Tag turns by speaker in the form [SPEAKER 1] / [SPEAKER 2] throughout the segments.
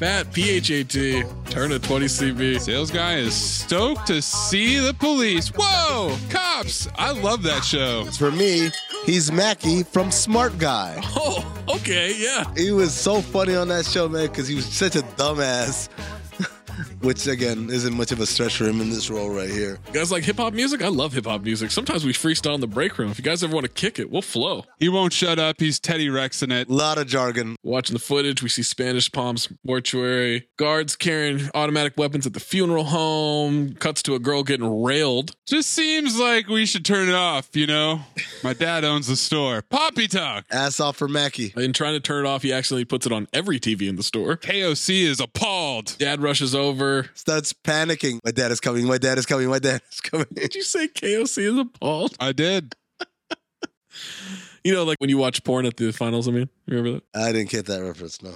[SPEAKER 1] PHAT, turn to 20 CB.
[SPEAKER 2] Sales guy is stoked to see the police. Whoa, cops! I love that show.
[SPEAKER 3] For me, he's Mackie from Smart Guy.
[SPEAKER 1] Oh, okay, yeah.
[SPEAKER 3] He was so funny on that show, man, because he was such a dumbass. Which again isn't much of a stretch for him in this role right here.
[SPEAKER 1] You guys like hip hop music? I love hip hop music. Sometimes we freestyle in the break room. If you guys ever want to kick it, we'll flow.
[SPEAKER 2] He won't shut up. He's Teddy Rex in it.
[SPEAKER 3] A lot of jargon.
[SPEAKER 1] Watching the footage, we see Spanish Palms mortuary guards carrying automatic weapons at the funeral home. Cuts to a girl getting railed.
[SPEAKER 2] Just seems like we should turn it off. You know, my dad owns the store. Poppy talk.
[SPEAKER 3] Ass off for Mackie.
[SPEAKER 1] And trying to turn it off, he accidentally puts it on every TV in the store.
[SPEAKER 2] KOC is appalled.
[SPEAKER 1] Dad rushes over.
[SPEAKER 3] Starts panicking. My dad is coming. My dad is coming. My dad is coming.
[SPEAKER 1] Did you say KOC is appalled?
[SPEAKER 2] I did.
[SPEAKER 1] you know, like when you watch porn at the finals, I mean, remember that?
[SPEAKER 3] I didn't get that reference, no.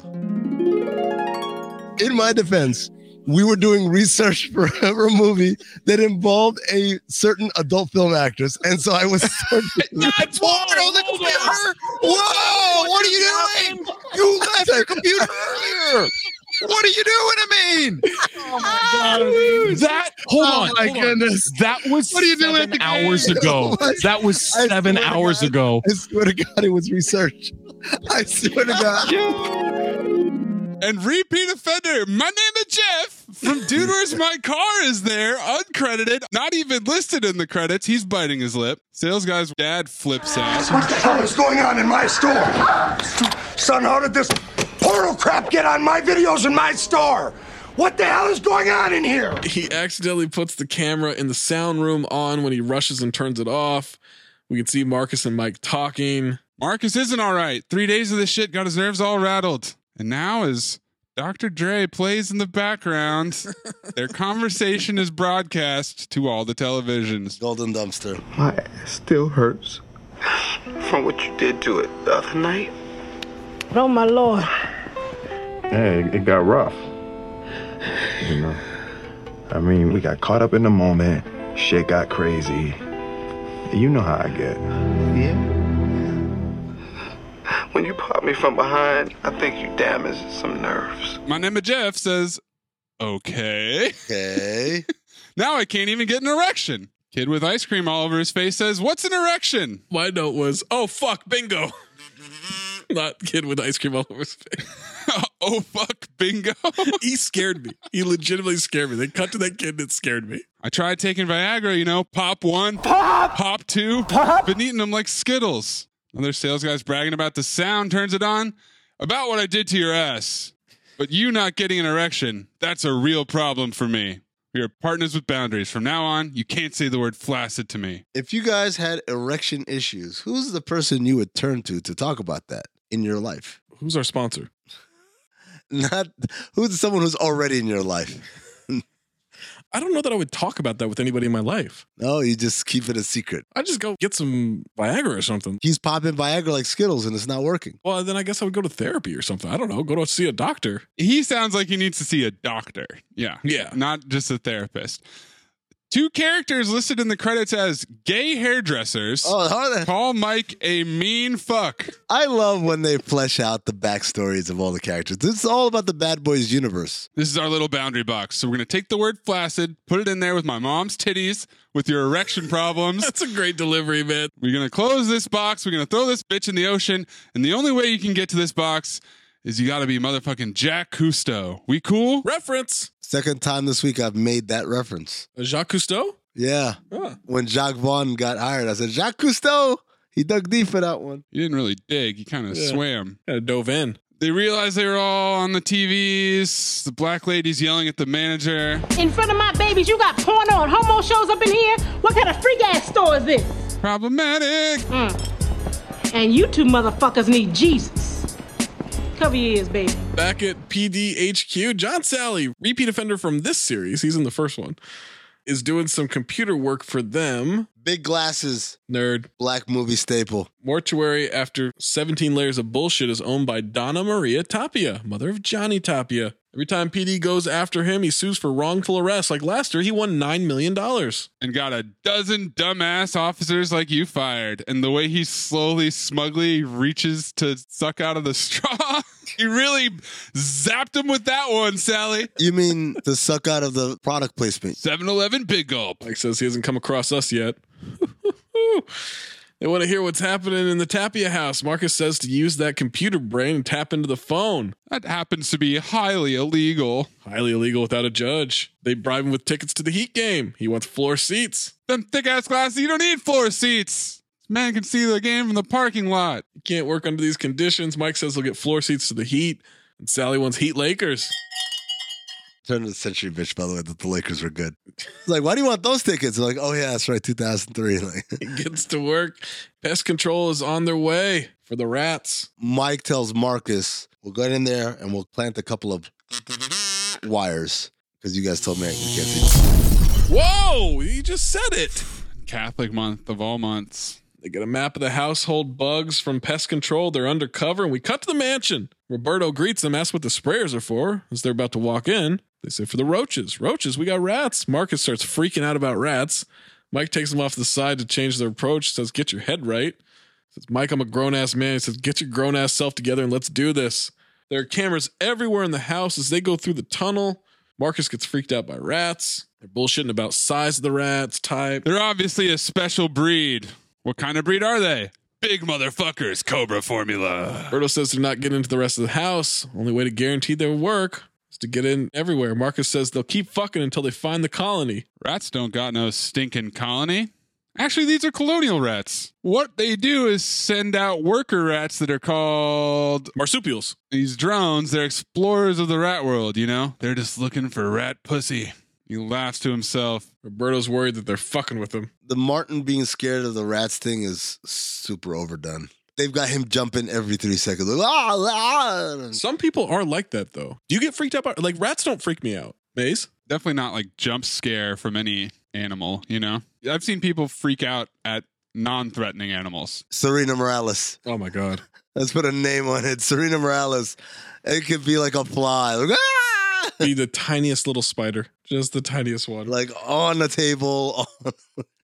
[SPEAKER 3] In my defense, we were doing research for a movie that involved a certain adult film actress, and so I was searching.
[SPEAKER 2] That's why I was looking at her. Whoa! What, what are you doing? You left your computer earlier. What are you doing to me?
[SPEAKER 4] Oh my god! I mean,
[SPEAKER 5] that hold
[SPEAKER 4] Oh
[SPEAKER 5] on.
[SPEAKER 4] my
[SPEAKER 5] hold on.
[SPEAKER 4] goodness.
[SPEAKER 5] That was
[SPEAKER 4] What are you doing
[SPEAKER 5] seven
[SPEAKER 4] at the game?
[SPEAKER 5] hours ago.
[SPEAKER 3] Oh my-
[SPEAKER 5] that was
[SPEAKER 3] I
[SPEAKER 5] seven
[SPEAKER 3] swear to
[SPEAKER 5] hours
[SPEAKER 3] God.
[SPEAKER 5] ago.
[SPEAKER 3] I swear to God, it was research. I swear to God.
[SPEAKER 2] And repeat offender, my name is Jeff from Dude Where's My Car is there, uncredited, not even listed in the credits. He's biting his lip. Sales guy's dad flips out.
[SPEAKER 6] What the hell is going on in my store? Son, how did this portal crap get on my videos in my store? What the hell is going on in here?
[SPEAKER 1] He accidentally puts the camera in the sound room on when he rushes and turns it off. We can see Marcus and Mike talking.
[SPEAKER 2] Marcus isn't all right. Three days of this shit got his nerves all rattled. And now as Dr. Dre plays in the background. Their conversation is broadcast to all the televisions.
[SPEAKER 3] Golden dumpster.
[SPEAKER 7] My ass still hurts from what you did to it the other night.
[SPEAKER 8] Oh my lord.
[SPEAKER 7] Yeah, it, it got rough. You know, I mean, we got caught up in the moment. Shit got crazy. You know how I get. Yeah. When you pop me from behind, I think you damaged some nerves.
[SPEAKER 2] My name is Jeff says, okay.
[SPEAKER 3] Okay.
[SPEAKER 2] Now I can't even get an erection. Kid with ice cream all over his face says, what's an erection?
[SPEAKER 1] My note was, oh fuck, bingo. Not kid with ice cream all over his face.
[SPEAKER 2] oh fuck, bingo.
[SPEAKER 1] He scared me. He legitimately scared me. They cut to that kid and it scared me.
[SPEAKER 2] I tried taking Viagra, you know, pop one, pop, pop two, pop. Been eating them like Skittles. Another sales guy's bragging about the sound, turns it on. About what I did to your ass. But you not getting an erection, that's a real problem for me. We are partners with boundaries. From now on, you can't say the word flaccid to me.
[SPEAKER 3] If you guys had erection issues, who's the person you would turn to to talk about that in your life?
[SPEAKER 1] Who's our sponsor?
[SPEAKER 3] Not who's someone who's already in your life.
[SPEAKER 1] I don't know that I would talk about that with anybody in my life.
[SPEAKER 3] No, you just keep it a secret.
[SPEAKER 1] I'd just go get some Viagra or something.
[SPEAKER 3] He's popping Viagra like Skittles and it's not working.
[SPEAKER 1] Well, then I guess I would go to therapy or something. I don't know. Go to see a doctor.
[SPEAKER 2] He sounds like he needs to see a doctor. Yeah.
[SPEAKER 1] Yeah.
[SPEAKER 2] Not just a therapist. Two characters listed in the credits as gay hairdressers.
[SPEAKER 3] Oh, how the-
[SPEAKER 2] Call Mike a mean fuck.
[SPEAKER 3] I love when they flesh out the backstories of all the characters. This is all about the Bad Boys universe.
[SPEAKER 2] This is our little boundary box. So we're going to take the word flaccid, put it in there with my mom's titties, with your erection problems.
[SPEAKER 1] That's a great delivery, man.
[SPEAKER 2] we're going to close this box. We're going to throw this bitch in the ocean. And the only way you can get to this box is you got to be motherfucking Jack Cousteau. We cool?
[SPEAKER 1] Reference
[SPEAKER 3] Second time this week I've made that reference.
[SPEAKER 1] Jacques Cousteau.
[SPEAKER 3] Yeah.
[SPEAKER 1] Huh.
[SPEAKER 3] When Jacques Vaughn got hired, I said, Jacques Cousteau. He dug deep for that one.
[SPEAKER 2] You didn't really dig. You kind of
[SPEAKER 1] Yeah.
[SPEAKER 2] swam.
[SPEAKER 1] Kind of dove in.
[SPEAKER 2] They realized they were all on the TVs. The black lady's yelling at the manager.
[SPEAKER 8] In front of my babies, you got porno and homo shows up in here? What kind of freak ass store is this?
[SPEAKER 2] Problematic.
[SPEAKER 8] And you two motherfuckers need Jesus. Cover your ears, baby.
[SPEAKER 1] Back at PDHQ, John Sally, repeat offender from this series, he's in the first one, is doing some computer work for them.
[SPEAKER 3] Big glasses,
[SPEAKER 1] Nerd.
[SPEAKER 3] black movie staple.
[SPEAKER 1] Mortuary, after 17 layers of bullshit, is owned by Donna Maria Tapia, mother of Johnny Tapia. Every time PD goes after him, he sues for wrongful arrest. Like last year, he won $9 million.
[SPEAKER 2] and got a dozen dumbass officers like you fired. And the way he slowly, smugly reaches to suck out of the straw, you really zapped him with that one, Sally.
[SPEAKER 3] You mean the suck out of the product placement?
[SPEAKER 2] 7 Eleven Big Gulp.
[SPEAKER 1] Mike says he hasn't come across us yet. they want to hear what's happening in the Tapia house. Marcus says to use that computer brain and tap into the phone.
[SPEAKER 2] That happens to be highly illegal.
[SPEAKER 1] Highly illegal without a judge. They bribe him with tickets to the Heat game. He wants floor seats.
[SPEAKER 2] Them thick ass glasses, you don't need floor seats. This man can see the game from the parking lot.
[SPEAKER 1] He can't work under these conditions. Mike says he'll get floor seats to the Heat. And Sally wants Heat Lakers.
[SPEAKER 3] Turn of the century, bitch. By the way, that the Lakers were good. It's like, why do you want those tickets? They're like, oh yeah, that's right, 2003. Like,
[SPEAKER 1] gets to work. Pest control is on their way for the rats.
[SPEAKER 3] Mike tells Marcus, we'll go in there and we'll plant a couple of wires because you guys told me I can't see.
[SPEAKER 1] Whoa! You just said it.
[SPEAKER 2] Catholic month of all months.
[SPEAKER 1] They get a map of the household bugs from pest control. They're undercover, and we cut to the mansion. Roberto greets them, asks what the sprayers are for as they're about to walk in. They say, For the roaches. Roaches, we got rats. Marcus starts freaking out about rats. Mike takes them off the side to change their approach, says, Get your head right. Says, Mike, I'm a grown ass man. He says, Get your grown ass self together and let's do this. There are cameras everywhere in the house as they go through the tunnel. Marcus gets freaked out by rats. They're bullshitting about size of the rats, type.
[SPEAKER 2] They're obviously a special breed. What kind of breed are they? Big motherfuckers, Cobra formula.
[SPEAKER 1] Roberto says they're not getting into the rest of the house. Only way to guarantee their work is to get in everywhere. Marcus says they'll keep fucking until they find the colony.
[SPEAKER 2] Rats don't got no stinking colony. Actually, these are colonial rats. What they do is send out worker rats that are called
[SPEAKER 1] Marsupials.
[SPEAKER 2] these drones. They're explorers of the rat world, you know? They're just looking for rat pussy. He laughs to himself.
[SPEAKER 1] Roberto's worried that they're fucking with him.
[SPEAKER 3] The Martin being scared of the rats thing is super overdone. They've got him jumping every three seconds. Like, ah, ah.
[SPEAKER 1] Some people are like that though. Do you get freaked out by like rats don't freak me out. Maze?
[SPEAKER 2] Definitely not like jump scare from any animal, you know? I've seen people freak out at non threatening animals.
[SPEAKER 3] Serena Morales.
[SPEAKER 1] Oh my god.
[SPEAKER 3] Let's put a name on it. Serena Morales. It could be like a fly. Like, ah!
[SPEAKER 1] Be the tiniest little spider. Just the tiniest one.
[SPEAKER 3] Like on the table. on-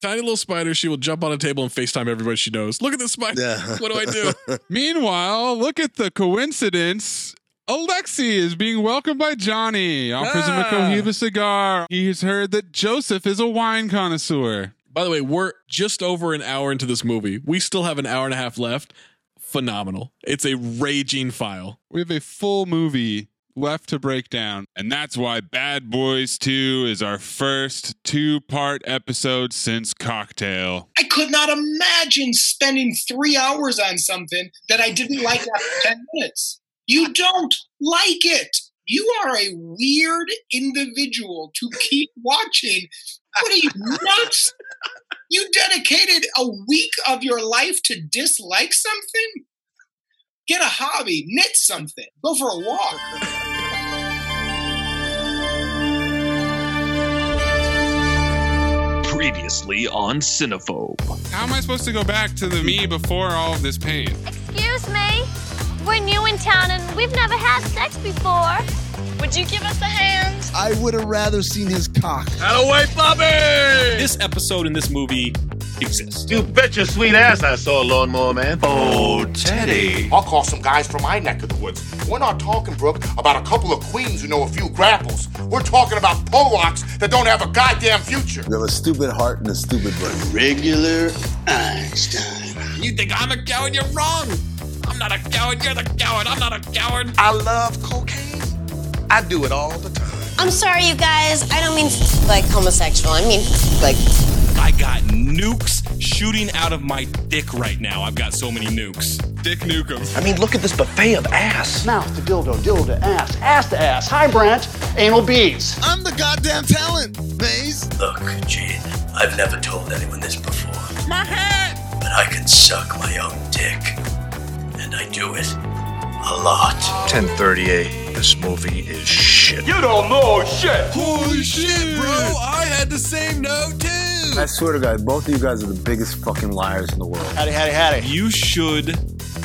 [SPEAKER 1] Tiny little spider, she will jump on a table and FaceTime everybody she knows. Look at this spider.
[SPEAKER 3] Yeah.
[SPEAKER 1] What do I do?
[SPEAKER 2] Meanwhile, look at the coincidence. Alexi is being welcomed by Johnny, offers him a
[SPEAKER 1] Ah.
[SPEAKER 2] Cohiba cigar. He has heard that Joseph is a wine connoisseur.
[SPEAKER 1] By the way, we're just over an hour into this movie. We still have an hour and a half left. Phenomenal. It's a raging file.
[SPEAKER 2] We have a full movie left to break down, and that's why Bad Boys 2 is our first two part episode since Cocktail.
[SPEAKER 9] I could not imagine spending three hours on something that I didn't like after 10 minutes. You don't like it. You are a weird individual to keep watching. What are you, nuts? You dedicated a week of your life to dislike something? Get a hobby, knit something, go for a walk.
[SPEAKER 6] Previously on Cinephobe.
[SPEAKER 2] How am I supposed to go back to the me before all of this pain?
[SPEAKER 10] Excuse me. We're new in town and we've never had sex before. Would you give us a hand?
[SPEAKER 3] I would have rather seen his cock.
[SPEAKER 6] This episode in this movie exists.
[SPEAKER 11] You bet your sweet ass I saw a lawnmower man.
[SPEAKER 6] Oh, Teddy.
[SPEAKER 11] I'll call some guys from my neck of the woods. We're not talking, Brooke, about a couple of queens who know a few grapples. We're talking about Polacks that don't have a goddamn future.
[SPEAKER 3] You have a stupid heart and a stupid brain.
[SPEAKER 11] Regular Einstein.
[SPEAKER 6] You think I'm a coward? You're wrong. I'm not a coward. You're the coward. I'm not a coward.
[SPEAKER 11] I love cocaine. I do it all the time.
[SPEAKER 10] I'm sorry, you guys. I don't mean like homosexual. I mean like.
[SPEAKER 6] I got nukes shooting out of my dick right now. I've got so many nukes.
[SPEAKER 2] Dick Nukem.
[SPEAKER 11] I mean, look at this buffet of ass.
[SPEAKER 12] Mouth to dildo, dildo to ass, ass to ass, high branch, anal beads.
[SPEAKER 3] I'm the goddamn talent, Maze.
[SPEAKER 11] Look, Gene, I've never told anyone this before,
[SPEAKER 6] My hat.
[SPEAKER 11] but I can suck my own dick. And I do it a lot.
[SPEAKER 13] 1038. This movie is shit.
[SPEAKER 14] You don't know shit.
[SPEAKER 15] Holy shit, bro! I had the same note too.
[SPEAKER 7] I swear to God, both of you guys are the biggest fucking liars in the world.
[SPEAKER 6] Howdy, howdy, howdy. You should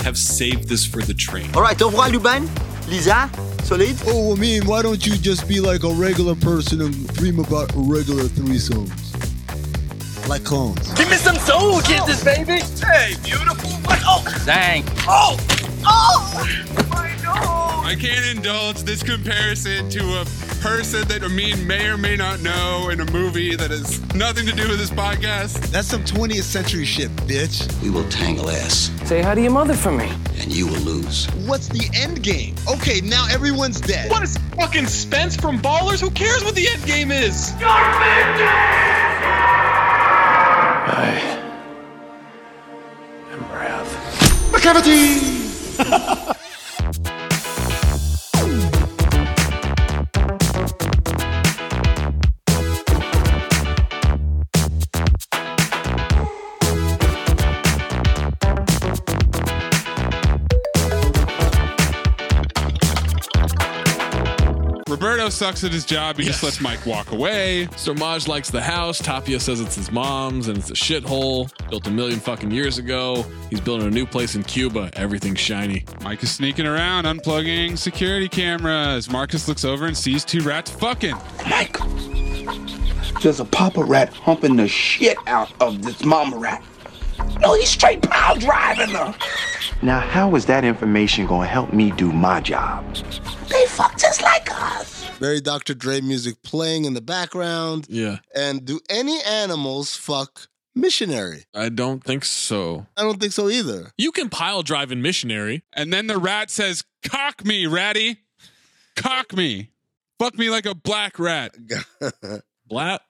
[SPEAKER 6] have saved this for the train.
[SPEAKER 16] All right, au revoir, Lubin. Lisa, solid.
[SPEAKER 17] Oh, I mean, why don't you just be like a regular person and dream about regular threesomes? Like clones.
[SPEAKER 14] Give me some soul kisses, baby. Hey, beautiful. What? Oh,
[SPEAKER 16] dang.
[SPEAKER 14] oh, oh.
[SPEAKER 2] I can't indulge this comparison to a person that Amin may or may not know in a movie that has nothing to do with this podcast.
[SPEAKER 17] That's some 20th century shit, bitch.
[SPEAKER 18] We will tangle ass,
[SPEAKER 17] Say hi to your mother for me.
[SPEAKER 18] and you will lose.
[SPEAKER 17] What's the end game? Okay, now everyone's dead.
[SPEAKER 15] What is fucking Spence from Ballers? Who cares what the end game is?
[SPEAKER 2] Roberto sucks at his job. He just lets Mike walk away.
[SPEAKER 1] Sermaj likes the house. Tapia says it's his mom's and it's a shithole built a million fucking years ago. He's building a new place in Cuba. Everything's shiny.
[SPEAKER 2] Mike is sneaking around, unplugging security cameras. Marcus looks over and sees two rats fucking.
[SPEAKER 14] There's a papa rat humping the shit out of this mama rat. No, he's straight pile driving her.
[SPEAKER 19] Now, how is that information going to help me do my job?
[SPEAKER 14] They fuck just like us.
[SPEAKER 3] Very Dr. Dre music playing in the background.
[SPEAKER 1] Yeah.
[SPEAKER 3] And do any animals fuck missionary?
[SPEAKER 1] I don't think so.
[SPEAKER 3] I don't think so either.
[SPEAKER 1] You can pile drive in missionary.
[SPEAKER 2] And then the rat says, Cock me, ratty. Cock me. Fuck me like a black rat.
[SPEAKER 1] Blat.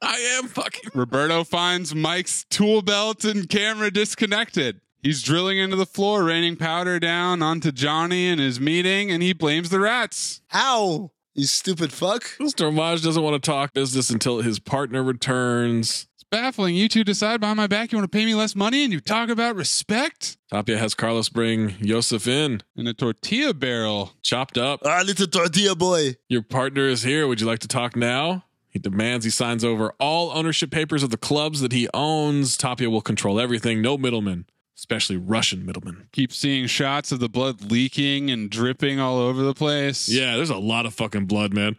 [SPEAKER 3] I
[SPEAKER 1] am fucking.
[SPEAKER 2] Roberto finds Mike's tool belt and camera disconnected. He's drilling into the floor, raining powder down onto Johnny in his meeting, and he blames the rats.
[SPEAKER 3] How? You stupid fuck.
[SPEAKER 1] Sermaj doesn't want to talk business until his partner returns.
[SPEAKER 2] It's baffling. You two decide behind my back you want to pay me less money and you talk about respect?
[SPEAKER 1] Tapia has Carlos bring Yosef in,
[SPEAKER 2] In a tortilla barrel.
[SPEAKER 1] chopped up.
[SPEAKER 3] Ah, little tortilla boy.
[SPEAKER 1] Your partner is here. Would you like to talk now? He demands he signs over all ownership papers of the clubs that he owns. Tapia will control everything, no middlemen, especially Russian middlemen.
[SPEAKER 2] Keep seeing shots of the blood leaking and dripping all over the place.
[SPEAKER 1] Yeah, there's a lot of fucking blood, man.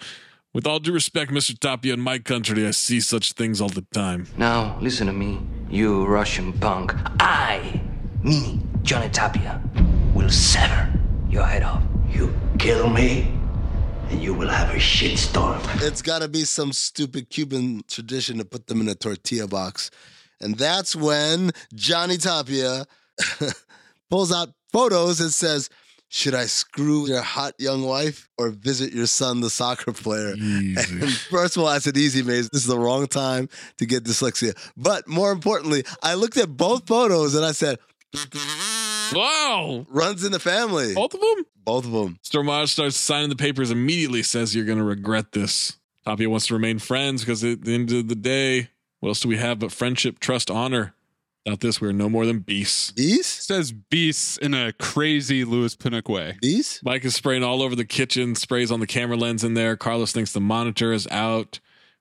[SPEAKER 1] With all due respect, Mr. Tapia, in my country, I see such things all the time.
[SPEAKER 18] Now, listen to me, you Russian punk. I, me, Johnny Tapia, will sever your head off. You kill me, and you will have a shitstorm.
[SPEAKER 3] It's got to be some stupid Cuban tradition to put them in a tortilla box. And that's when Johnny Tapia pulls out photos and says, Should I screw your hot young wife or visit your son, the soccer player? And first of all, I said, Easy, Maze. This is the wrong time to get dyslexia. But more importantly, I looked at both photos and I said,
[SPEAKER 1] Wow!
[SPEAKER 3] Runs in the family.
[SPEAKER 2] Oh.
[SPEAKER 1] Both of them?
[SPEAKER 3] Both of them.
[SPEAKER 1] Stormage starts signing the papers immediately, says you're going to regret this. Tapia wants to remain friends because at the end of the day, what else do we have but friendship, trust, honor? Without this, we're no more than beasts.
[SPEAKER 3] These?
[SPEAKER 2] Says beasts in a crazy Louis Pinnock way.
[SPEAKER 3] These?
[SPEAKER 1] Mike is spraying all over the kitchen, sprays on the camera lens in there. Carlos thinks the monitor is out.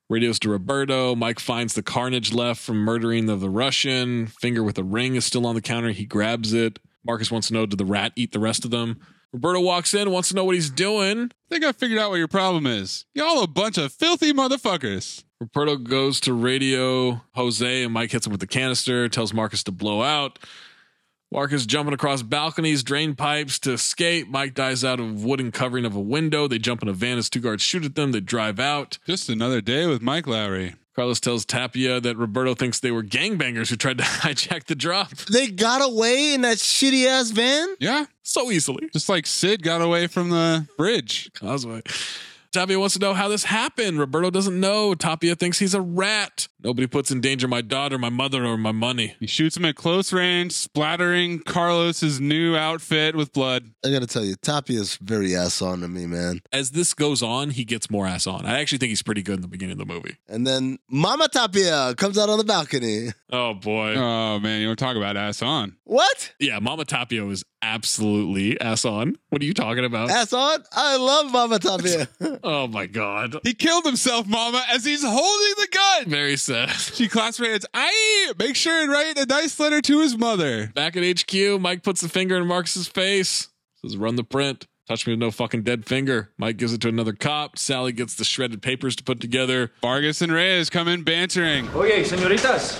[SPEAKER 1] Radios to Roberto. Mike finds the carnage left from murdering of the Russian. Finger with a ring is still on the counter. He grabs it. Marcus wants to know did the rat eat the rest of them? Roberto walks in, wants to know what he's doing.
[SPEAKER 2] think I figured out what your problem is. Y'all a bunch of filthy motherfuckers.
[SPEAKER 1] Roberto goes to radio Jose and Mike hits him with the canister, tells Marcus to blow out. Marcus jumping across balconies, drain pipes to escape. Mike dies out of wooden covering of a window. They jump in a van as two guards shoot at them. They drive out.
[SPEAKER 2] Just another day with Mike Lowry.
[SPEAKER 1] Carlos tells Tapia that Roberto thinks they were gangbangers who tried to hijack the drop
[SPEAKER 3] They got away in that shitty ass van?
[SPEAKER 2] Yeah,
[SPEAKER 1] so easily.
[SPEAKER 2] just like Sid got away from the bridge.
[SPEAKER 1] Causeway. Tapia wants to know how this happened. Roberto doesn't know. Tapia thinks he's a rat. Nobody puts in danger my daughter, my mother, or my money.
[SPEAKER 2] He shoots him at close range, splattering Carlos's new outfit with blood.
[SPEAKER 3] I gotta tell you, Tapia's very ass on to me, man.
[SPEAKER 1] As this goes on, he gets more ass on. I actually think he's pretty good in the beginning of the movie.
[SPEAKER 3] And then Mama Tapia comes out on the balcony.
[SPEAKER 1] Oh boy.
[SPEAKER 2] Oh man, you want to talk about ass on?
[SPEAKER 3] What?
[SPEAKER 1] yeah, Mama Tapio is absolutely ass on. What are you talking about?
[SPEAKER 3] Ass on? I love Mama Tapia.
[SPEAKER 1] oh my god.
[SPEAKER 2] He killed himself, Mama, as he's holding the gun.
[SPEAKER 1] Very sad.
[SPEAKER 2] She clasperates. I make sure and write a nice letter to his mother.
[SPEAKER 1] Back at HQ, Mike puts a finger in Marcus's face. Says, run the print. Touch me with no fucking dead finger. Mike gives it to another cop. Sally gets the shredded papers to put together.
[SPEAKER 2] Vargas and Reyes come in bantering.
[SPEAKER 20] Oye, senoritas.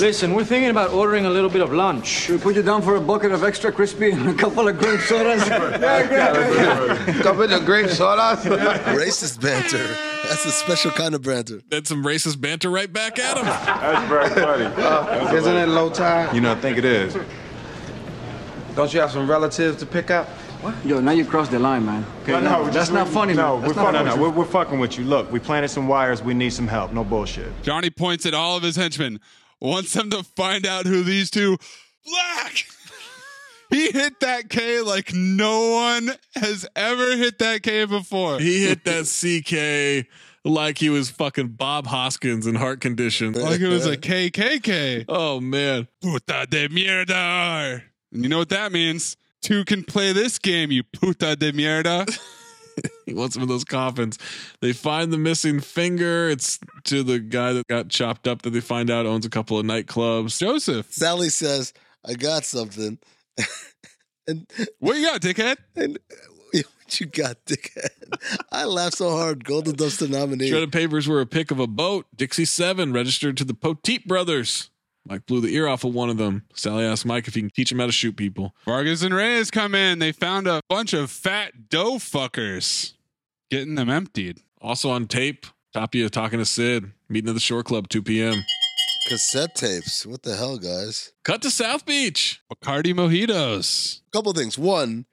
[SPEAKER 20] Listen, we're thinking about ordering a little bit of lunch. Should we put you down for a bucket of extra crispy and a couple of grape sodas?
[SPEAKER 3] Couple of grape sodas. Racist banter. That's a special kind of banter.
[SPEAKER 1] That's some racist banter right back at him.
[SPEAKER 7] That's very funny.
[SPEAKER 21] Isn't it low tide?
[SPEAKER 7] You know, I think it is.
[SPEAKER 21] Don't you have some relatives to pick up?
[SPEAKER 20] What? Yo, now you crossed the line, man. Okay,
[SPEAKER 7] No, no, we
[SPEAKER 20] that's
[SPEAKER 7] just-
[SPEAKER 20] not funny,
[SPEAKER 7] No,
[SPEAKER 20] man.
[SPEAKER 7] we're
[SPEAKER 20] That's not
[SPEAKER 7] fucking, no,
[SPEAKER 20] funny.
[SPEAKER 7] no, we're, we're fucking with you. Look, we planted some wires. We need some help. No bullshit.
[SPEAKER 2] Johnny points at all of his henchmen, wants them to find out who these two black. he hit that K like no one has ever hit that K before.
[SPEAKER 1] He hit that CK like he was fucking Bob Hoskins in heart condition.
[SPEAKER 2] like it was a KKK.
[SPEAKER 1] Oh man.
[SPEAKER 2] Puta de mierda. And you know what that means? Two can play this game, you puta de mierda.
[SPEAKER 1] He wants some of those coffins. They find the missing finger. It's to the guy that got chopped up that they find out owns a couple of nightclubs.
[SPEAKER 2] Joseph,
[SPEAKER 3] Sally says, I got something. and
[SPEAKER 2] what you got, dickhead?
[SPEAKER 3] and what you got, dickhead? I laughed so hard. Golden Dumpster nominee.
[SPEAKER 1] Shredded papers were a pic of a boat, Dixie 7, registered to the Poteet brothers. Mike blew the ear off of one of them. Sally asked Mike if he can teach him how to shoot people.
[SPEAKER 2] Vargas and Reyes come in. They found a bunch of fat dough fuckers getting them emptied.
[SPEAKER 1] Also on tape, Tapia talking to Sid, meeting at the shore club 2 p.m.
[SPEAKER 3] Cassette tapes. What the hell, guys?
[SPEAKER 1] Cut to South Beach.
[SPEAKER 2] Bacardi mojitos.
[SPEAKER 3] couple things. One,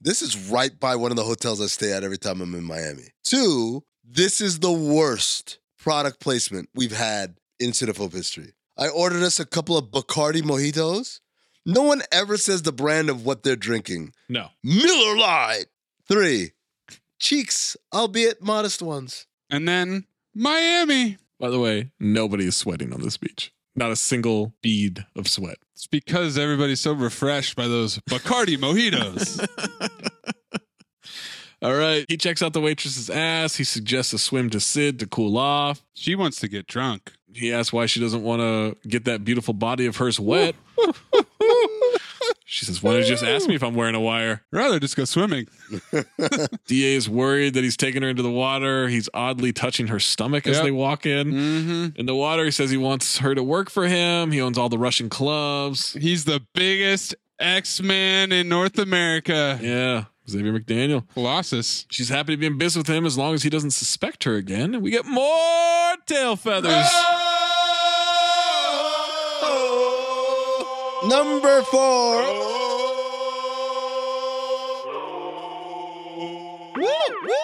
[SPEAKER 3] this is right by one of the hotels I stay at every time I'm in Miami. Two, this is the worst product placement we've had in Cinefope history. I ordered us a couple of Bacardi mojitos. No one ever says the brand of what they're drinking.
[SPEAKER 1] No.
[SPEAKER 3] Miller Lite. Three, cheeks, albeit modest ones.
[SPEAKER 2] And then Miami.
[SPEAKER 1] By the way, nobody is sweating on this beach. Not a single bead of sweat.
[SPEAKER 2] It's because everybody's so refreshed by those Bacardi mojitos.
[SPEAKER 1] All right. He checks out the waitress's ass. He suggests a swim to Sid to cool off.
[SPEAKER 2] she wants to get drunk.
[SPEAKER 1] He asks why she doesn't want to get that beautiful body of hers wet. she says, Why don't you just ask me if I'm wearing a wire?
[SPEAKER 2] Rather just go swimming.
[SPEAKER 1] DA is worried that he's taking her into the water. He's oddly touching her stomach as
[SPEAKER 2] Yep.
[SPEAKER 1] they walk
[SPEAKER 2] Mm-hmm.
[SPEAKER 1] in. In the water, he says he wants her to work for him. He owns all the Russian clubs.
[SPEAKER 2] He's the biggest X Man in North America.
[SPEAKER 1] Yeah. Xavier McDaniel.
[SPEAKER 2] Colossus.
[SPEAKER 1] She's happy to be in business with him as long as he doesn't suspect her again. And we get more tail feathers.
[SPEAKER 3] Number four.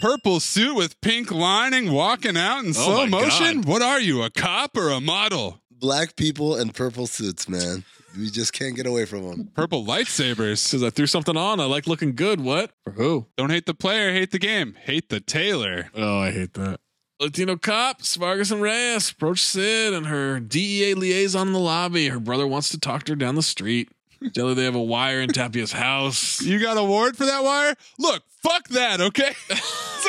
[SPEAKER 2] Purple suit with pink lining walking out in slow
[SPEAKER 1] Oh my
[SPEAKER 2] motion.
[SPEAKER 1] God.
[SPEAKER 2] What are you, a cop or a model?
[SPEAKER 3] Black people in purple suits, man. We just can't get away from them.
[SPEAKER 2] Purple lightsabers.
[SPEAKER 1] Says I threw something on. I like looking good. What? For who?
[SPEAKER 2] Don't hate the player, hate the game. Hate the tailor.
[SPEAKER 1] Oh, I hate that. Latino cops, Vargas and Reyes approach Sid and her DEA liaison in the lobby. Her brother wants to talk to her down the street. Tell her they have a wire in Tapia's house.
[SPEAKER 2] You got a ward for that wire? Look, fuck that, okay? it's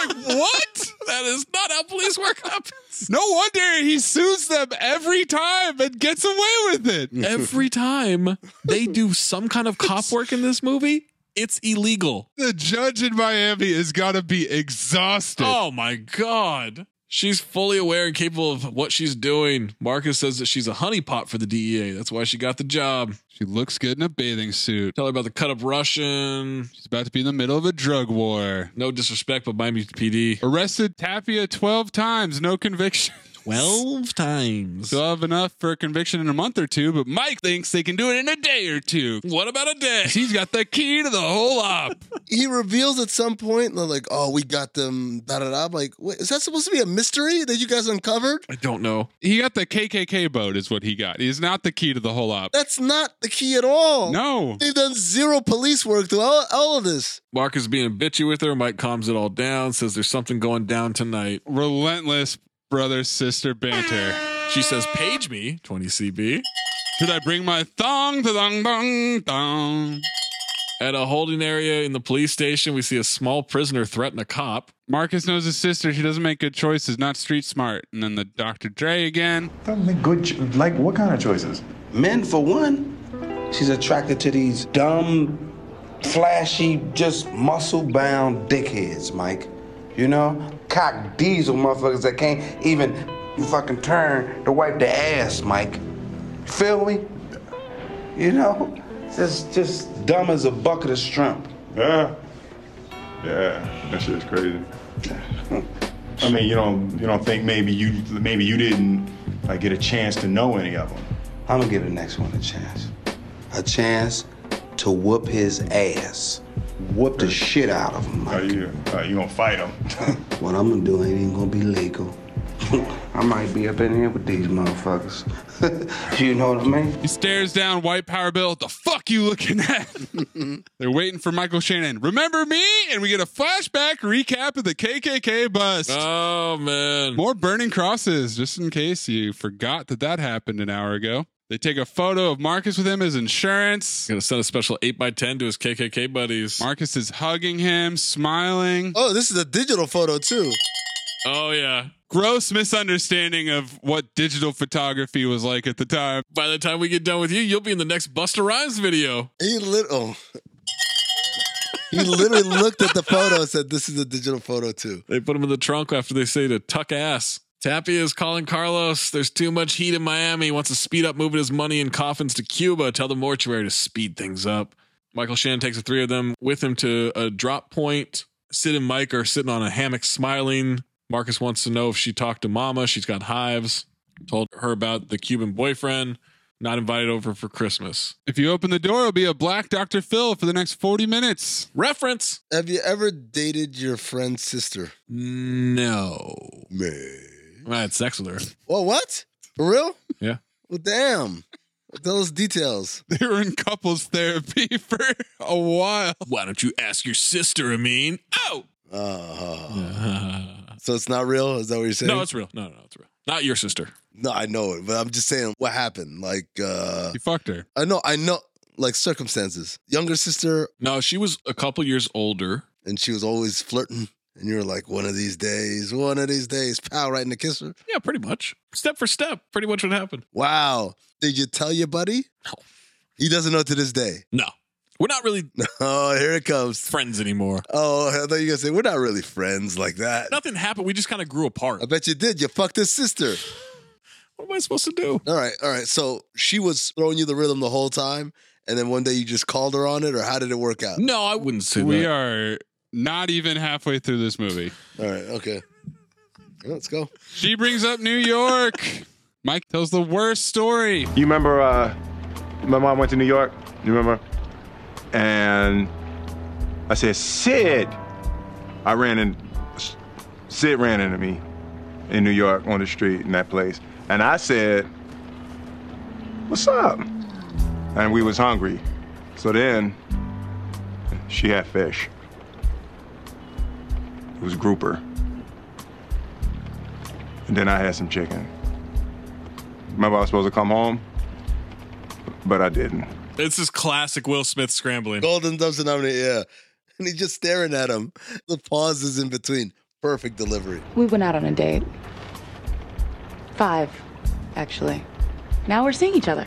[SPEAKER 2] like, what?
[SPEAKER 1] That is not how police work happens.
[SPEAKER 2] No wonder he sues them every time and gets away with it.
[SPEAKER 1] Every time they do some kind of cop work in this movie, it's illegal.
[SPEAKER 2] The judge in Miami has got to be exhausted.
[SPEAKER 1] Oh my god. She's fully aware and capable of what she's doing. Marcus says that she's a honeypot for the DEA. That's why she got the job.
[SPEAKER 2] She looks good in a bathing suit.
[SPEAKER 1] Tell her about the cut up Russian.
[SPEAKER 2] She's about to be in the middle of a drug war.
[SPEAKER 1] No disrespect, but Miami PD.
[SPEAKER 2] Arrested Tapia 12 times, no conviction.
[SPEAKER 1] 12 times.
[SPEAKER 2] They'll have enough for a conviction in a month or two, but Mike thinks they can do it in a day or two.
[SPEAKER 1] What about a day?
[SPEAKER 2] He's got the key to the whole op.
[SPEAKER 3] he reveals at some point, and they're like, oh, we got them, da da da. I'm like, wait, is that supposed to be a mystery that you guys uncovered?
[SPEAKER 1] I don't know.
[SPEAKER 2] He got the KKK boat, is what he got. He's not the key to the whole op.
[SPEAKER 3] That's not the key at all.
[SPEAKER 2] No.
[SPEAKER 3] They've done zero police work through all, all of this.
[SPEAKER 1] Mark is being bitchy with her. Mike calms it all down, says there's something going down tonight.
[SPEAKER 2] Relentless brother sister banter.
[SPEAKER 1] She says, Page me, 20CB,
[SPEAKER 2] Should I bring my thong, thong, thong, thong?
[SPEAKER 1] at a holding area in the police station. We see a small prisoner threaten a cop.
[SPEAKER 2] Marcus knows his sister. She doesn't make good choices, not street smart. And then the Dr. Dre again.
[SPEAKER 7] Doesn't make good. Cho- like what kind of choices?
[SPEAKER 14] Men, for one, she's attracted to these dumb, flashy, just muscle bound dickheads, Mike. You know? Cock diesel motherfuckers that can't even fucking turn to wipe their ass, Mike. Feel me? You know? Just, just dumb as a bucket of shrimp.
[SPEAKER 7] Yeah. Yeah. That shit's crazy. I mean, you don't you don't think maybe you maybe you didn't like get a chance to know any of them.
[SPEAKER 14] I'm gonna give the next one a chance. A chance to whoop his ass. Whoop the shit out of him.
[SPEAKER 7] Are you are you gonna fight them?
[SPEAKER 14] What I'm gonna do ain't even gonna be legal. I might be up in here with these motherfuckers. you know what I mean?
[SPEAKER 2] He stares down White Power Bill. The fuck you looking at? They're waiting for Michael Shannon. Remember me? And we get a flashback recap of the KKK bust.
[SPEAKER 1] Oh, man.
[SPEAKER 2] More burning crosses, just in case you forgot that that happened an hour ago. They take a photo of Marcus with him, his insurance.
[SPEAKER 1] Gonna send a special 8x10 to his KKK buddies.
[SPEAKER 2] Marcus is hugging him, smiling.
[SPEAKER 3] Oh, this is a digital photo, too.
[SPEAKER 1] Oh, yeah.
[SPEAKER 2] Gross misunderstanding of what digital photography was like at the time.
[SPEAKER 1] By the time we get done with you, you'll be in the next Buster Rhymes video.
[SPEAKER 3] He lit. Oh. He literally looked at the photo and said, "This is a digital photo too."
[SPEAKER 1] They put him in the trunk after they say to tuck ass. Tapia is calling Carlos. There's too much heat in Miami. He wants to speed up moving his money in coffins to Cuba. Tell the mortuary to speed things up. Michael Shannon takes the three of them with him to a drop point. Sid and Mike are sitting on a hammock smiling. Marcus wants to know if she talked to Mama. She's got hives. Told her about the Cuban boyfriend. Not invited over for Christmas.
[SPEAKER 2] If you open the door, it'll be a black Dr. Phil for the next 40 minutes.
[SPEAKER 1] Reference?
[SPEAKER 3] Have you ever dated your friend's sister?
[SPEAKER 1] No. I had sex with her.
[SPEAKER 3] Oh, what? For real?
[SPEAKER 1] Yeah.
[SPEAKER 3] Well, damn. Those details.
[SPEAKER 2] They were in couples therapy for a while.
[SPEAKER 1] Why don't you ask your sister, Amin? Oh!
[SPEAKER 3] Uh, so it's not real? Is that what you're saying?
[SPEAKER 1] No, it's real. No, no, no, it's real. Not your sister.
[SPEAKER 3] No, I know it, but I'm just saying what happened. Like, uh
[SPEAKER 2] He fucked her.
[SPEAKER 3] I know, I know, like circumstances. Younger sister,
[SPEAKER 1] No, she was a couple years older.
[SPEAKER 3] and she was always flirting. And you were like, one of these days, one of these days, pow, right in the kisser.
[SPEAKER 1] Yeah, pretty much. Step for step, pretty much what happened.
[SPEAKER 3] Wow. Did you tell your buddy?
[SPEAKER 1] No.
[SPEAKER 3] He doesn't know to this day.
[SPEAKER 1] No. We're not really
[SPEAKER 3] Oh, here it comes.
[SPEAKER 1] friends anymore.
[SPEAKER 3] Oh, I thought you were gonna say we're not really friends like that.
[SPEAKER 1] Nothing happened. We just kind of grew apart.
[SPEAKER 3] I bet you did. You fucked his sister.
[SPEAKER 1] What am I supposed to do?
[SPEAKER 3] All right, all right. So she was throwing you the rhythm the whole time, and then one day you just called her on it, or how did it work out?
[SPEAKER 1] No, I wouldn't say
[SPEAKER 2] We
[SPEAKER 1] that.
[SPEAKER 2] are not even halfway through this movie.
[SPEAKER 3] All right, okay. Let's go.
[SPEAKER 2] She brings up New York. Mike tells the worst story.
[SPEAKER 7] You remember uh, my mom went to New York? You remember? And I said, Sid! I ran in, Sid ran into me in New York on the street in that place. And I said, What's up? And we was hungry. So then she had fish. It was grouper. And then I had some chicken. Remember I was supposed to come home? but I didn't.
[SPEAKER 1] This is classic Will Smith scrambling.
[SPEAKER 3] Golden Dumpster nominee, yeah. And he's just staring at him. The pauses in between. Perfect delivery.
[SPEAKER 22] We went out on a date. Five, actually. Now we're seeing each other.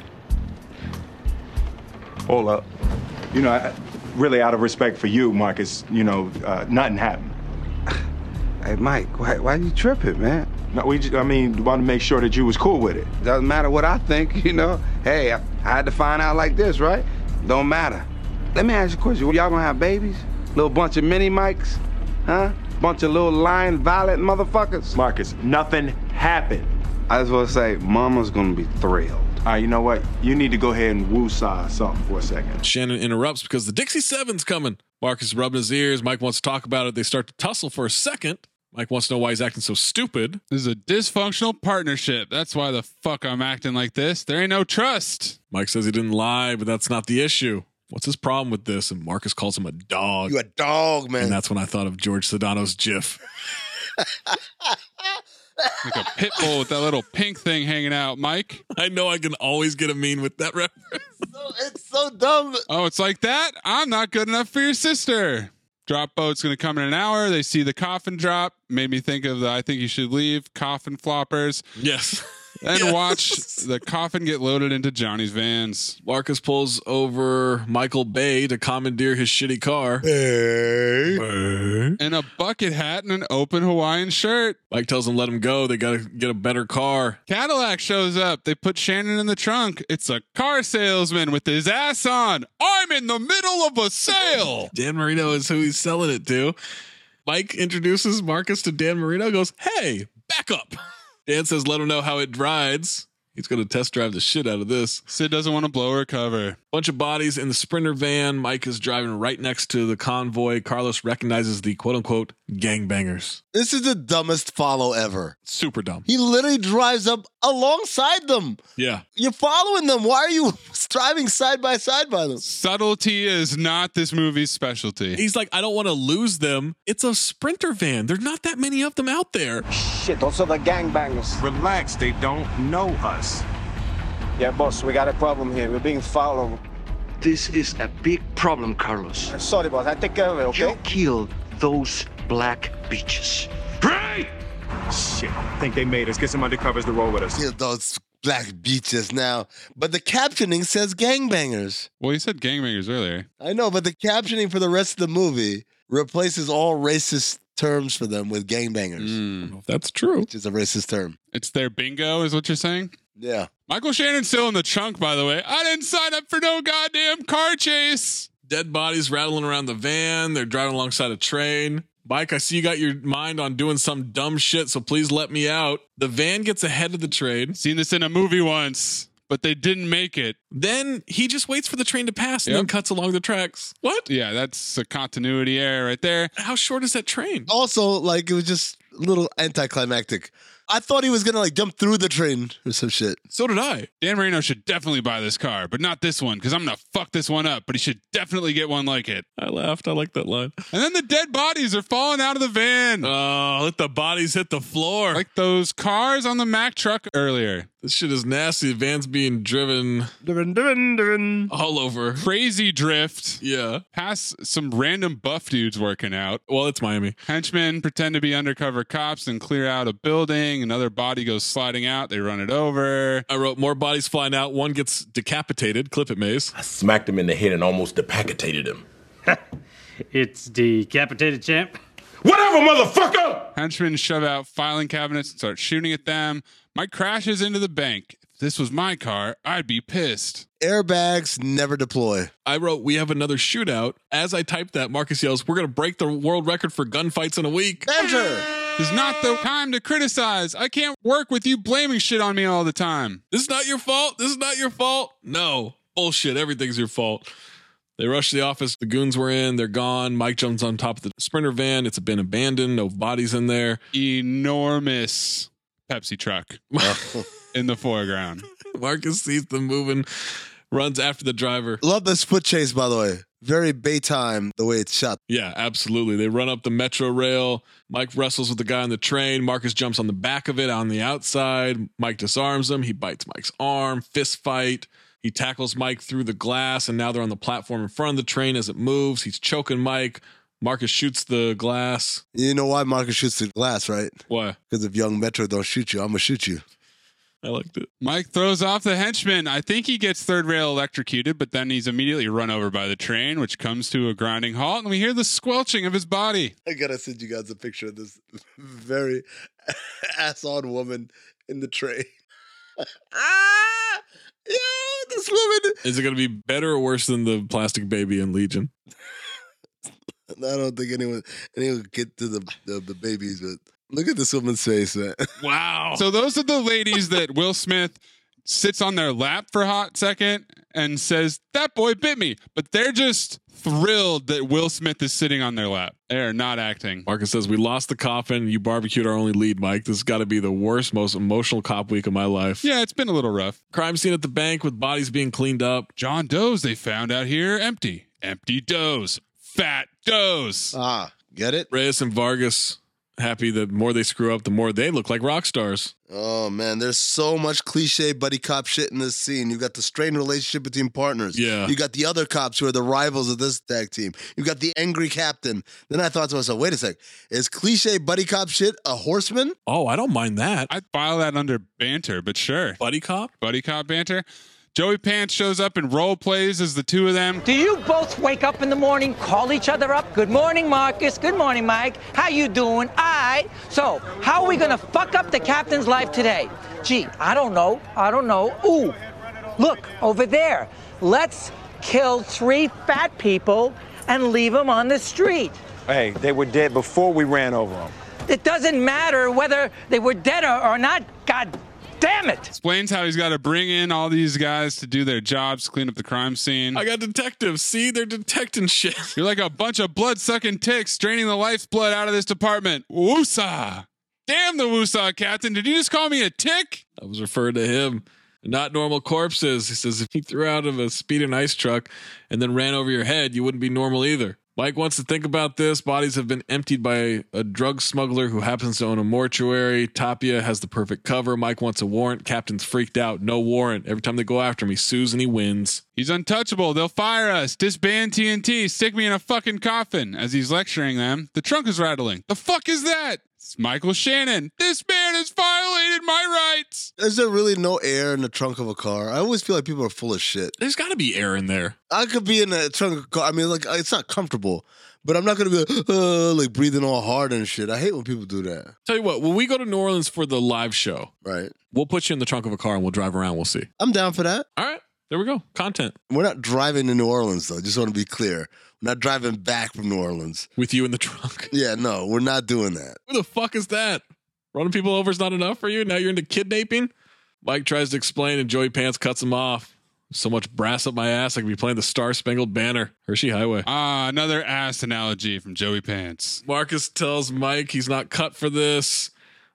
[SPEAKER 7] Hold up. You know, I, really out of respect for you, Marcus, you know, uh, nothing happened.
[SPEAKER 14] Hey, Mike, why, why you tripping, man?
[SPEAKER 7] No, we just, I mean, wanted to make sure that you was cool with it.
[SPEAKER 14] Doesn't matter what I think, you know? Hey, I, I had to find out like this, right? Don't matter. Let me ask you a question. Y'all gonna have babies? Little bunch of mini mics? Huh? Bunch of little lion, violent motherfuckers?
[SPEAKER 7] Marcus, nothing happened.
[SPEAKER 19] I just want to say, Mama's gonna be thrilled. All right, you know what? You need to go ahead and woo saw something for a second.
[SPEAKER 1] Shannon interrupts because the Dixie Seven's coming. Mark is rubbing his ears. Mike wants to talk about it. They start to tussle for a second. Mike wants to know why he's acting so stupid.
[SPEAKER 2] This is a dysfunctional partnership. That's why the fuck I'm acting like this. There ain't no trust.
[SPEAKER 1] Mike says he didn't lie, but that's not the issue. What's his problem with this? And Marcus calls him a dog.
[SPEAKER 3] You a dog, man.
[SPEAKER 1] And that's when I thought of George Sedano's GIF.
[SPEAKER 2] Like a pit bull with that little pink thing hanging out, Mike.
[SPEAKER 1] I know I can always get a mean with that reference.
[SPEAKER 3] It's so dumb.
[SPEAKER 2] Oh, it's like that? I'm not good enough for your sister. Drop boat's gonna come in an hour. They see the coffin drop. Made me think of the I think you should leave coffin floppers.
[SPEAKER 1] Yes.
[SPEAKER 2] Then watch the coffin get loaded into Johnny's vans.
[SPEAKER 1] Marcus pulls over Michael Bay to commandeer his shitty car.
[SPEAKER 2] In a bucket hat and an open Hawaiian shirt.
[SPEAKER 1] Mike tells him let him go. They gotta get a better car.
[SPEAKER 2] Cadillac shows up. They put Shannon in the trunk. It's a car salesman with his ass on. I'm in the middle of a sale.
[SPEAKER 1] Dan Marino is who he's selling it to. Mike introduces Marcus to Dan Marino, goes, Hey, back up. Dan says, Let him know how it rides. He's going to test drive the shit out of this.
[SPEAKER 2] Sid doesn't want to blow her cover.
[SPEAKER 1] Bunch of bodies in the Sprinter van. Mike is driving right next to the convoy. Carlos recognizes the quote unquote gangbangers.
[SPEAKER 3] This is the dumbest follow ever.
[SPEAKER 1] Super dumb.
[SPEAKER 3] He literally drives up alongside them.
[SPEAKER 1] Yeah.
[SPEAKER 3] You're following them. Why are you driving side by side by them?
[SPEAKER 2] Subtlety is not this movie's specialty.
[SPEAKER 1] He's like, I don't want to lose them. It's a Sprinter van. There's not that many of them out there.
[SPEAKER 12] Shit, those are the gangbangers.
[SPEAKER 19] Relax, they don't know us.
[SPEAKER 12] Yeah, boss, we got a problem here. We're being followed.
[SPEAKER 18] This is a big problem, Carlos.
[SPEAKER 12] Sorry, boss. I take care of it, okay?
[SPEAKER 18] You kill those black bitches.
[SPEAKER 19] Right? Shit, I think they made us. Get some undercovers to roll with us.
[SPEAKER 3] Kill those black beaches now. But the captioning says gangbangers.
[SPEAKER 2] Well, you said gangbangers earlier.
[SPEAKER 3] I know, but the captioning for the rest of the movie replaces all racist terms for them with gangbangers,
[SPEAKER 2] Mm, that's true.
[SPEAKER 3] which is a racist term.
[SPEAKER 2] It's their bingo, is what you're saying?
[SPEAKER 3] Yeah.
[SPEAKER 2] Michael Shannon's still in the trunk, by the way. I didn't sign up for no goddamn car chase.
[SPEAKER 1] Dead bodies rattling around the van. They're driving alongside a train. Mike, I see you got your mind on doing some dumb shit, so please let me out. The van gets ahead of the train.
[SPEAKER 2] Seen this in a movie once, but they didn't make it.
[SPEAKER 1] Then he just waits for the train to pass and then
[SPEAKER 2] Yep.
[SPEAKER 1] cuts along the tracks. What?
[SPEAKER 2] Yeah, that's a continuity error right there.
[SPEAKER 1] How short is that train?
[SPEAKER 3] Also, like, it was just a little anticlimactic. I thought he was going to, like, jump through the train or some shit.
[SPEAKER 1] So did I.
[SPEAKER 2] Dan Marino should definitely buy this car, but not this one, because I'm gonna fuck this one up. But he should definitely get one like it.
[SPEAKER 1] I laughed. I like that line.
[SPEAKER 2] And then the dead bodies are falling out of the van.
[SPEAKER 1] Oh, let the bodies hit the floor.
[SPEAKER 2] like those cars on the Mack truck earlier.
[SPEAKER 1] this shit is nasty. The van's being driven
[SPEAKER 3] Dun, dun, dun.
[SPEAKER 1] all over.
[SPEAKER 2] Crazy drift.
[SPEAKER 1] Yeah.
[SPEAKER 2] Past some random buff dudes working out.
[SPEAKER 1] Well, it's Miami.
[SPEAKER 2] Henchmen pretend to be undercover cops and clear out a building. Another body goes sliding out. They run it over.
[SPEAKER 1] I wrote more bodies flying out. One gets decapitated. Clip it, Maze.
[SPEAKER 23] Smacked him in the head and almost decapitated him.
[SPEAKER 24] It's decapitated champ.
[SPEAKER 23] Whatever, motherfucker!
[SPEAKER 2] Henchmen shove out filing cabinets and start shooting at them. Mike crashes into the bank. If this was my car, I'd be pissed.
[SPEAKER 3] Airbags never deploy.
[SPEAKER 1] I wrote, We have another shootout. As I typed that, Marcus yells, We're going to break the world record for gunfights in a week.
[SPEAKER 3] Enter!
[SPEAKER 2] This is not the time to criticize. I can't work with you blaming shit on me all the time.
[SPEAKER 1] This is not your fault. This is not your fault. No. Bullshit. Everything's your fault. They rush to the office. The goons were in. They're gone. Mike jumps on top of the sprinter van. It's been abandoned. No bodies in there.
[SPEAKER 2] Enormous Pepsi truck in the foreground.
[SPEAKER 1] Marcus sees them moving, runs after the driver.
[SPEAKER 3] Love this foot chase, by the way. Very Baytime, the way it's shot.
[SPEAKER 1] Yeah, absolutely. They run up the metro rail. Mike wrestles with the guy on the train. Marcus jumps on the back of it on the outside. Mike disarms him. He bites Mike's arm. Fist fight. He tackles Mike through the glass, and now they're on the platform in front of the train as it moves. He's choking Mike. Marcus shoots the glass.
[SPEAKER 3] You know why Marcus shoots the glass, right?
[SPEAKER 1] Why?
[SPEAKER 3] Because if young Metro don't shoot you, I'm gonna shoot you.
[SPEAKER 1] I liked it.
[SPEAKER 2] Mike throws off the henchman. I think he gets third rail electrocuted, but then he's immediately run over by the train, which comes to a grinding halt, and we hear the squelching of his body.
[SPEAKER 3] I gotta send you guys a picture of this very ass-on woman in the train. ah, yo, this woman.
[SPEAKER 1] Is it going to be better or worse than the plastic baby in Legion?
[SPEAKER 3] I don't think anyone anyone could get to the the, the babies, but Look at this woman's face, man.
[SPEAKER 1] Wow.
[SPEAKER 2] So those are the ladies that Will Smith sits on their lap for a hot second and says, That boy bit me. But they're just thrilled that Will Smith is sitting on their lap. They're not acting.
[SPEAKER 1] Marcus says, We lost the coffin. You barbecued our only lead, Mike. This has got to be the worst, most emotional cop week of my life.
[SPEAKER 2] Yeah, it's been a little rough.
[SPEAKER 1] Crime scene at the bank with bodies being cleaned up.
[SPEAKER 2] John Doe's they found out here empty. Empty does. Fat does.
[SPEAKER 3] Ah, get it?
[SPEAKER 1] Reyes and Vargas happy the more they screw up, the more they look like rock stars.
[SPEAKER 3] Oh man, there's so much cliche buddy cop shit in this scene. You got the strained relationship between partners.
[SPEAKER 1] Yeah.
[SPEAKER 3] You got the other cops who are the rivals of this tag team. You got the angry captain. Then I thought to myself, wait a sec, is cliche buddy cop shit a horseman?
[SPEAKER 1] Oh, I don't mind that.
[SPEAKER 2] I'd file that under banter, but sure.
[SPEAKER 1] Buddy cop?
[SPEAKER 2] Buddy cop banter. Joey Pants shows up and role plays as the two of them.
[SPEAKER 16] Do you both wake up in the morning, call each other up? Good morning, Marcus. Good morning, Mike. How you doing? I. So, how are we gonna fuck up the captain's life today? Gee, I don't know. I don't know. Ooh, look over there. Let's kill three fat people and leave them on the street.
[SPEAKER 7] Hey, they were dead before we ran over them.
[SPEAKER 16] It doesn't matter whether they were dead or, or not. God damn it!
[SPEAKER 2] Explains how he's got to bring in all these guys to do their jobs, clean up the crime scene.
[SPEAKER 1] I got detectives. See, they're detecting shit.
[SPEAKER 2] You're like a bunch of blood sucking ticks draining the lifeblood out of this department. Woosah! Damn the woosah, Captain. Did you just call me a tick?
[SPEAKER 1] I was referred to him. Not normal corpses. He says if he threw out of a speeding ice truck and then ran over your head, you wouldn't be normal either. Mike wants to think about this. Bodies have been emptied by a drug smuggler who happens to own a mortuary. Tapia has the perfect cover. Mike wants a warrant. Captain's freaked out. No warrant. Every time they go after him, he sues and he wins.
[SPEAKER 2] He's untouchable. They'll fire us. Disband TNT. Stick me in a fucking coffin. As he's lecturing them, the trunk is rattling. The fuck is that? It's Michael Shannon. This man has violated my rights.
[SPEAKER 3] Is there really no air in the trunk of a car? I always feel like people are full of shit.
[SPEAKER 1] There's got to be air in there.
[SPEAKER 3] I could be in a trunk of a car. I mean, like it's not comfortable, but I'm not gonna be like, uh, like breathing all hard and shit. I hate when people do that.
[SPEAKER 1] Tell you what, when we go to New Orleans for the live show,
[SPEAKER 3] Right?
[SPEAKER 1] we'll put you in the trunk of a car and we'll drive around. We'll see.
[SPEAKER 3] I'm down for that.
[SPEAKER 1] All right. There we go. Content
[SPEAKER 3] We're not driving to New Orleans though. Just want to be clear. We're not driving back from New Orleans.
[SPEAKER 1] with you in the trunk.
[SPEAKER 3] Yeah, no, we're not doing that.
[SPEAKER 1] Who the fuck is that? Running people over is not enough for you. Now you're into kidnapping. Mike tries to explain, and Joey Pants cuts him off. So much brass up my ass, I could be playing the Star Spangled Banner, Hershey Highway.
[SPEAKER 2] Ah, another ass analogy from Joey Pants.
[SPEAKER 1] Marcus tells Mike he's not cut for this.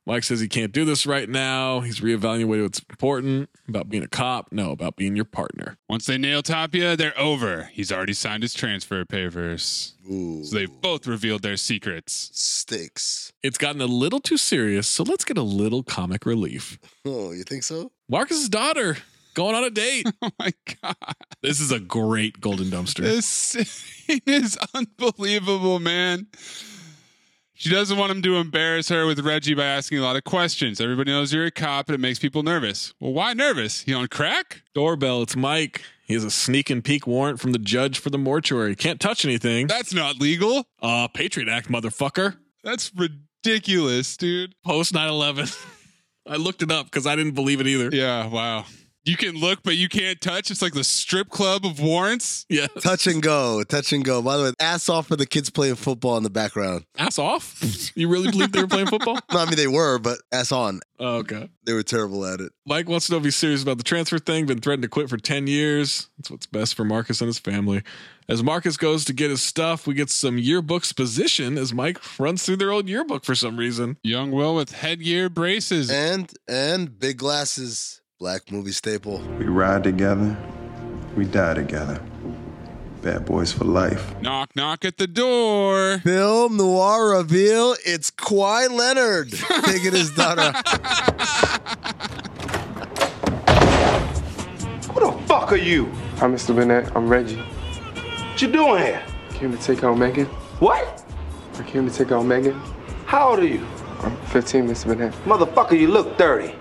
[SPEAKER 1] Mike says he can't do this right now. He's reevaluating what's important about being a cop. No, about being your partner.
[SPEAKER 2] Once they nail Tapia, they're over. He's already signed his transfer papers.
[SPEAKER 3] Ooh,
[SPEAKER 2] So they've both revealed their secrets.
[SPEAKER 3] sticks.
[SPEAKER 1] It's gotten a little too serious, so let's get a little comic relief.
[SPEAKER 3] Oh, you think so?
[SPEAKER 1] Marcus's daughter going on a date.
[SPEAKER 2] Oh my God.
[SPEAKER 1] this is a great golden dumpster.
[SPEAKER 2] This scene is unbelievable, man. She doesn't want him to embarrass her with Reggie by asking a lot of questions. Everybody knows you're a cop and it makes people nervous. Well, why nervous? You on crack?
[SPEAKER 1] Doorbell, it's Mike. He has a sneak and peek warrant from the judge for the mortuary. Can't touch anything.
[SPEAKER 2] That's not legal.
[SPEAKER 1] Uh, Patriot Act, motherfucker.
[SPEAKER 2] That's ridiculous, dude.
[SPEAKER 1] Post 9 11. I looked it up because I didn't believe it either.
[SPEAKER 2] Yeah, wow. You can look, but you can't touch. It's like the strip club of warrants.
[SPEAKER 1] Yeah.
[SPEAKER 3] Touch and go, touch and go. By the way, ass off for the kids playing football in the background.
[SPEAKER 1] Ass off. You really believe they were playing football?
[SPEAKER 3] No, I mean they were, but ass on.
[SPEAKER 1] Oh, okay.
[SPEAKER 3] They were terrible at it.
[SPEAKER 1] Mike wants to know if he's serious about the transfer thing. Been threatened to quit for 10 years. That's what's best for Marcus and his family. As Marcus goes to get his stuff, we get some yearbooks position as Mike runs through their old yearbook for some reason.
[SPEAKER 2] Young Will with headgear braces.
[SPEAKER 3] And and big glasses, black movie staple.
[SPEAKER 25] We ride together, we die together. Bad boys for life.
[SPEAKER 2] Knock, knock at the door.
[SPEAKER 3] Film noir reveal. It's Kawhi Leonard taking his daughter.
[SPEAKER 14] Who the fuck are you?
[SPEAKER 26] Hi, Mr. Burnett. I'm Reggie.
[SPEAKER 14] What you doing here?
[SPEAKER 26] Came to take out Megan.
[SPEAKER 14] What?
[SPEAKER 26] I came to take out Megan.
[SPEAKER 14] How old are you?
[SPEAKER 26] I'm 15, Mr. Burnett.
[SPEAKER 14] Motherfucker, you look 30.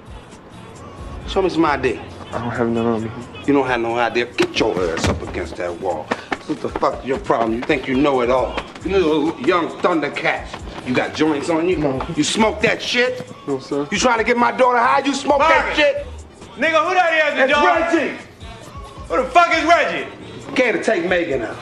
[SPEAKER 14] Show me some ID.
[SPEAKER 26] I don't have none on me.
[SPEAKER 14] You don't have no idea. Get your ass up against that wall. What the fuck is your problem? You think you know it all. You little young thundercats. You got joints on you?
[SPEAKER 26] No.
[SPEAKER 14] You smoke that shit?
[SPEAKER 26] No, sir.
[SPEAKER 14] You trying to get my daughter high? You smoke that shit?
[SPEAKER 27] Nigga, who that is,
[SPEAKER 14] That's
[SPEAKER 27] dog?
[SPEAKER 14] Reggie!
[SPEAKER 27] Who the fuck is Reggie?
[SPEAKER 14] Care to take Megan out.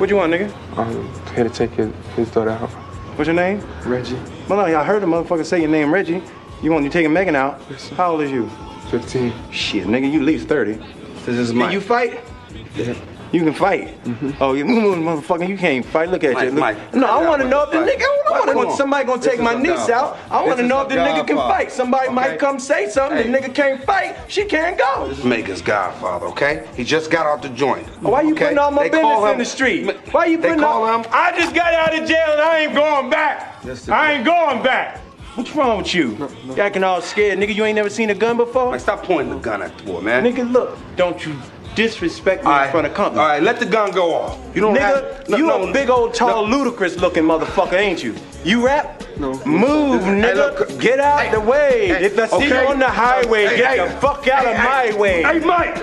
[SPEAKER 27] What you want, nigga?
[SPEAKER 26] I'm here to take his, his daughter out.
[SPEAKER 7] What's your name?
[SPEAKER 28] Reggie.
[SPEAKER 7] Mother, I heard the motherfucker say your name Reggie. You want you taking Megan out? How old is you?
[SPEAKER 28] 15.
[SPEAKER 7] Shit, nigga, you at least 30. This is
[SPEAKER 28] Can
[SPEAKER 7] my.
[SPEAKER 28] you fight? Mm-hmm.
[SPEAKER 7] Yeah. You can fight. Oh, you motherfucker, you can't fight. Look at
[SPEAKER 28] Mike,
[SPEAKER 7] you. Look.
[SPEAKER 28] Mike,
[SPEAKER 7] no, I want to know if the
[SPEAKER 28] fight.
[SPEAKER 7] nigga. I
[SPEAKER 28] Mike,
[SPEAKER 7] want to
[SPEAKER 28] come
[SPEAKER 7] know
[SPEAKER 28] on.
[SPEAKER 7] if somebody gonna
[SPEAKER 28] This
[SPEAKER 7] take
[SPEAKER 28] is
[SPEAKER 7] my
[SPEAKER 28] a
[SPEAKER 7] niece out.
[SPEAKER 28] godfather.
[SPEAKER 7] I want
[SPEAKER 28] This
[SPEAKER 7] to
[SPEAKER 28] is
[SPEAKER 7] know
[SPEAKER 28] a
[SPEAKER 7] if the nigga can
[SPEAKER 28] godfather.
[SPEAKER 7] fight. Somebody might come say something. The nigga can't fight. She can't go.
[SPEAKER 14] Megan's godfather, okay? He just got out the joint.
[SPEAKER 7] Why you putting all my
[SPEAKER 14] They call
[SPEAKER 7] business in
[SPEAKER 14] him-
[SPEAKER 7] the street? Why you
[SPEAKER 14] They
[SPEAKER 7] putting
[SPEAKER 14] call
[SPEAKER 7] all?
[SPEAKER 14] him.
[SPEAKER 29] I just got out of jail and I ain't going back. I ain't going back.
[SPEAKER 7] What's wrong with you? You acting all scared, nigga. You ain't never seen a gun before. Like,
[SPEAKER 14] stop pointing the gun at the boy, man.
[SPEAKER 7] Nigga, look. Don't you disrespect me in front of company.
[SPEAKER 14] All right, let the gun go off. You don't
[SPEAKER 7] nigga,
[SPEAKER 14] have. no,
[SPEAKER 7] you
[SPEAKER 14] no,
[SPEAKER 7] a big old tall ludicrous looking motherfucker, ain't you? You rap? No. Move, nigga. get out the way. if I see
[SPEAKER 14] okay.
[SPEAKER 7] you on the highway,
[SPEAKER 14] Hey,
[SPEAKER 7] get
[SPEAKER 14] hey,
[SPEAKER 7] the fuck out
[SPEAKER 14] hey,
[SPEAKER 7] of
[SPEAKER 14] hey,
[SPEAKER 7] my way.
[SPEAKER 14] Hey, Mike.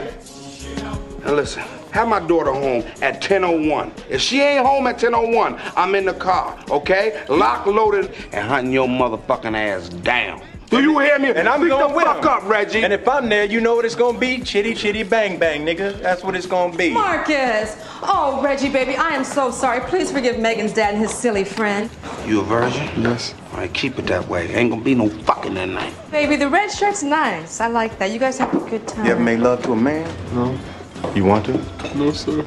[SPEAKER 14] Now listen, have my daughter home at 10:01. If she ain't home at 10:01, I'm in the car, okay? Lock loaded and hunting your motherfucking ass down. Do you hear me?
[SPEAKER 7] And I'm
[SPEAKER 14] Speak
[SPEAKER 7] going
[SPEAKER 14] the
[SPEAKER 7] with
[SPEAKER 14] fuck
[SPEAKER 7] him.
[SPEAKER 14] up, Reggie.
[SPEAKER 7] And if I'm there, you know what it's gonna be? Chitty chitty bang bang, nigga. That's what it's gonna be.
[SPEAKER 12] Marcus! Oh, Reggie, baby, I am so sorry. Please forgive Megan's dad and his silly friend.
[SPEAKER 14] You a virgin? Yes. All right, keep it that way. Ain't gonna be no fucking tonight.
[SPEAKER 12] Baby, the red shirt's nice. I like that. You guys have a good time.
[SPEAKER 7] You ever made love to a man? No. You want to? No, sir.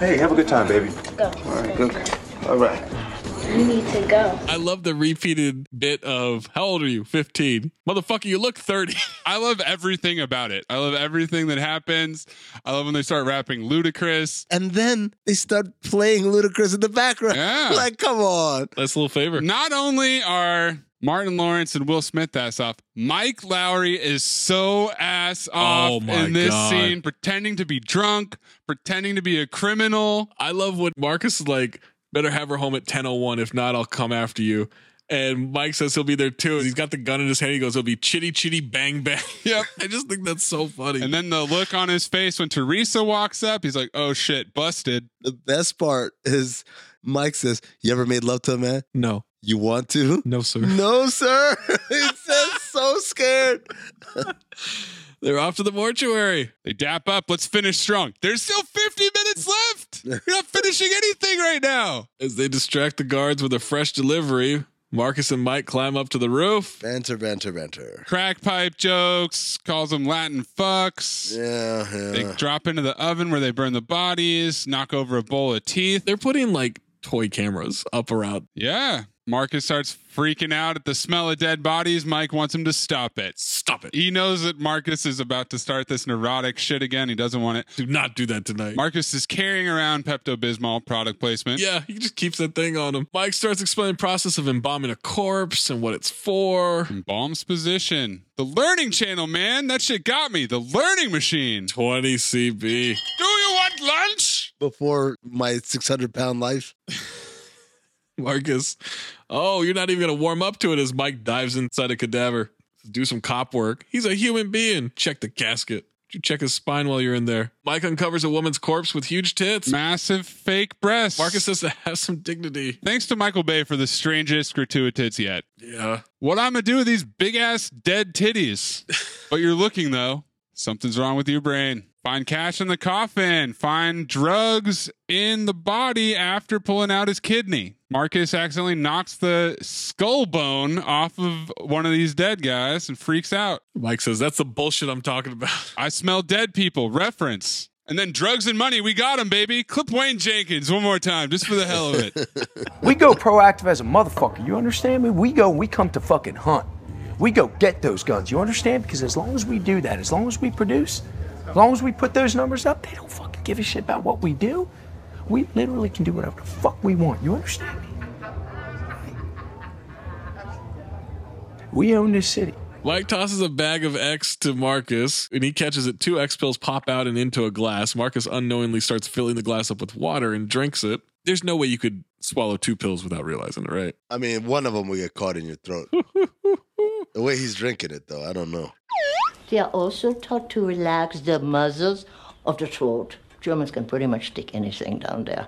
[SPEAKER 7] Hey, have a good time, baby.
[SPEAKER 11] Go.
[SPEAKER 7] All right, good. All right.
[SPEAKER 11] You need to go.
[SPEAKER 1] I love the repeated bit of how old are you? 15. Motherfucker, you look 30.
[SPEAKER 2] I love everything about it. I love everything that happens. I love when they start rapping ludicrous.
[SPEAKER 3] And then they start playing Ludacris in the background.
[SPEAKER 2] Yeah.
[SPEAKER 3] Like, come on.
[SPEAKER 1] That's a little favor.
[SPEAKER 2] Not only are Martin Lawrence and Will Smith ass off, Mike Lowry is so ass off
[SPEAKER 1] Oh my
[SPEAKER 2] in this
[SPEAKER 1] God.
[SPEAKER 2] scene, pretending to be drunk, pretending to be a criminal.
[SPEAKER 1] I love what Marcus is like, better have her home at 1001. If not, I'll come after you. And Mike says he'll be there too. He's got the gun in his hand. He goes, it'll be chitty chitty bang bang.
[SPEAKER 2] Yep.
[SPEAKER 1] I just think that's so funny.
[SPEAKER 2] And then the look on his face when Teresa walks up, he's like, oh shit, busted.
[SPEAKER 3] The best part is Mike says, You ever made love to a man?
[SPEAKER 1] No.
[SPEAKER 3] You want to?
[SPEAKER 1] No, sir.
[SPEAKER 3] No, sir. he says, so scared.
[SPEAKER 1] They're off to the mortuary.
[SPEAKER 2] They dap up. Let's finish strong. There's still 50 minutes left. You're not finishing anything right now.
[SPEAKER 1] As they distract the guards with a fresh delivery, Marcus and Mike climb up to the roof.
[SPEAKER 3] Banter, banter, banter.
[SPEAKER 2] Crack pipe jokes, calls them Latin fucks.
[SPEAKER 3] Yeah,
[SPEAKER 2] They
[SPEAKER 3] yeah.
[SPEAKER 2] drop into the oven where they burn the bodies, knock over a bowl of teeth.
[SPEAKER 1] They're putting like toy cameras up around.
[SPEAKER 2] Yeah. Marcus starts freaking out at the smell of dead bodies. Mike wants him to stop it.
[SPEAKER 1] Stop it.
[SPEAKER 2] He knows that Marcus is about to start this neurotic shit again. He doesn't want it.
[SPEAKER 1] Do not do that tonight.
[SPEAKER 2] Marcus is carrying around Pepto Bismol product placement.
[SPEAKER 1] Yeah, he just keeps that thing on him. Mike starts explaining the process of embalming a corpse and what it's for.
[SPEAKER 2] Bombs position. The learning channel, man. That shit got me. The learning machine.
[SPEAKER 1] 20 CB.
[SPEAKER 2] Do you want lunch?
[SPEAKER 3] Before my 600 pound life.
[SPEAKER 1] Marcus. Oh, you're not even going to warm up to it as Mike dives inside a cadaver. Do some cop work. He's a human being. Check the casket. You check his spine while you're in there. Mike uncovers a woman's corpse with huge tits.
[SPEAKER 2] Massive fake breasts.
[SPEAKER 1] Marcus has to have some dignity.
[SPEAKER 2] Thanks to Michael Bay for the strangest gratuitous yet.
[SPEAKER 1] Yeah.
[SPEAKER 2] What I'm gonna do with these big ass dead titties? but you're looking though. Something's wrong with your brain. Find cash in the coffin. Find drugs in the body after pulling out his kidney. Marcus accidentally knocks the skull bone off of one of these dead guys and freaks out.
[SPEAKER 1] Mike says, That's the bullshit I'm talking about.
[SPEAKER 2] I smell dead people. Reference. And then drugs and money. We got him, baby. Clip Wayne Jenkins one more time, just for the hell of it.
[SPEAKER 6] We go proactive as a motherfucker. You understand me? We go and we come to fucking hunt. We go get those guns. You understand? Because as long as we do that, as long as we produce, as long as we put those numbers up, they don't fucking give a shit about what we do. We literally can do whatever the fuck we want. You understand me? We own this city.
[SPEAKER 1] Mike tosses a bag of X to Marcus, and he catches it. Two X pills pop out and into a glass. Marcus unknowingly starts filling the glass up with water and drinks it. There's no way you could swallow two pills without realizing it, right?
[SPEAKER 3] I mean, one of them will get caught in your throat. the way he's drinking it, though, I don't know.
[SPEAKER 30] They are also taught to relax the muscles of the throat. Germans can pretty much stick anything down there.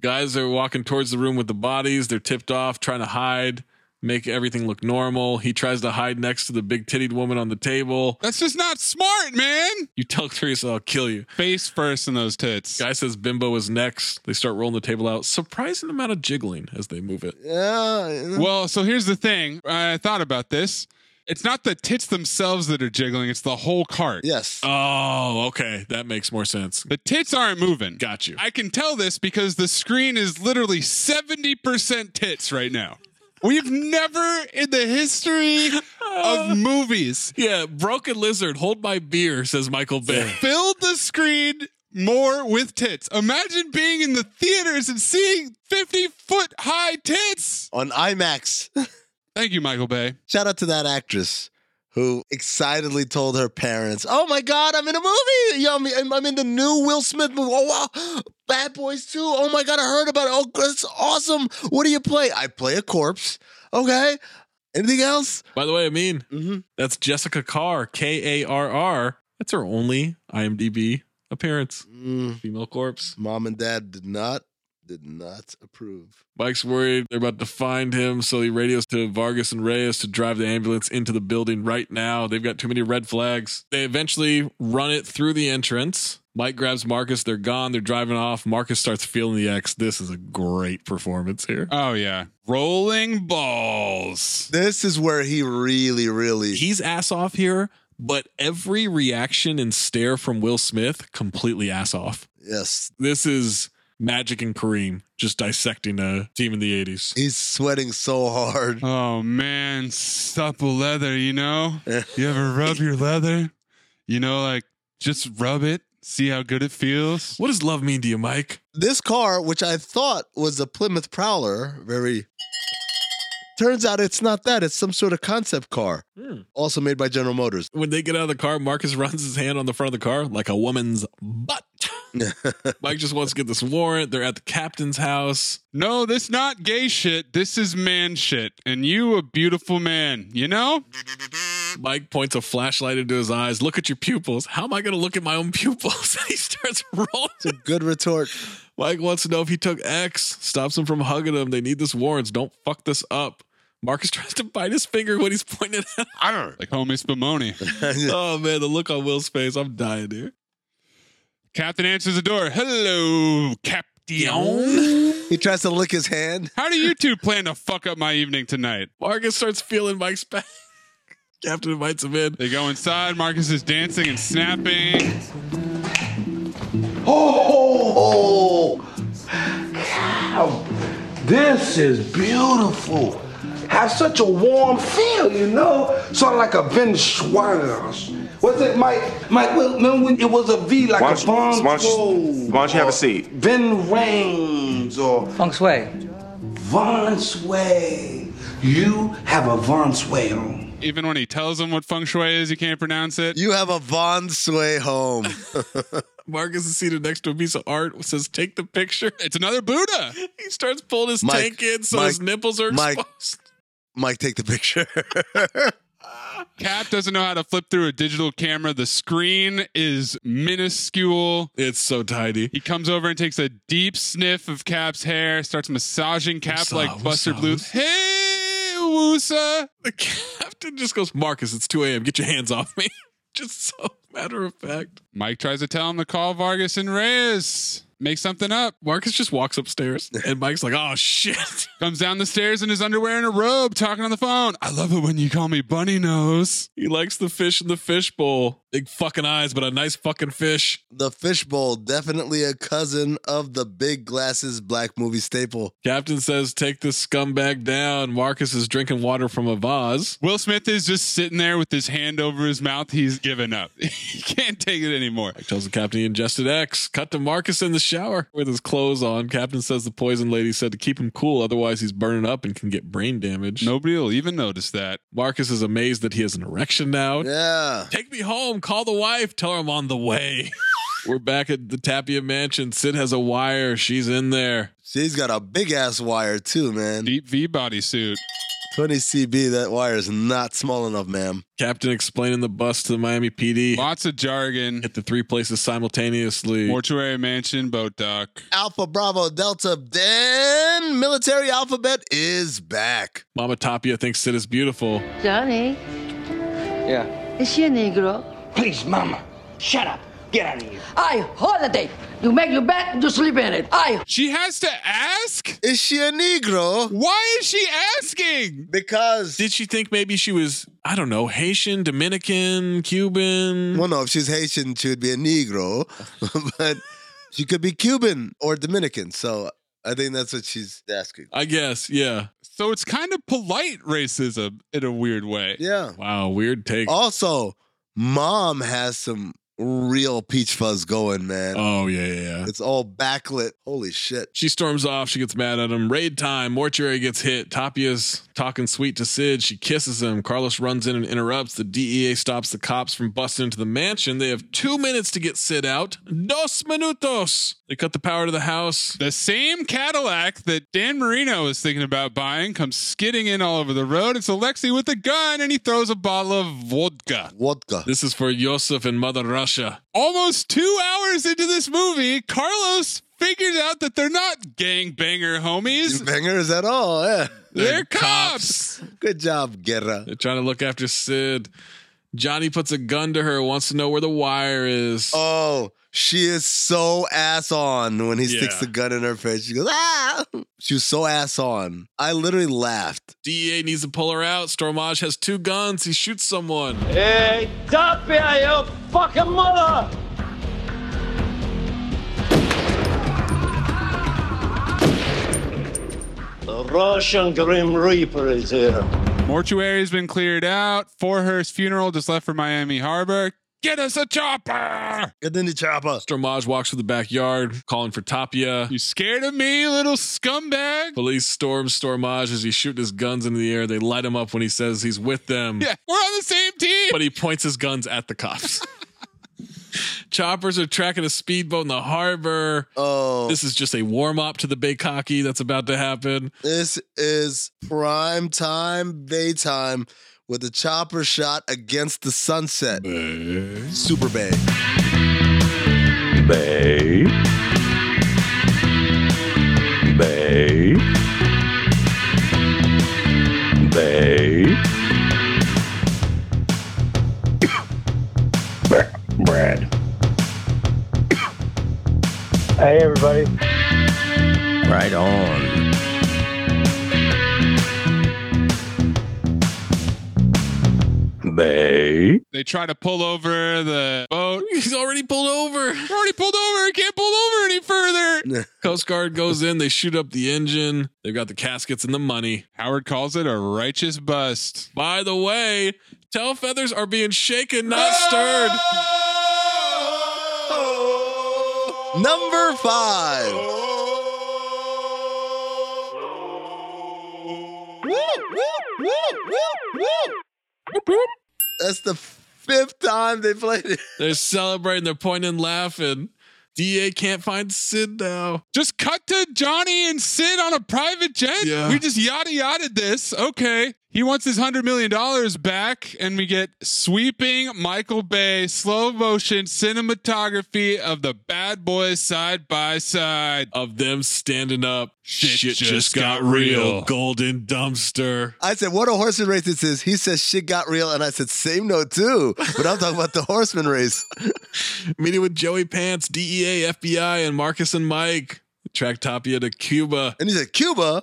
[SPEAKER 1] Guys are walking towards the room with the bodies. They're tipped off, trying to hide. make everything look normal. He tries to hide next to the big tittied woman on the table.
[SPEAKER 2] That's just not smart, man.
[SPEAKER 1] You tell Teresa, I'll kill you.
[SPEAKER 2] Face first in those tits.
[SPEAKER 1] Guy says Bimbo is next. They start rolling the table out. Surprising amount of jiggling as they move it.
[SPEAKER 3] Yeah.
[SPEAKER 2] Well, so here's the thing. I thought about this. It's not the tits themselves that are jiggling, it's the whole cart.
[SPEAKER 3] Yes.
[SPEAKER 1] Oh, okay. That makes more sense.
[SPEAKER 2] The tits aren't moving.
[SPEAKER 1] Got you.
[SPEAKER 2] I can tell this because the screen is literally 70% tits right now. We've never in the history of movies
[SPEAKER 1] Yeah, Broken Lizard, hold my beer, says Michael Bay.
[SPEAKER 2] filled the screen more with tits. Imagine being in the theaters and seeing 50 foot high tits.
[SPEAKER 3] On IMAX.
[SPEAKER 2] Thank you, Michael Bay.
[SPEAKER 3] Shout out to that actress who excitedly told her parents, "Oh my God, I'm in a movie! Yo, I'm, I'm- I'm in the new Will Smith movie. Oh wow, Bad Boys 2. Oh my God, I heard about it. Oh, that's awesome. What do you play? I play a corpse. Okay. Anything else?
[SPEAKER 1] By the way, I mean, that's Jessica Carr, K A R R. That's her only IMDb appearance. Female corpse.
[SPEAKER 3] Mm, Mom and Dad did not did not approve.
[SPEAKER 1] Mike's worried they're about to find him, so he radios to Vargas and Reyes to drive the ambulance into the building right now. They've got too many red flags. They eventually run it through the entrance. Mike grabs Marcus. They're gone. They're driving off. Marcus starts feeling the X. This is a great performance here.
[SPEAKER 2] Oh, yeah. Rolling balls.
[SPEAKER 3] This is where he really, really.
[SPEAKER 1] He's ass off here, but every reaction and stare from Will Smith completely ass off.
[SPEAKER 3] Yes,
[SPEAKER 1] This is Magic and Kareem just dissecting a team in the 80s.
[SPEAKER 3] he's sweating so hard.
[SPEAKER 2] Oh man, supple leather, you know? You ever rub your leather? You know, like just rub it, see how good it feels.
[SPEAKER 1] What does love mean to you, Mike?
[SPEAKER 3] This car, which I thought was a Plymouth Prowler, very. Turns out it's not that. It's some sort of concept car,
[SPEAKER 1] Hmm.
[SPEAKER 3] also made by General Motors.
[SPEAKER 1] When they get out of the car, Marcus runs his hand on the front of the car like a woman's butt. Mike just wants to get this warrant. They're at the captain's house.
[SPEAKER 2] No, this not gay shit. This is man shit. And you a beautiful man, you know?
[SPEAKER 1] Mike points a flashlight into his eyes. Look at your pupils. How am I going to look at my own pupils? he starts rolling.
[SPEAKER 3] Good retort.
[SPEAKER 1] Mike wants to know if he took X. Stops him from hugging him. They need this warrants. Don't fuck this up. Marcus tries to bite his finger when he's pointing at
[SPEAKER 2] Like homie Spumoni.
[SPEAKER 1] Oh man, the look on Will's face. I'm dying here.
[SPEAKER 2] Captain answers the door. Hello, Captain.
[SPEAKER 3] He tries to lick his hand.
[SPEAKER 2] How do you two plan to fuck up my evening tonight?
[SPEAKER 1] Marcus starts feeling Mike's back. Captain invites him in.
[SPEAKER 2] They go inside. Marcus is dancing and snapping.
[SPEAKER 6] Oh, cow. This is beautiful. Have such a warm feel, you know? Sort of like a Venezuelan. Was it Mike? Mike, remember when it was a V like
[SPEAKER 7] Why
[SPEAKER 6] a
[SPEAKER 7] don't you-
[SPEAKER 6] bongo?
[SPEAKER 7] why don't you- why don't you have a seat?
[SPEAKER 6] Vin Rains or
[SPEAKER 9] Feng Shui.
[SPEAKER 6] Von Sway. You have a Von Sway on.
[SPEAKER 2] Even when he tells him what feng shui is, he can't pronounce it.
[SPEAKER 3] You have a Von Sway home.
[SPEAKER 1] Marcus is seated next to a piece of art. Says, "Take the picture."
[SPEAKER 2] It's another Buddha.
[SPEAKER 1] He starts pulling his
[SPEAKER 3] Mike,
[SPEAKER 1] tank in so
[SPEAKER 3] Mike,
[SPEAKER 1] his nipples are
[SPEAKER 3] Mike.
[SPEAKER 1] exposed.
[SPEAKER 3] Mike, take the picture.
[SPEAKER 2] Cap doesn't know how to flip through a digital camera. The screen is minuscule.
[SPEAKER 1] It's so tidy.
[SPEAKER 2] He comes over and takes a deep sniff of Cap's hair, starts massaging Cap
[SPEAKER 1] Wusa,
[SPEAKER 2] like Buster
[SPEAKER 1] Wusa,
[SPEAKER 2] Bluth. Hey, Woosa.
[SPEAKER 1] The captain just goes, "Marcus, it's 2 a.m. Get your hands off me." just so matter of fact.
[SPEAKER 2] Mike tries to tell him to call Vargas and Reyes. Make something up.
[SPEAKER 1] Marcus just walks upstairs, and Mike's like, "Oh shit."
[SPEAKER 2] Comes down the stairs in his underwear and a robe, talking on the phone. I love it when you call me Bunny Nose.
[SPEAKER 1] He likes the fish in the fishbowl. Big fucking eyes, but a nice fucking fish.
[SPEAKER 3] the fishbowl, definitely a cousin of the big glasses black movie staple.
[SPEAKER 1] Captain says, "Take this scumbag down." Marcus is drinking water from a vase.
[SPEAKER 2] Will Smith is just sitting there with his hand over his mouth. He's given up. he can't take it anymore.
[SPEAKER 1] Tells the captain he ingested X. Cut to Marcus in the shower with his clothes on. Captain says the poison lady said to keep him cool, otherwise he's burning up and can get brain damage.
[SPEAKER 2] Nobody will even notice that.
[SPEAKER 1] Marcus is amazed that he has an erection now.
[SPEAKER 3] Yeah.
[SPEAKER 1] Take me home. Call the wife. Tell her I'm on the way. We're back at the Tapia mansion. Sid has a wire. She's in there.
[SPEAKER 3] She's got a big ass wire too, man.
[SPEAKER 2] Deep V bodysuit.
[SPEAKER 3] 20 CB, that wire is not small enough, ma'am.
[SPEAKER 1] Captain explaining the bus to the Miami PD. Lots of jargon. Hit the three places simultaneously.
[SPEAKER 2] Mortuary mansion, boat dock.
[SPEAKER 3] Alpha Bravo Delta Den military alphabet is back.
[SPEAKER 1] Mama Tapia thinks Sid is beautiful.
[SPEAKER 30] Johnny,
[SPEAKER 31] Yeah.
[SPEAKER 30] is she a Negro?
[SPEAKER 31] Please, Mama, shut up. Get out of here.
[SPEAKER 30] I holiday. You make your bed, you sleep in it. I.
[SPEAKER 2] She has to ask?
[SPEAKER 3] Is she a Negro?
[SPEAKER 2] Why is she asking?
[SPEAKER 3] Because.
[SPEAKER 1] Did she think maybe she was, I don't know, Haitian, Dominican, Cuban?
[SPEAKER 3] Well, no, if she's Haitian, she would be a Negro, but she could be Cuban or Dominican. So I think that's what she's asking.
[SPEAKER 1] I guess, yeah.
[SPEAKER 2] So it's kind of polite racism in a weird way.
[SPEAKER 3] Yeah. Oh,
[SPEAKER 1] Wow, weird take.
[SPEAKER 3] Also, mom has some real peach fuzz going, man.
[SPEAKER 1] Oh, yeah, yeah, yeah.
[SPEAKER 3] It's all backlit. Holy shit.
[SPEAKER 1] She storms off. She gets mad at him. Raid time. Mortuary gets hit. Tapia's talking sweet to Sid. She kisses him. Carlos runs in and interrupts. The DEA stops the cops from busting into the mansion. They have two minutes to get Sid out. Dos minutos. They cut the power to the house.
[SPEAKER 2] The same Cadillac that Dan Marino was thinking about buying comes skidding in all over the road. It's Alexei with a gun and he throws a bottle of vodka.
[SPEAKER 3] Vodka.
[SPEAKER 1] This is for Yosef and Mother Russia.
[SPEAKER 2] Almost two hours into this movie, Carlos figures out that they're not gangbanger homies.
[SPEAKER 3] Bangers at all, yeah.
[SPEAKER 2] They're cops.
[SPEAKER 3] Good job, Guerra.
[SPEAKER 1] They're trying to look after Sid. Johnny puts a gun to her, wants to know where the wire is.
[SPEAKER 3] Oh, she is so ass on when he sticks
[SPEAKER 1] Yeah.
[SPEAKER 3] the gun in her face. She goes, ah. She was so ass on. I literally laughed.
[SPEAKER 1] DEA needs to pull her out. Stormage has two guns. He shoots someone.
[SPEAKER 31] Hey, Tapia, you fucking mother!
[SPEAKER 15] The Russian Grim Reaper is here.
[SPEAKER 2] Mortuary's been cleared out. Forehurst funeral just left for Miami Harbor. Get us a chopper!
[SPEAKER 3] And then the chopper.
[SPEAKER 1] Stormage walks through the backyard, calling for Tapia.
[SPEAKER 2] You scared of me, little scumbag?
[SPEAKER 1] Police storm Stormage as he's shooting his guns into the air. They light him up when he says he's with them,
[SPEAKER 2] Yeah, we're on the same team.
[SPEAKER 1] but he points his guns at the cops. Choppers are tracking a speedboat in the harbor.
[SPEAKER 3] Oh,
[SPEAKER 1] This is just a warm up to the Baykaki that's about to happen.
[SPEAKER 3] this is prime time, bay time, with a chopper shot against the sunset. Super bay.
[SPEAKER 16] Bay. Bay. Bay. Brad.
[SPEAKER 31] Hey, everybody.
[SPEAKER 16] Right on. Bay.
[SPEAKER 2] They try to pull over the boat.
[SPEAKER 1] He's already pulled over.
[SPEAKER 2] We're already pulled over. I can't pull over any further.
[SPEAKER 1] Coast Guard goes in. They shoot up the engine. They've got the caskets and the money.
[SPEAKER 2] Howard calls it a righteous bust.
[SPEAKER 1] By the way, tail feathers are being shaken, not stirred.
[SPEAKER 3] Number five. That's the fifth time they played it.
[SPEAKER 1] They're celebrating. They're pointing, laughing. DA can't find Sid now.
[SPEAKER 2] Just cut to Johnny and Sid on a private jet.
[SPEAKER 1] Yeah.
[SPEAKER 2] We just yada yada this. Okay. He wants his $100 million back, and we get sweeping Michael Bay slow motion cinematography of the bad boys side by side.
[SPEAKER 1] Of them standing up.
[SPEAKER 2] Shit just got real.
[SPEAKER 1] Golden dumpster.
[SPEAKER 3] I said, what a horseman race this is. He says shit got real, and I said, same note too. But I'm talking about the horseman race.
[SPEAKER 1] Meeting with Joey Pants, DEA, FBI, and Marcus and Mike. Track Tapia to Cuba.
[SPEAKER 3] And he said, Cuba?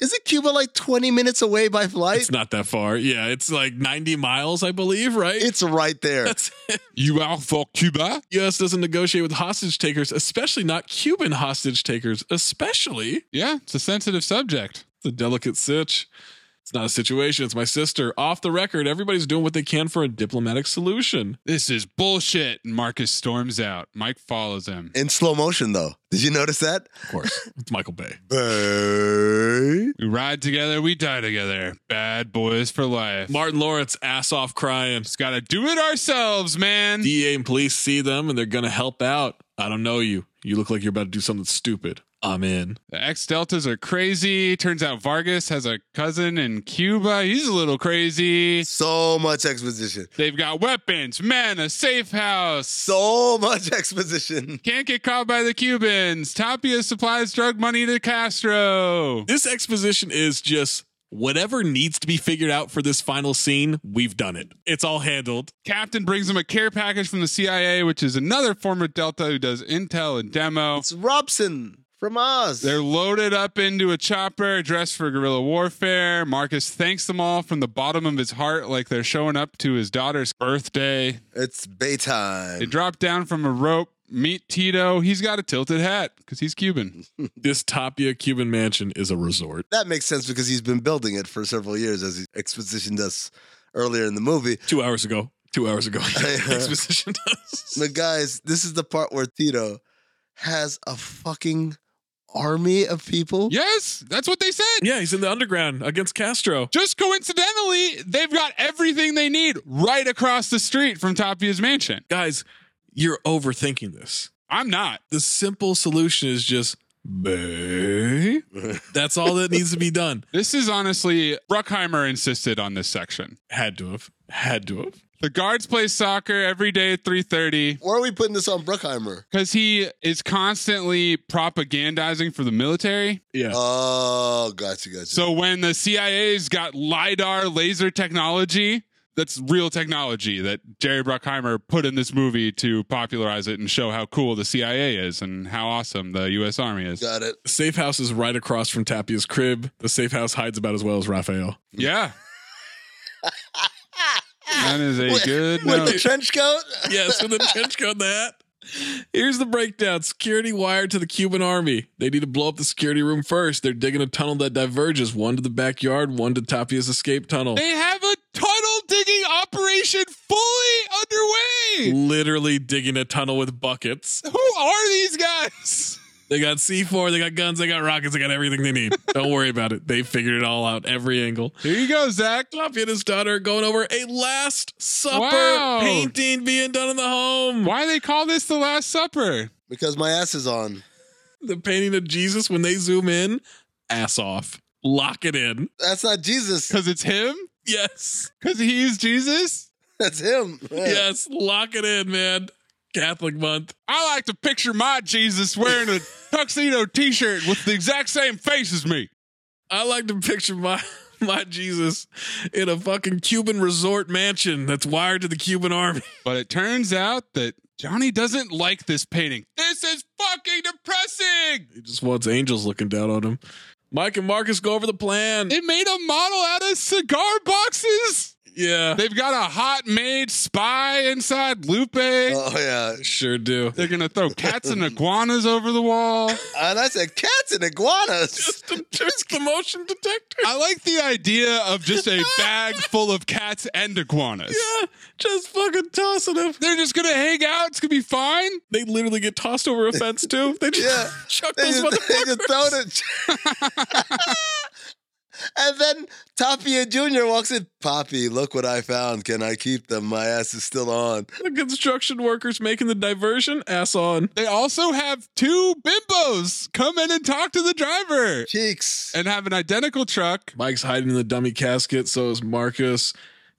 [SPEAKER 3] Isn't Cuba like 20 minutes away by flight?
[SPEAKER 1] It's not that far. Yeah, it's like 90 miles, I believe, right?
[SPEAKER 3] It's right there.
[SPEAKER 1] That's it.
[SPEAKER 2] You out for Cuba?
[SPEAKER 1] U.S. doesn't negotiate with hostage takers, especially not Cuban hostage takers, especially.
[SPEAKER 2] Yeah, it's a sensitive subject.
[SPEAKER 1] It's a delicate sitch. It's not a situation. It's my sister. Off the record, everybody's doing what they can for a diplomatic solution.
[SPEAKER 2] This is bullshit. And Marcus storms out. Mike follows him.
[SPEAKER 3] In slow motion, though. Did you notice that?
[SPEAKER 1] Of course, it's Michael Bay.
[SPEAKER 3] Bay.
[SPEAKER 2] We ride together, we die together. Bad boys for life.
[SPEAKER 1] Martin Lawrence ass off crying.
[SPEAKER 2] Just gotta do it ourselves, man.
[SPEAKER 1] E DEA and police see them and they're gonna help out. I don't know you. You look like you're about to do something stupid. I'm in.
[SPEAKER 2] The X Deltas are crazy. Turns out Vargas has a cousin in Cuba. He's a little crazy.
[SPEAKER 3] So much exposition.
[SPEAKER 2] They've got weapons, men, a safe house.
[SPEAKER 3] So much exposition.
[SPEAKER 2] Can't get caught by the Cubans. Tapia supplies drug money to Castro.
[SPEAKER 1] This exposition is just whatever needs to be figured out for this final scene, we've done it. It's all handled.
[SPEAKER 2] Captain brings him a care package from the CIA, which is another former Delta who does intel and demo.
[SPEAKER 3] It's Robson from Oz.
[SPEAKER 2] They're loaded up into a chopper, dressed for guerrilla warfare. Marcus thanks them all from the bottom of his heart, like they're showing up to his daughter's birthday.
[SPEAKER 3] It's Baytime.
[SPEAKER 2] They drop down from a rope. Meet Tito. He's got a tilted hat because he's Cuban.
[SPEAKER 1] this Tapia Cuban mansion is a resort.
[SPEAKER 3] That makes sense because he's been building it for several years, as he expositioned us earlier in the movie.
[SPEAKER 1] Two hours ago. Two hours ago. Exposition does.
[SPEAKER 3] But guys, this is the part where Tito has a fucking army of people.
[SPEAKER 2] Yes, that's what they said.
[SPEAKER 1] Yeah, he's in the underground against Castro.
[SPEAKER 2] Just coincidentally, they've got everything they need right across the street from Tapia's mansion.
[SPEAKER 1] Guys, you're overthinking this.
[SPEAKER 2] I'm not.
[SPEAKER 1] The simple solution is just Bay. That's all that needs to be done.
[SPEAKER 2] This is honestly, Bruckheimer insisted on this section.
[SPEAKER 1] Had to have. Had to have.
[SPEAKER 2] The guards play soccer every day at 3:30
[SPEAKER 3] Why are we putting this on Bruckheimer?
[SPEAKER 2] cuz he is constantly propagandizing for the military.
[SPEAKER 1] Yeah.
[SPEAKER 3] Oh, gotcha, gotcha.
[SPEAKER 2] So when the CIA's got lidar laser technology, that's real technology that Jerry Bruckheimer put in this movie to popularize it and show how cool the CIA is and how awesome the US Army is.
[SPEAKER 3] Got it.
[SPEAKER 1] Safe house is right across from Tapia's crib. The safe house hides about as well as Raphael.
[SPEAKER 2] Yeah. that is a good
[SPEAKER 3] With
[SPEAKER 2] note.
[SPEAKER 3] the trench coat?
[SPEAKER 1] Yes, with a trench coat and the hat. Here's the breakdown. Security wired to the Cuban army. They need to blow up the security room first. They're digging a tunnel that diverges, one to the backyard, one to Tapia's escape tunnel.
[SPEAKER 2] They have a tunnel digging operation fully underway.
[SPEAKER 1] Literally digging a tunnel with buckets.
[SPEAKER 2] Who are these guys?
[SPEAKER 1] They got C4, they got guns, they got rockets, they got everything they need. Don't worry about it. They figured it all out, every angle.
[SPEAKER 2] Here you go, Zach.
[SPEAKER 1] Tapia and his daughter are going over a Last Supper
[SPEAKER 2] Wow.
[SPEAKER 1] painting being done in the home.
[SPEAKER 2] Why they call this the Last Supper?
[SPEAKER 3] Because my ass is on.
[SPEAKER 1] The painting of Jesus, when they zoom in, ass off. Lock it in.
[SPEAKER 3] That's not Jesus.
[SPEAKER 2] Because it's him?
[SPEAKER 1] Yes.
[SPEAKER 2] Because he's Jesus?
[SPEAKER 3] That's him. Yeah.
[SPEAKER 1] Yes. Lock it in, man. Catholic month.
[SPEAKER 2] I like to picture my Jesus wearing a tuxedo t shirt with the exact same face as me.
[SPEAKER 1] I like to picture my my Jesus in a fucking Cuban resort mansion that's wired to the Cuban army.
[SPEAKER 2] But it turns out that Johnny doesn't like this painting. This is fucking depressing.
[SPEAKER 1] He just wants angels looking down on him. Mike and Marcus go over the plan.
[SPEAKER 2] It made a model out of cigar boxes.
[SPEAKER 1] yeah.
[SPEAKER 2] They've got a hot maid spy inside Lupe.
[SPEAKER 1] Uh.
[SPEAKER 3] Oh yeah.
[SPEAKER 1] sure do.
[SPEAKER 2] They're gonna throw cats and iguanas over the wall.
[SPEAKER 3] And I said cats and iguanas.
[SPEAKER 1] Just, just the motion detector.
[SPEAKER 2] I like the idea of just a bag full of cats and iguanas.
[SPEAKER 1] Yeah, just fucking tossing him.
[SPEAKER 2] They're just gonna hang out. It's gonna be fine.
[SPEAKER 1] They literally get tossed over a fence too. They just
[SPEAKER 3] Yeah.
[SPEAKER 1] chuck
[SPEAKER 3] They
[SPEAKER 1] those
[SPEAKER 3] just, they
[SPEAKER 1] motherfuckers.
[SPEAKER 3] just throw it. and then Tapia Jr. walks in. Poppy, look what I found. Can I keep them? My ass is still on.
[SPEAKER 1] The construction workers making the diversion. Ass on.
[SPEAKER 2] They also have two bimbos come in and talk to the driver
[SPEAKER 3] Cheeks.
[SPEAKER 2] and have an identical truck.
[SPEAKER 1] Mike's hiding in the dummy casket. So is Marcus.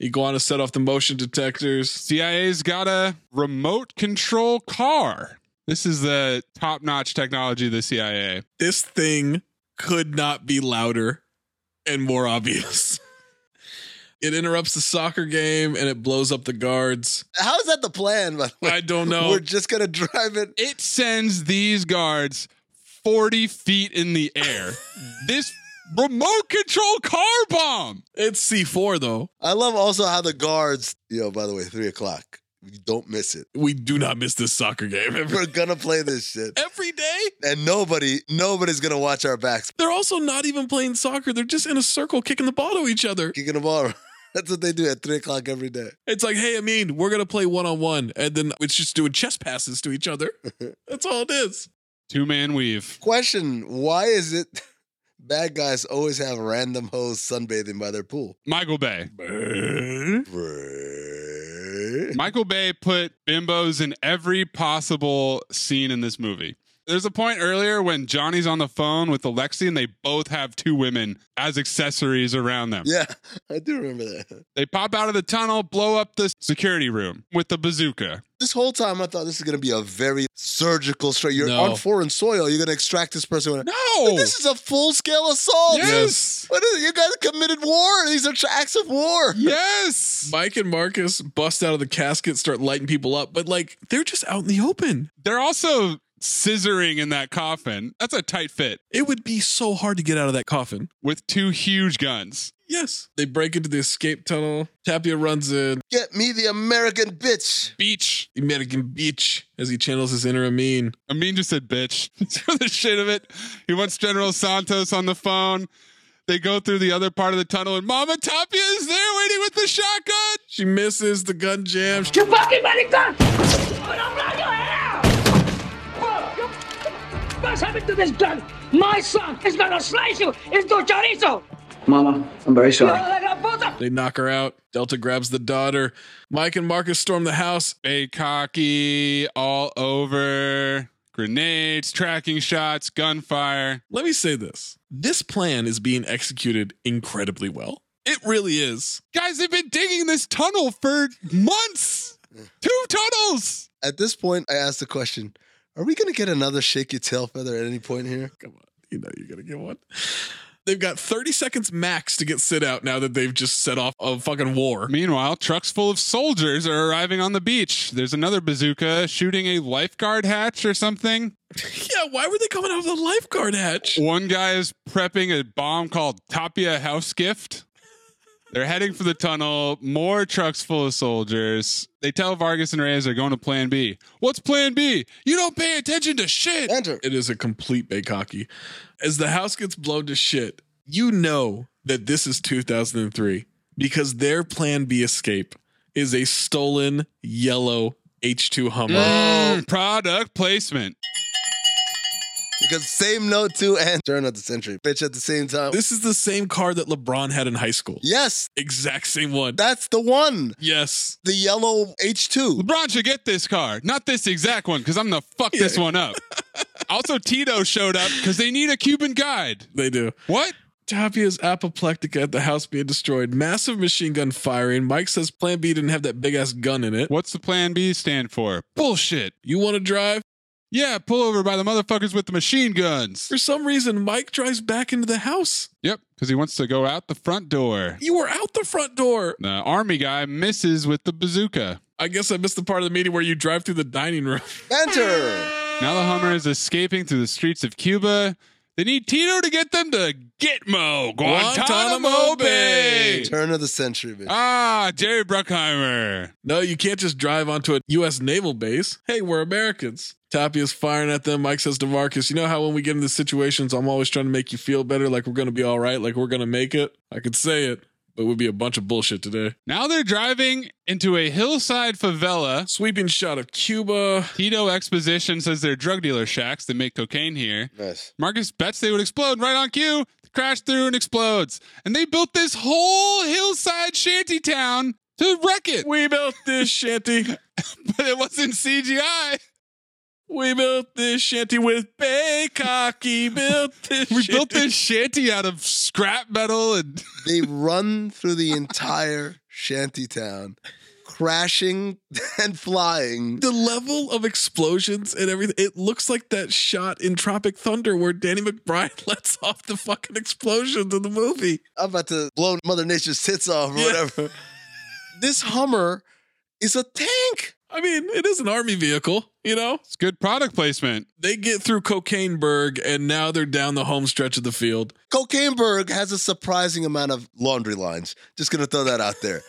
[SPEAKER 1] Iguana set off the motion detectors.
[SPEAKER 2] CIA's got a remote control car. This is the top notch technology of the CIA.
[SPEAKER 1] This thing could not be louder and more obvious. it interrupts the soccer game and it blows up the guards.
[SPEAKER 3] How is that the plan? By the way,
[SPEAKER 1] I don't know.
[SPEAKER 3] We're just gonna drive it.
[SPEAKER 2] It sends these guards 40 feet in the air. this remote control car bomb.
[SPEAKER 1] It's C4 though.
[SPEAKER 3] I love also how the guards. Yo, by the way, three o'clock. You Don't miss it.
[SPEAKER 1] We do not miss this soccer game every,
[SPEAKER 3] We're gonna play this shit,
[SPEAKER 1] every day.
[SPEAKER 3] and nobody, nobody's gonna watch our backs.
[SPEAKER 1] They're also not even playing soccer. They're just in a circle kicking the ball to each other.
[SPEAKER 3] Kicking the ball. That's what they do at three o'clock every day.
[SPEAKER 1] It's like, hey, I mean, we're going to play one on one. And then it's just doing chess passes to each other. That's all it is.
[SPEAKER 2] Two man weave.
[SPEAKER 3] Question: Why is it bad guys always have random hoes sunbathing by their pool?
[SPEAKER 2] Hmm? Michael Bay.
[SPEAKER 3] Bruh.
[SPEAKER 2] Michael Bay put bimbos in every possible scene in this movie. There's a point earlier when Johnny's on the phone with Alexi and they both have two women as accessories around them.
[SPEAKER 3] Yeah, I do remember that.
[SPEAKER 2] They pop out of the tunnel, blow up the security room with the bazooka.
[SPEAKER 3] This whole time, I thought this is going to be a very surgical straight. You're
[SPEAKER 2] No.
[SPEAKER 3] on foreign soil. You're going to extract this person. With
[SPEAKER 2] No!
[SPEAKER 3] this is a full scale assault.
[SPEAKER 1] Yes.
[SPEAKER 3] What is it? You guys committed war. These are acts of war.
[SPEAKER 2] Mm. Yes.
[SPEAKER 1] Mike and Marcus bust out of the casket, start lighting people up, but like they're just out in the open.
[SPEAKER 2] They're also scissoring in that coffin. That's a tight fit
[SPEAKER 1] It would be so hard to get out of that coffin.
[SPEAKER 2] with two huge guns.
[SPEAKER 1] Yes. They break into the escape tunnel. Tapia runs in.
[SPEAKER 3] Get me the American bitch.
[SPEAKER 2] Beach.
[SPEAKER 1] American Beach as he channels his inner Amin.
[SPEAKER 2] Amin just said bitch for the shit of it. He wants General Santos on the phone. They go through the other part of the tunnel, and Mama Tapia is there waiting with the shotgun.
[SPEAKER 1] She misses the gun jam.
[SPEAKER 23] You fucking money gun!
[SPEAKER 22] What's happened to this gun? My son is gonna slice you into chorizo!
[SPEAKER 1] Mama, I'm very sorry.
[SPEAKER 22] Like a puta!
[SPEAKER 1] They knock her out. Delta grabs the daughter. Mike and Marcus storm the house.
[SPEAKER 2] Bay cocky all over. Grenades, tracking shots, gunfire.
[SPEAKER 1] Let me say this this plan is being executed incredibly well. It really is.
[SPEAKER 2] Guys, they've been digging this tunnel for months. Two tunnels.
[SPEAKER 3] At this point, I asked the question: Are we going to get another shake your tail feather at any point here?
[SPEAKER 1] Come on. You know you're going to get one. They've got 30 seconds max to get sit out now that they've just set off a fucking war.
[SPEAKER 2] Meanwhile, trucks full of soldiers are arriving on the beach. There's another bazooka shooting a lifeguard hatch or something.
[SPEAKER 1] Yeah, why were they coming out of the lifeguard hatch?
[SPEAKER 2] One guy is prepping a bomb called Tapia House Gift. They're heading for the tunnel. More trucks full of soldiers. They tell Vargas and Reyes they're going to Plan B. What's Plan B? You don't pay attention to shit.
[SPEAKER 3] Enter.
[SPEAKER 1] It is a complete bakaki. As the house gets blown to shit, you know that this is 2003 because their plan B escape is a stolen yellow H2 Hummer.
[SPEAKER 2] Mm, product placement.
[SPEAKER 3] Because same note too, and turn of the century, bitch. At the same time,
[SPEAKER 1] This is the same car that LeBron had in high school.
[SPEAKER 3] yes,
[SPEAKER 1] Exact same one.
[SPEAKER 3] that's the one.
[SPEAKER 1] Yes.
[SPEAKER 3] The yellow H two.
[SPEAKER 2] LeBron should get this car, not this exact one, because I'm gonna fuck this one up. also, Tito showed up because they need a Cuban guide.
[SPEAKER 1] They do.
[SPEAKER 2] What?
[SPEAKER 1] Tapia's apoplectic at the house being destroyed. Massive machine gun firing. Mike says Plan B didn't have that big ass gun in it.
[SPEAKER 2] What's the Plan B stand for? Bullshit.
[SPEAKER 1] You want to drive?
[SPEAKER 2] Yeah, pull over by the motherfuckers with the machine guns.
[SPEAKER 1] For some reason, Mike drives back into the house.
[SPEAKER 2] Yep, because he wants to go out the front door.
[SPEAKER 1] You were out the front door.
[SPEAKER 2] The army guy misses with the bazooka.
[SPEAKER 1] I guess I missed the part of the meeting where you drive through the dining room.
[SPEAKER 3] Enter.
[SPEAKER 2] Now the Hummer is escaping through the streets of Cuba. They need Tito to get them to Gitmo,
[SPEAKER 1] Guantanamo
[SPEAKER 2] Guantanamo Bay.
[SPEAKER 3] Turn of the century, bitch.
[SPEAKER 2] Ah, Jerry Bruckheimer.
[SPEAKER 1] No, you can't just drive onto a U.S. naval base. Hey, we're Americans. Tapia's firing at them. Mike says to Marcus, You know how when we get into situations, I'm always trying to make you feel better, like we're going to be all right, like we're going to make it? I could say it, but it would be a bunch of bullshit today.
[SPEAKER 2] Now they're driving into a hillside favela.
[SPEAKER 1] Sweeping shot of Cuba.
[SPEAKER 2] Tito Exposition says they're drug dealer shacks that make cocaine here.
[SPEAKER 3] Nice.
[SPEAKER 2] Marcus bets they would explode right on cue. Crash through and explodes. And they built this whole hillside shanty town to wreck it.
[SPEAKER 1] We built this shanty.
[SPEAKER 2] But it wasn't CGI.
[SPEAKER 1] We built this shanty with Baycocky. Built this
[SPEAKER 2] We
[SPEAKER 1] shanty.
[SPEAKER 2] built this shanty out of scrap metal and
[SPEAKER 3] They run through the entire shanty town, crashing and flying.
[SPEAKER 1] the level of explosions and everything it looks like that shot in tropic thunder where danny mcbride lets off the fucking explosions in the movie
[SPEAKER 3] I'm about to blow Mother Nature's tits off or
[SPEAKER 1] Yeah.
[SPEAKER 3] whatever. this Hummer is a tank.
[SPEAKER 1] i mean it is an army vehicle you know
[SPEAKER 2] it's good product placement.
[SPEAKER 1] they get through cocaineburg and now they're down the home stretch of the field
[SPEAKER 3] Cocaineburg has a surprising amount of laundry lines. Just gonna throw that out there.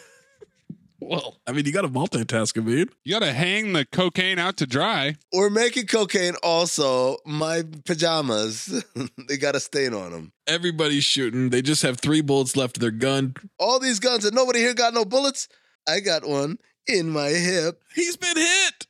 [SPEAKER 1] well i mean you gotta multitask i mean
[SPEAKER 2] You gotta hang the cocaine out to dry.
[SPEAKER 3] We're making cocaine also. My pajamas, they got a stain on them.
[SPEAKER 1] everybody's shooting they just have three bullets left of their gun
[SPEAKER 3] All these guns, and nobody here got no bullets. I got one in my hip.
[SPEAKER 1] he's been hit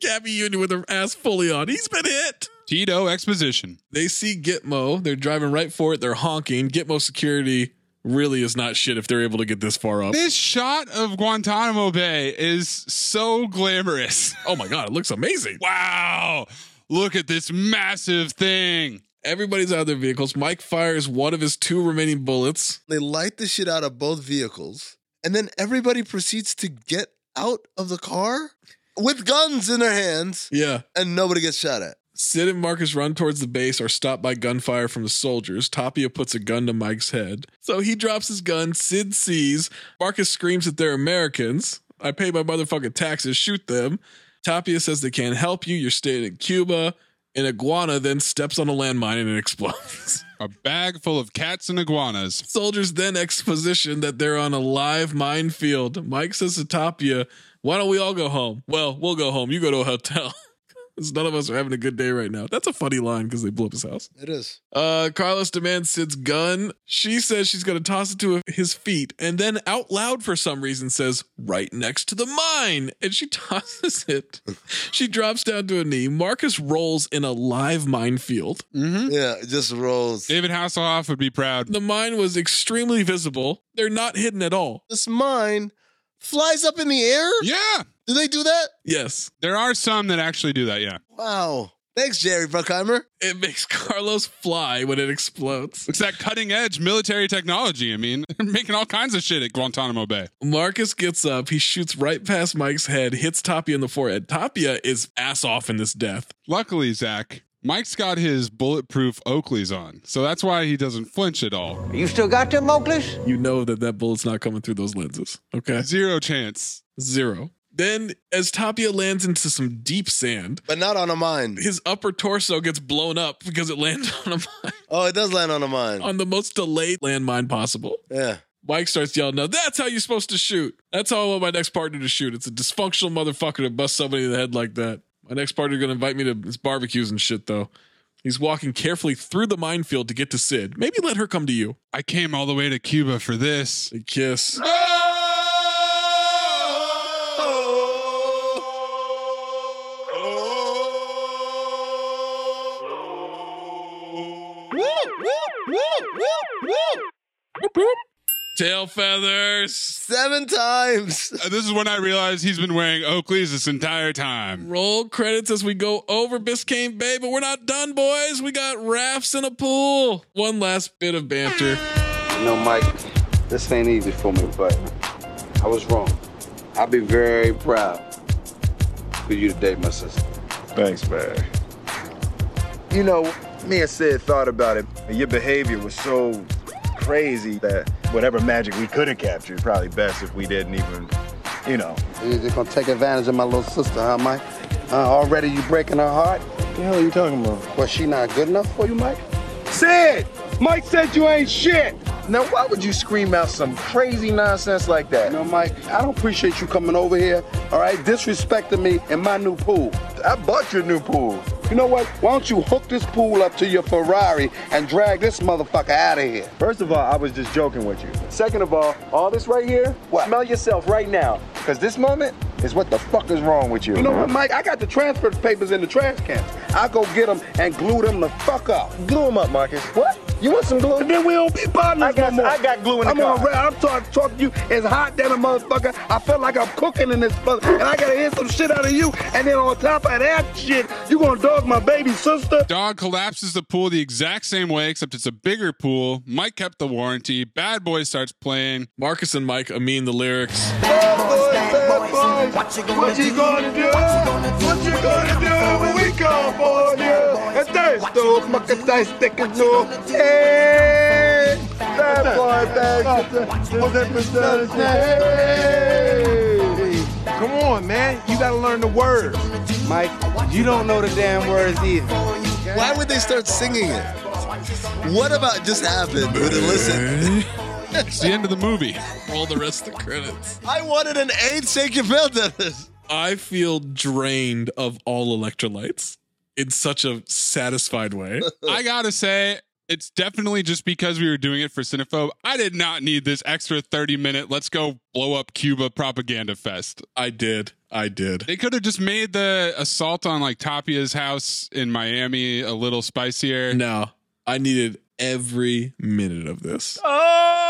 [SPEAKER 1] gabby union with her ass fully on he's been hit
[SPEAKER 2] Tito Exposition.
[SPEAKER 1] They see Gitmo. They're driving right for it. They're honking. Gitmo security really is not shit if they're able to get this far up.
[SPEAKER 2] This shot of Guantanamo Bay is so glamorous.
[SPEAKER 1] Oh my god, it looks amazing.
[SPEAKER 2] Wow. Look at this massive thing.
[SPEAKER 1] Everybody's out of their vehicles. Mike fires one of his two remaining bullets.
[SPEAKER 3] They light the shit out of both vehicles, and then everybody proceeds to get out of the car with guns in their hands,
[SPEAKER 1] Yeah.
[SPEAKER 3] and nobody gets shot at.
[SPEAKER 1] Sid and Marcus run towards the base, are stopped by gunfire from the soldiers. Tapia puts a gun to Mike's head. So he drops his gun. Sid sees. Marcus screams that they're Americans. I pay my motherfucking taxes. Shoot them. Tapia says they can't help you. You're staying in Cuba. An iguana then steps on a landmine and it explodes.
[SPEAKER 2] A bag full of cats and iguanas.
[SPEAKER 1] Soldiers then exposition that they're on a live minefield. Mike says to Tapia, Why don't we all go home? Well, we'll go home. You go to a hotel. 'Cause None of us are having a good day right now. That's a funny line because they blew up his house.
[SPEAKER 3] It is.
[SPEAKER 1] Uh, Carlos demands Sid's gun. She says she's going to toss it to his feet and then out loud for some reason says, right next to the mine. And she tosses it. she drops down to a knee. Marcus rolls in a live minefield.
[SPEAKER 3] Yeah, it just rolls.
[SPEAKER 2] David Hasselhoff would be proud.
[SPEAKER 1] The mine was extremely visible. They're not hidden at all.
[SPEAKER 3] This mine flies up in the air.
[SPEAKER 2] Yeah.
[SPEAKER 3] Do they do that?
[SPEAKER 1] Yes.
[SPEAKER 2] There are some that actually do that, yeah.
[SPEAKER 3] Wow. Thanks, Jerry Bruckheimer.
[SPEAKER 1] It makes Carlos fly when it explodes.
[SPEAKER 2] It's that cutting edge military technology. I mean, they're making all kinds of shit at Guantanamo Bay.
[SPEAKER 1] Marcus gets up. He shoots right past Mike's head, hits Tapia in the forehead. Tapia is ass off in this death.
[SPEAKER 2] Luckily, Zach, Mike's got his bulletproof Oakleys on, so that's why he doesn't flinch at all.
[SPEAKER 9] You still got them, Oakleys?
[SPEAKER 1] You know that that bullet's not coming through those lenses. Okay.
[SPEAKER 2] Zero chance.
[SPEAKER 1] Zero. Then, as Tapia lands into some deep sand,
[SPEAKER 3] But not on a mine.
[SPEAKER 1] his upper torso gets blown up because it landed on a mine,
[SPEAKER 3] Oh, it does land on a mine.
[SPEAKER 1] on the most delayed landmine possible.
[SPEAKER 3] Yeah.
[SPEAKER 1] Mike starts yelling, "Now that's how you're supposed to shoot. That's how I want my next partner to shoot. It's a dysfunctional motherfucker to bust somebody in the head like that. My next partner gonna invite me to his barbecues and shit though." He's walking carefully through the minefield to get to Sid. Maybe let her come to you.
[SPEAKER 2] I came all the way to Cuba for this.
[SPEAKER 1] They kiss. Tail feathers.
[SPEAKER 3] Seven times.
[SPEAKER 2] Uh, This is when I realized he's been wearing Oakleys this entire time.
[SPEAKER 1] Roll credits as we go over Biscayne Bay, but we're not done, boys. We got rafts and a pool. One last bit of banter.
[SPEAKER 6] You know, Mike, this ain't easy for me, but I was wrong. I'd be very proud for you to date my sister.
[SPEAKER 7] Thanks, man.
[SPEAKER 19] You know, me and Sid thought about it. and Your behavior was so crazy that whatever magic we could have captured, probably best if we didn't even, you know.
[SPEAKER 6] You're just gonna take advantage of my little sister, huh, Mike? Uh, already you breaking her heart?
[SPEAKER 19] The hell are you talking about?
[SPEAKER 6] Was she not good enough for you, Mike? Sid! Mike said you ain't shit!
[SPEAKER 19] Now, why would you scream out some crazy nonsense like that?
[SPEAKER 6] You know, Mike, I don't appreciate you coming over here, all right, disrespecting me in my new pool.
[SPEAKER 19] I bought your new pool.
[SPEAKER 6] You know what? Why don't you hook this pool up to your Ferrari and drag this motherfucker out of here?
[SPEAKER 19] First of all, I was just joking with you. Second of all, all this right here,
[SPEAKER 6] What?
[SPEAKER 19] smell yourself right now. Because this moment is what the fuck is wrong with you.
[SPEAKER 6] You know what, Mike? I got the transfer papers in the trash can. I go get them and glue them the fuck up.
[SPEAKER 19] Glue him up, Marcus. What? You want some glue?
[SPEAKER 6] And then we don't be partners
[SPEAKER 19] I got-
[SPEAKER 6] no more.
[SPEAKER 19] I got glue in the
[SPEAKER 6] I'm
[SPEAKER 19] car.
[SPEAKER 6] on red. I'm talking talk to you. It's hot than a motherfucker. I feel like I'm cooking in this mother, and I gotta hear some shit out of you. And then on top of that shit, you gonna dog my baby sister?
[SPEAKER 2] Dog collapses the pool the exact same way, except it's a bigger pool. Mike kept the warranty. Bad Boy starts playing.
[SPEAKER 1] Marcus and Mike mean the lyrics.
[SPEAKER 6] What you gonna do? What you gonna do when we come for you? And thanks to fucking dice sticking to Hey, bad boy, bad sister, what that percentage? Hey.
[SPEAKER 19] Come on, man. You gotta learn the words.
[SPEAKER 6] Mike, you don't know the damn words either.
[SPEAKER 3] Why would they start singing it? What about just happened with listen?
[SPEAKER 2] It's the end of the movie.
[SPEAKER 1] Roll the rest of the credits.
[SPEAKER 3] I wanted an eight shake your belt at this.
[SPEAKER 1] I feel drained of all electrolytes in such a satisfied way.
[SPEAKER 2] I gotta say, it's definitely just because we were doing it for Cinephobe. I did not need this extra 30 minute, let's go blow up Cuba propaganda fest.
[SPEAKER 1] I did. I did.
[SPEAKER 2] They could have just made the assault on like Tapia's house in Miami a little spicier.
[SPEAKER 1] No, I needed every minute of this.
[SPEAKER 2] Oh!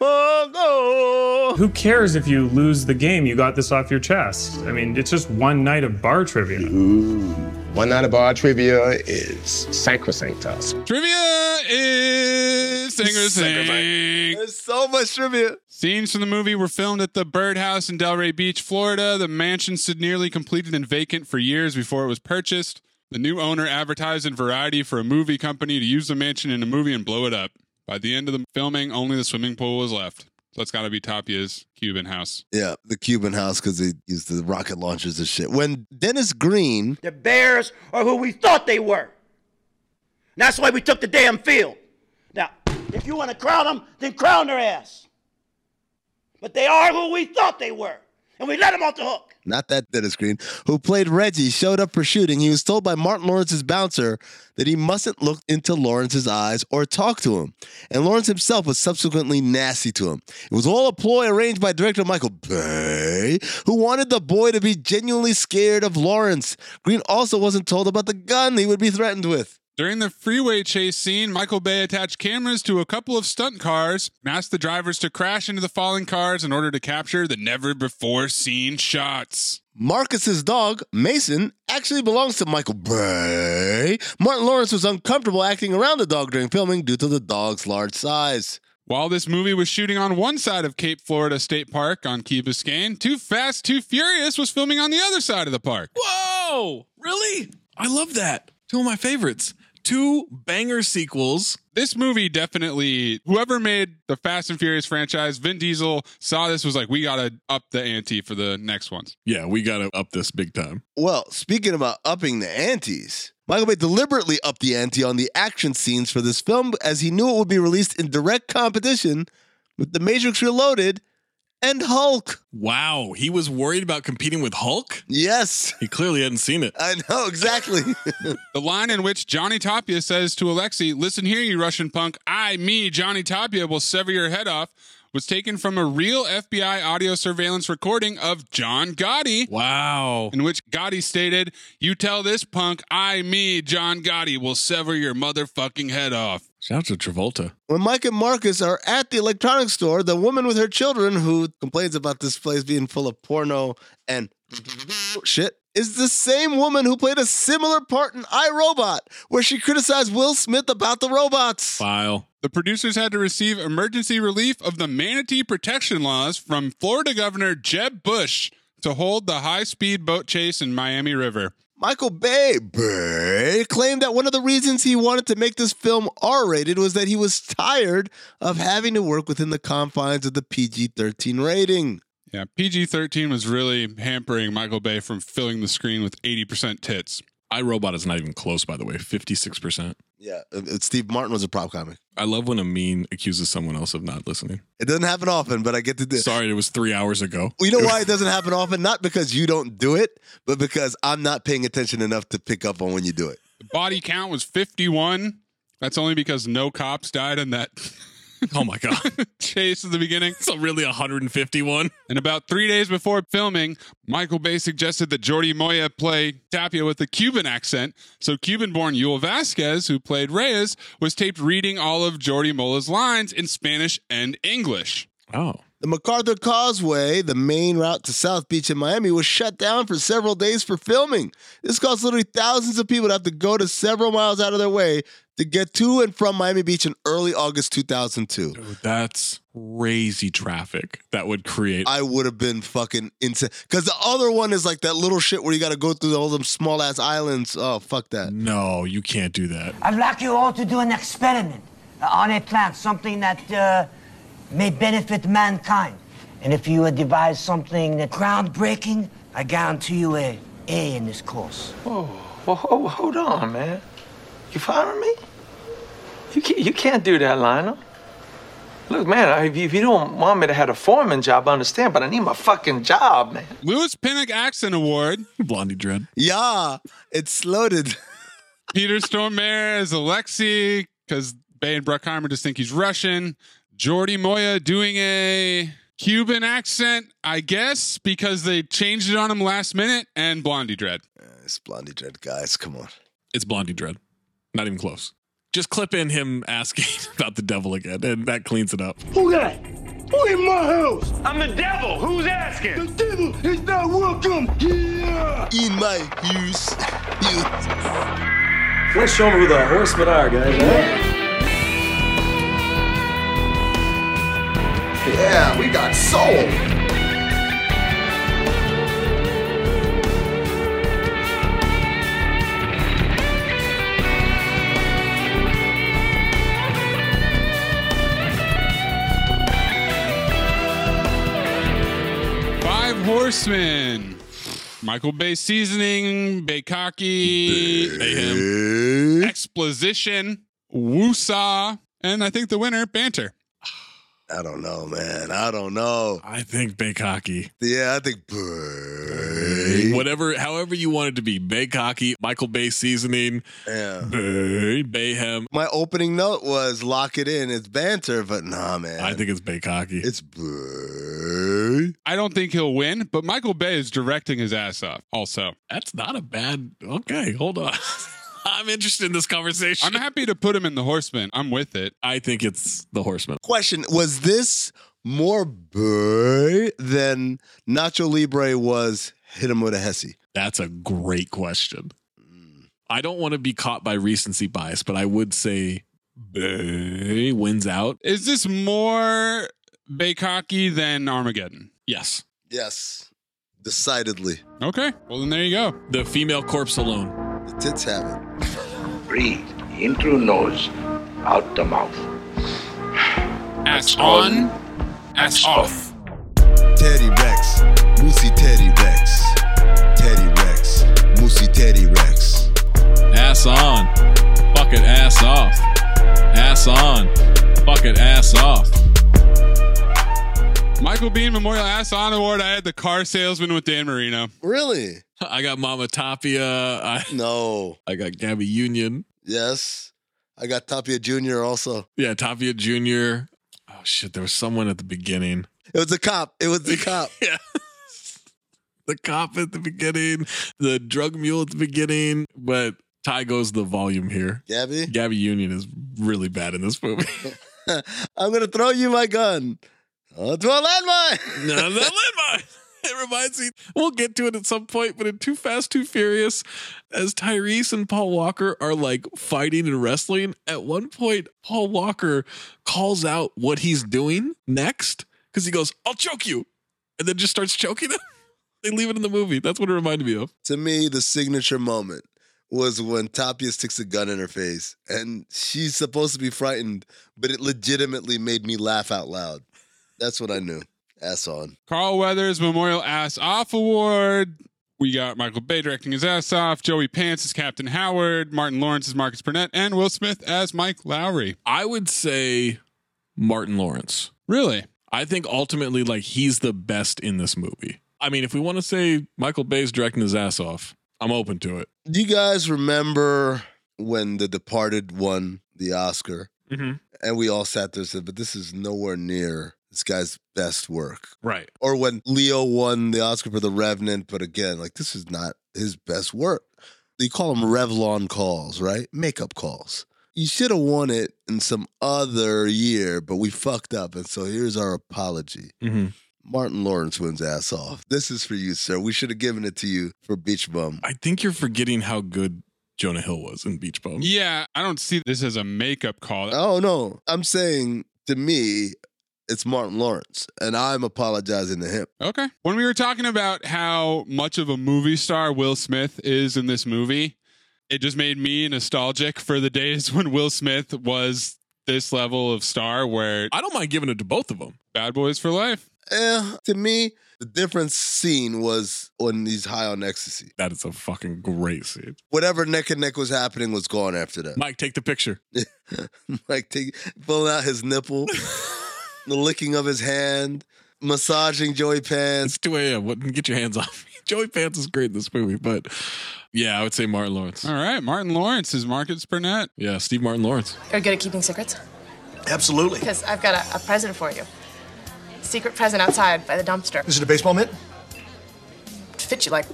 [SPEAKER 19] oh,
[SPEAKER 14] Who cares if you lose the game? You got this off your chest. I mean, it's just one night of bar trivia. One night of bar trivia is sacrosanct to us.
[SPEAKER 2] Trivia is Sanger's
[SPEAKER 3] There's so much trivia.
[SPEAKER 2] Scenes from the movie were filmed at the Birdhouse in Delray Beach, Florida. The mansion stood nearly completed and vacant for years before it was purchased. The new owner advertised in Variety for a movie company to use the mansion in a movie and blow it up. By the end of the filming, only the swimming pool was left. So that's got to be Tapia's Cuban house.
[SPEAKER 3] Yeah, the Cuban house because they used the rocket launchers and shit. When Dennis Green,
[SPEAKER 17] The Bears are who we thought they were. And that's why we took the damn field. Now, if you want to crown them, then crown their ass. But they are who we thought they were. And we let them off the hook.
[SPEAKER 3] not that Dennis Green, who played Reggie, showed up for shooting, he was told by Martin Lawrence's bouncer that he mustn't look into Lawrence's eyes or talk to him. And Lawrence himself was subsequently nasty to him. It was all a ploy arranged by director Michael Bay, who wanted the boy to be genuinely scared of Lawrence. Green also wasn't told about the gun he would be threatened with.
[SPEAKER 2] During the freeway chase scene, Michael Bay attached cameras to a couple of stunt cars and asked the drivers to crash into the falling cars in order to capture the never before seen shots.
[SPEAKER 3] Marcus's dog, Mason, actually belongs to Michael Bay. Martin Lawrence was uncomfortable acting around the dog during filming due to the dog's large size.
[SPEAKER 2] While this movie was shooting on one side of Cape Florida State Park on Key Biscayne, Too Fast, Too Furious was filming on the other side of the park.
[SPEAKER 1] Whoa! Really? I love that. Two of my favorites. Two banger sequels.
[SPEAKER 2] This movie definitely, whoever made the Fast and Furious franchise, Vin Diesel, saw this, was like, we gotta up the ante for the next ones.
[SPEAKER 1] Yeah, we got to up this big time.
[SPEAKER 3] Well, speaking about upping the antes, Michael Bay deliberately upped the ante on the action scenes for this film as he knew it would be released in direct competition with The Matrix Reloaded and Hulk.
[SPEAKER 1] Wow, he was worried about competing with Hulk?
[SPEAKER 3] Yes,
[SPEAKER 1] He clearly hadn't seen it.
[SPEAKER 3] I know exactly.
[SPEAKER 2] The line in which Johnny Tapia says to Alexei, Listen here, you Russian punk, I, me, Johnny Tapia, will sever your head off, was taken from a real FBI audio surveillance recording of John Gotti.
[SPEAKER 1] Wow.
[SPEAKER 2] In which Gotti stated, You tell this punk, I, me, John Gotti, will sever your motherfucking head off.
[SPEAKER 1] Shout out to Travolta.
[SPEAKER 3] when Mike and Marcus are at the electronics store, the woman with her children who complains about this place being full of porno and shit is the same woman who played a similar part in I Robot, where she criticized Will Smith about the robots.
[SPEAKER 1] File.
[SPEAKER 2] The producers had to receive emergency relief of the manatee protection laws from Florida Governor Jeb Bush to hold the high speed boat chase in Miami River.
[SPEAKER 3] Michael Bay, Bay claimed that one of the reasons he wanted to make this film R rated was that he was tired of having to work within the confines of the PG 13 rating.
[SPEAKER 2] Yeah, PG 13 was really hampering Michael Bay from filling the screen with 80% tits.
[SPEAKER 1] iRobot is not even close, by the way. 56%.
[SPEAKER 3] Yeah. uh, uh, Steve Martin was a prop comic.
[SPEAKER 1] I love when a mean accuses someone else of not listening.
[SPEAKER 3] It doesn't happen often, but I get to do it.
[SPEAKER 1] Sorry, it was three hours ago.
[SPEAKER 3] You know why it doesn't happen often? Not because you don't do it, but because I'm not paying attention enough to pick up on when you do it.
[SPEAKER 2] The body count was 51. That's only because no cops died in that
[SPEAKER 1] Oh my God.
[SPEAKER 2] chase at the beginning.
[SPEAKER 1] so, really, 151?
[SPEAKER 2] And about three days before filming, Michael Bay suggested that Jordi Moya play Tapia with a Cuban accent. So Cuban born Yul Vasquez, who played Reyes, was taped reading all of Jordi Moya's lines in Spanish and English.
[SPEAKER 1] Oh.
[SPEAKER 3] The MacArthur Causeway, the main route to South Beach in Miami, was shut down for several days for filming. This caused literally thousands of people to have to go to several miles out of their way to get to and from Miami Beach in early August 2002.
[SPEAKER 1] That's crazy traffic that would create.
[SPEAKER 3] I would have been fucking insane. Because the other one is like that little shit where you got to go through all them small ass islands. Oh, fuck that.
[SPEAKER 1] no, you can't do that.
[SPEAKER 17] I'd like you all to do an experiment on a plant, something that uh, may benefit mankind. And if you uh, devise something that groundbreaking, I guarantee you a A in this course.
[SPEAKER 18] Well, ho- hold on, man. You firing me? You can't, you can't do that, Lionel. Look, man, I- if you, if you don't want me to have a foreman job, I understand, but I need my fucking job, man.
[SPEAKER 2] Lewis Pinnock Accent Award.
[SPEAKER 1] Blondie Dread.
[SPEAKER 3] Yeah, it's loaded.
[SPEAKER 2] Peter Stormare as Alexei, because Bay and Bruckheimer just think he's Russian. Jordi Moya doing a Cuban accent, I guess, because they changed it on him last minute, and Blondie Dread.
[SPEAKER 3] It's Blondie Dread, guys. Come on.
[SPEAKER 1] It's Blondie Dread. Not even close. Just clip in him asking about the devil again, and that cleans it up.
[SPEAKER 22] Who that?
[SPEAKER 31] Who in my house? I'm the devil. Who's asking? The devil is not welcome here.
[SPEAKER 3] In my house.
[SPEAKER 13] Let's show them who the horsemen are, guys.
[SPEAKER 3] Yeah, we got soul.
[SPEAKER 2] Five Horsemen. Michael Bay seasoning, Baykaki, him, exposition, woosah, and I think the winner banter.
[SPEAKER 3] I don't know, man. I don't know.
[SPEAKER 1] I think Baykaki.
[SPEAKER 3] Yeah, I think
[SPEAKER 1] Whatever, however you want it to be. Baykaki, Michael Bay seasoning,
[SPEAKER 3] yeah.
[SPEAKER 1] Bay, Bayhem.
[SPEAKER 3] my opening note was lock it in. It's banter, but nah, man. I
[SPEAKER 1] think it's Baykaki.
[SPEAKER 3] It's
[SPEAKER 2] I don't think he'll win, but Michael Bay is directing his ass off also.
[SPEAKER 1] That's not a bad. Okay, hold on. I'm interested in this conversation.
[SPEAKER 2] I'm happy to put him in the horseman. I'm with it.
[SPEAKER 1] I think it's the horseman.
[SPEAKER 3] question: Was this more boy than Nacho Libre was? Hit him with a hesse.
[SPEAKER 1] That's a great question. I don't want to be caught by recency bias, but I would say Bay wins out.
[SPEAKER 2] Is this more Baykaki than Armageddon?
[SPEAKER 1] Yes.
[SPEAKER 3] Yes, decidedly.
[SPEAKER 2] Okay. Well, then there you go.
[SPEAKER 1] The female corpse alone.
[SPEAKER 3] The tits have it.
[SPEAKER 8] Breathe in through nose, out the mouth.
[SPEAKER 2] Ass on, ass off.
[SPEAKER 20] Teddy Rex, Moosey Teddy Rex, Teddy Rex, Moosey Teddy Rex.
[SPEAKER 1] Ass on. Fuck it, ass off. Ass on. Fuck it, ass off.
[SPEAKER 2] Michael Bean Memorial Ass On Award. I had the car salesman with Dan Marino.
[SPEAKER 3] Really?
[SPEAKER 1] I got Mama Tapia. I,
[SPEAKER 3] no.
[SPEAKER 1] I got Gabby Union.
[SPEAKER 3] Yes, I got Tapia Jr. Also,
[SPEAKER 1] Yeah, Tapia Jr. Oh, shit. There was someone at the beginning.
[SPEAKER 3] it was the cop. It was the cop.
[SPEAKER 1] yeah. The cop at the beginning, the drug mule at the beginning, but Ty goes the volume here.
[SPEAKER 3] Gabby,
[SPEAKER 1] Gabby Union is really bad in this movie.
[SPEAKER 3] I'm gonna throw you my gun. Oh, to a landmine.
[SPEAKER 1] no, no, landmine. It reminds me, we'll get to it at some point, but in Too Fast, Too Furious, as Tyrese and Paul Walker are like fighting and wrestling, at one point, Paul Walker calls out what he's doing next because he goes, I'll choke you, and then just starts choking them. they leave it in the movie. That's what it reminded me of.
[SPEAKER 3] to me, the signature moment was when Tapia sticks a gun in her face, and she's supposed to be frightened, but it legitimately made me laugh out loud. That's what I knew. Ass on.
[SPEAKER 2] Carl Weathers Memorial Ass Off Award. We got Michael Bay directing his ass off. Joey Pants as Captain Howard. Martin Lawrence as Marcus Burnett. And Will Smith as Mike Lowry.
[SPEAKER 1] I would say Martin Lawrence.
[SPEAKER 2] Really?
[SPEAKER 1] I think ultimately, like, he's the best in this movie. I mean, if we want to say Michael Bay's directing his ass off, I'm open to it.
[SPEAKER 3] Do you guys remember when The Departed won the Oscar?
[SPEAKER 1] Mhm.
[SPEAKER 3] And we all sat there and said, but this is nowhere near this guy's best work.
[SPEAKER 1] Right.
[SPEAKER 3] Or when Leo won the Oscar for The Revenant, but again, like this is not his best work. They call them Revlon calls, right? Makeup calls. You should have won it in some other year, but we fucked up. And so here's our apology.
[SPEAKER 1] Mhm.
[SPEAKER 3] Martin Lawrence wins ass off. This is for you, sir. We should have given it to you for Beach Bum.
[SPEAKER 1] I think you're forgetting how good Jonah Hill was in Beach Bum.
[SPEAKER 2] Yeah, I don't see this as a makeup call.
[SPEAKER 3] Oh no, I'm saying to me, it's Martin Lawrence, and I'm apologizing to him.
[SPEAKER 2] Okay. When we were talking about how much of a movie star Will Smith is in this movie, it just made me nostalgic for the days when Will Smith was this level of star where
[SPEAKER 1] I don't mind giving it to both of them.
[SPEAKER 2] Bad Boys for Life.
[SPEAKER 3] Eh, to me, the difference scene was when he's high on ecstasy.
[SPEAKER 1] That is a fucking great scene.
[SPEAKER 3] Whatever neck and neck was happening was gone after that.
[SPEAKER 1] Mike, take the picture.
[SPEAKER 3] Like take, pulling out his nipple, the licking of his hand, massaging Joey Pants.
[SPEAKER 1] It's 2 a.m. What? Get your hands off me. Joey Pants is great in this movie, but yeah, I would say Martin Lawrence.
[SPEAKER 2] All right, Martin Lawrence is Marcus Burnett.
[SPEAKER 1] Yeah, Steve Martin Lawrence.
[SPEAKER 21] Are you good at keeping secrets?
[SPEAKER 20] Absolutely.
[SPEAKER 21] Because I've got a, a present for you. Secret present outside by the dumpster.
[SPEAKER 20] Is it a baseball mitt?
[SPEAKER 21] To fit you like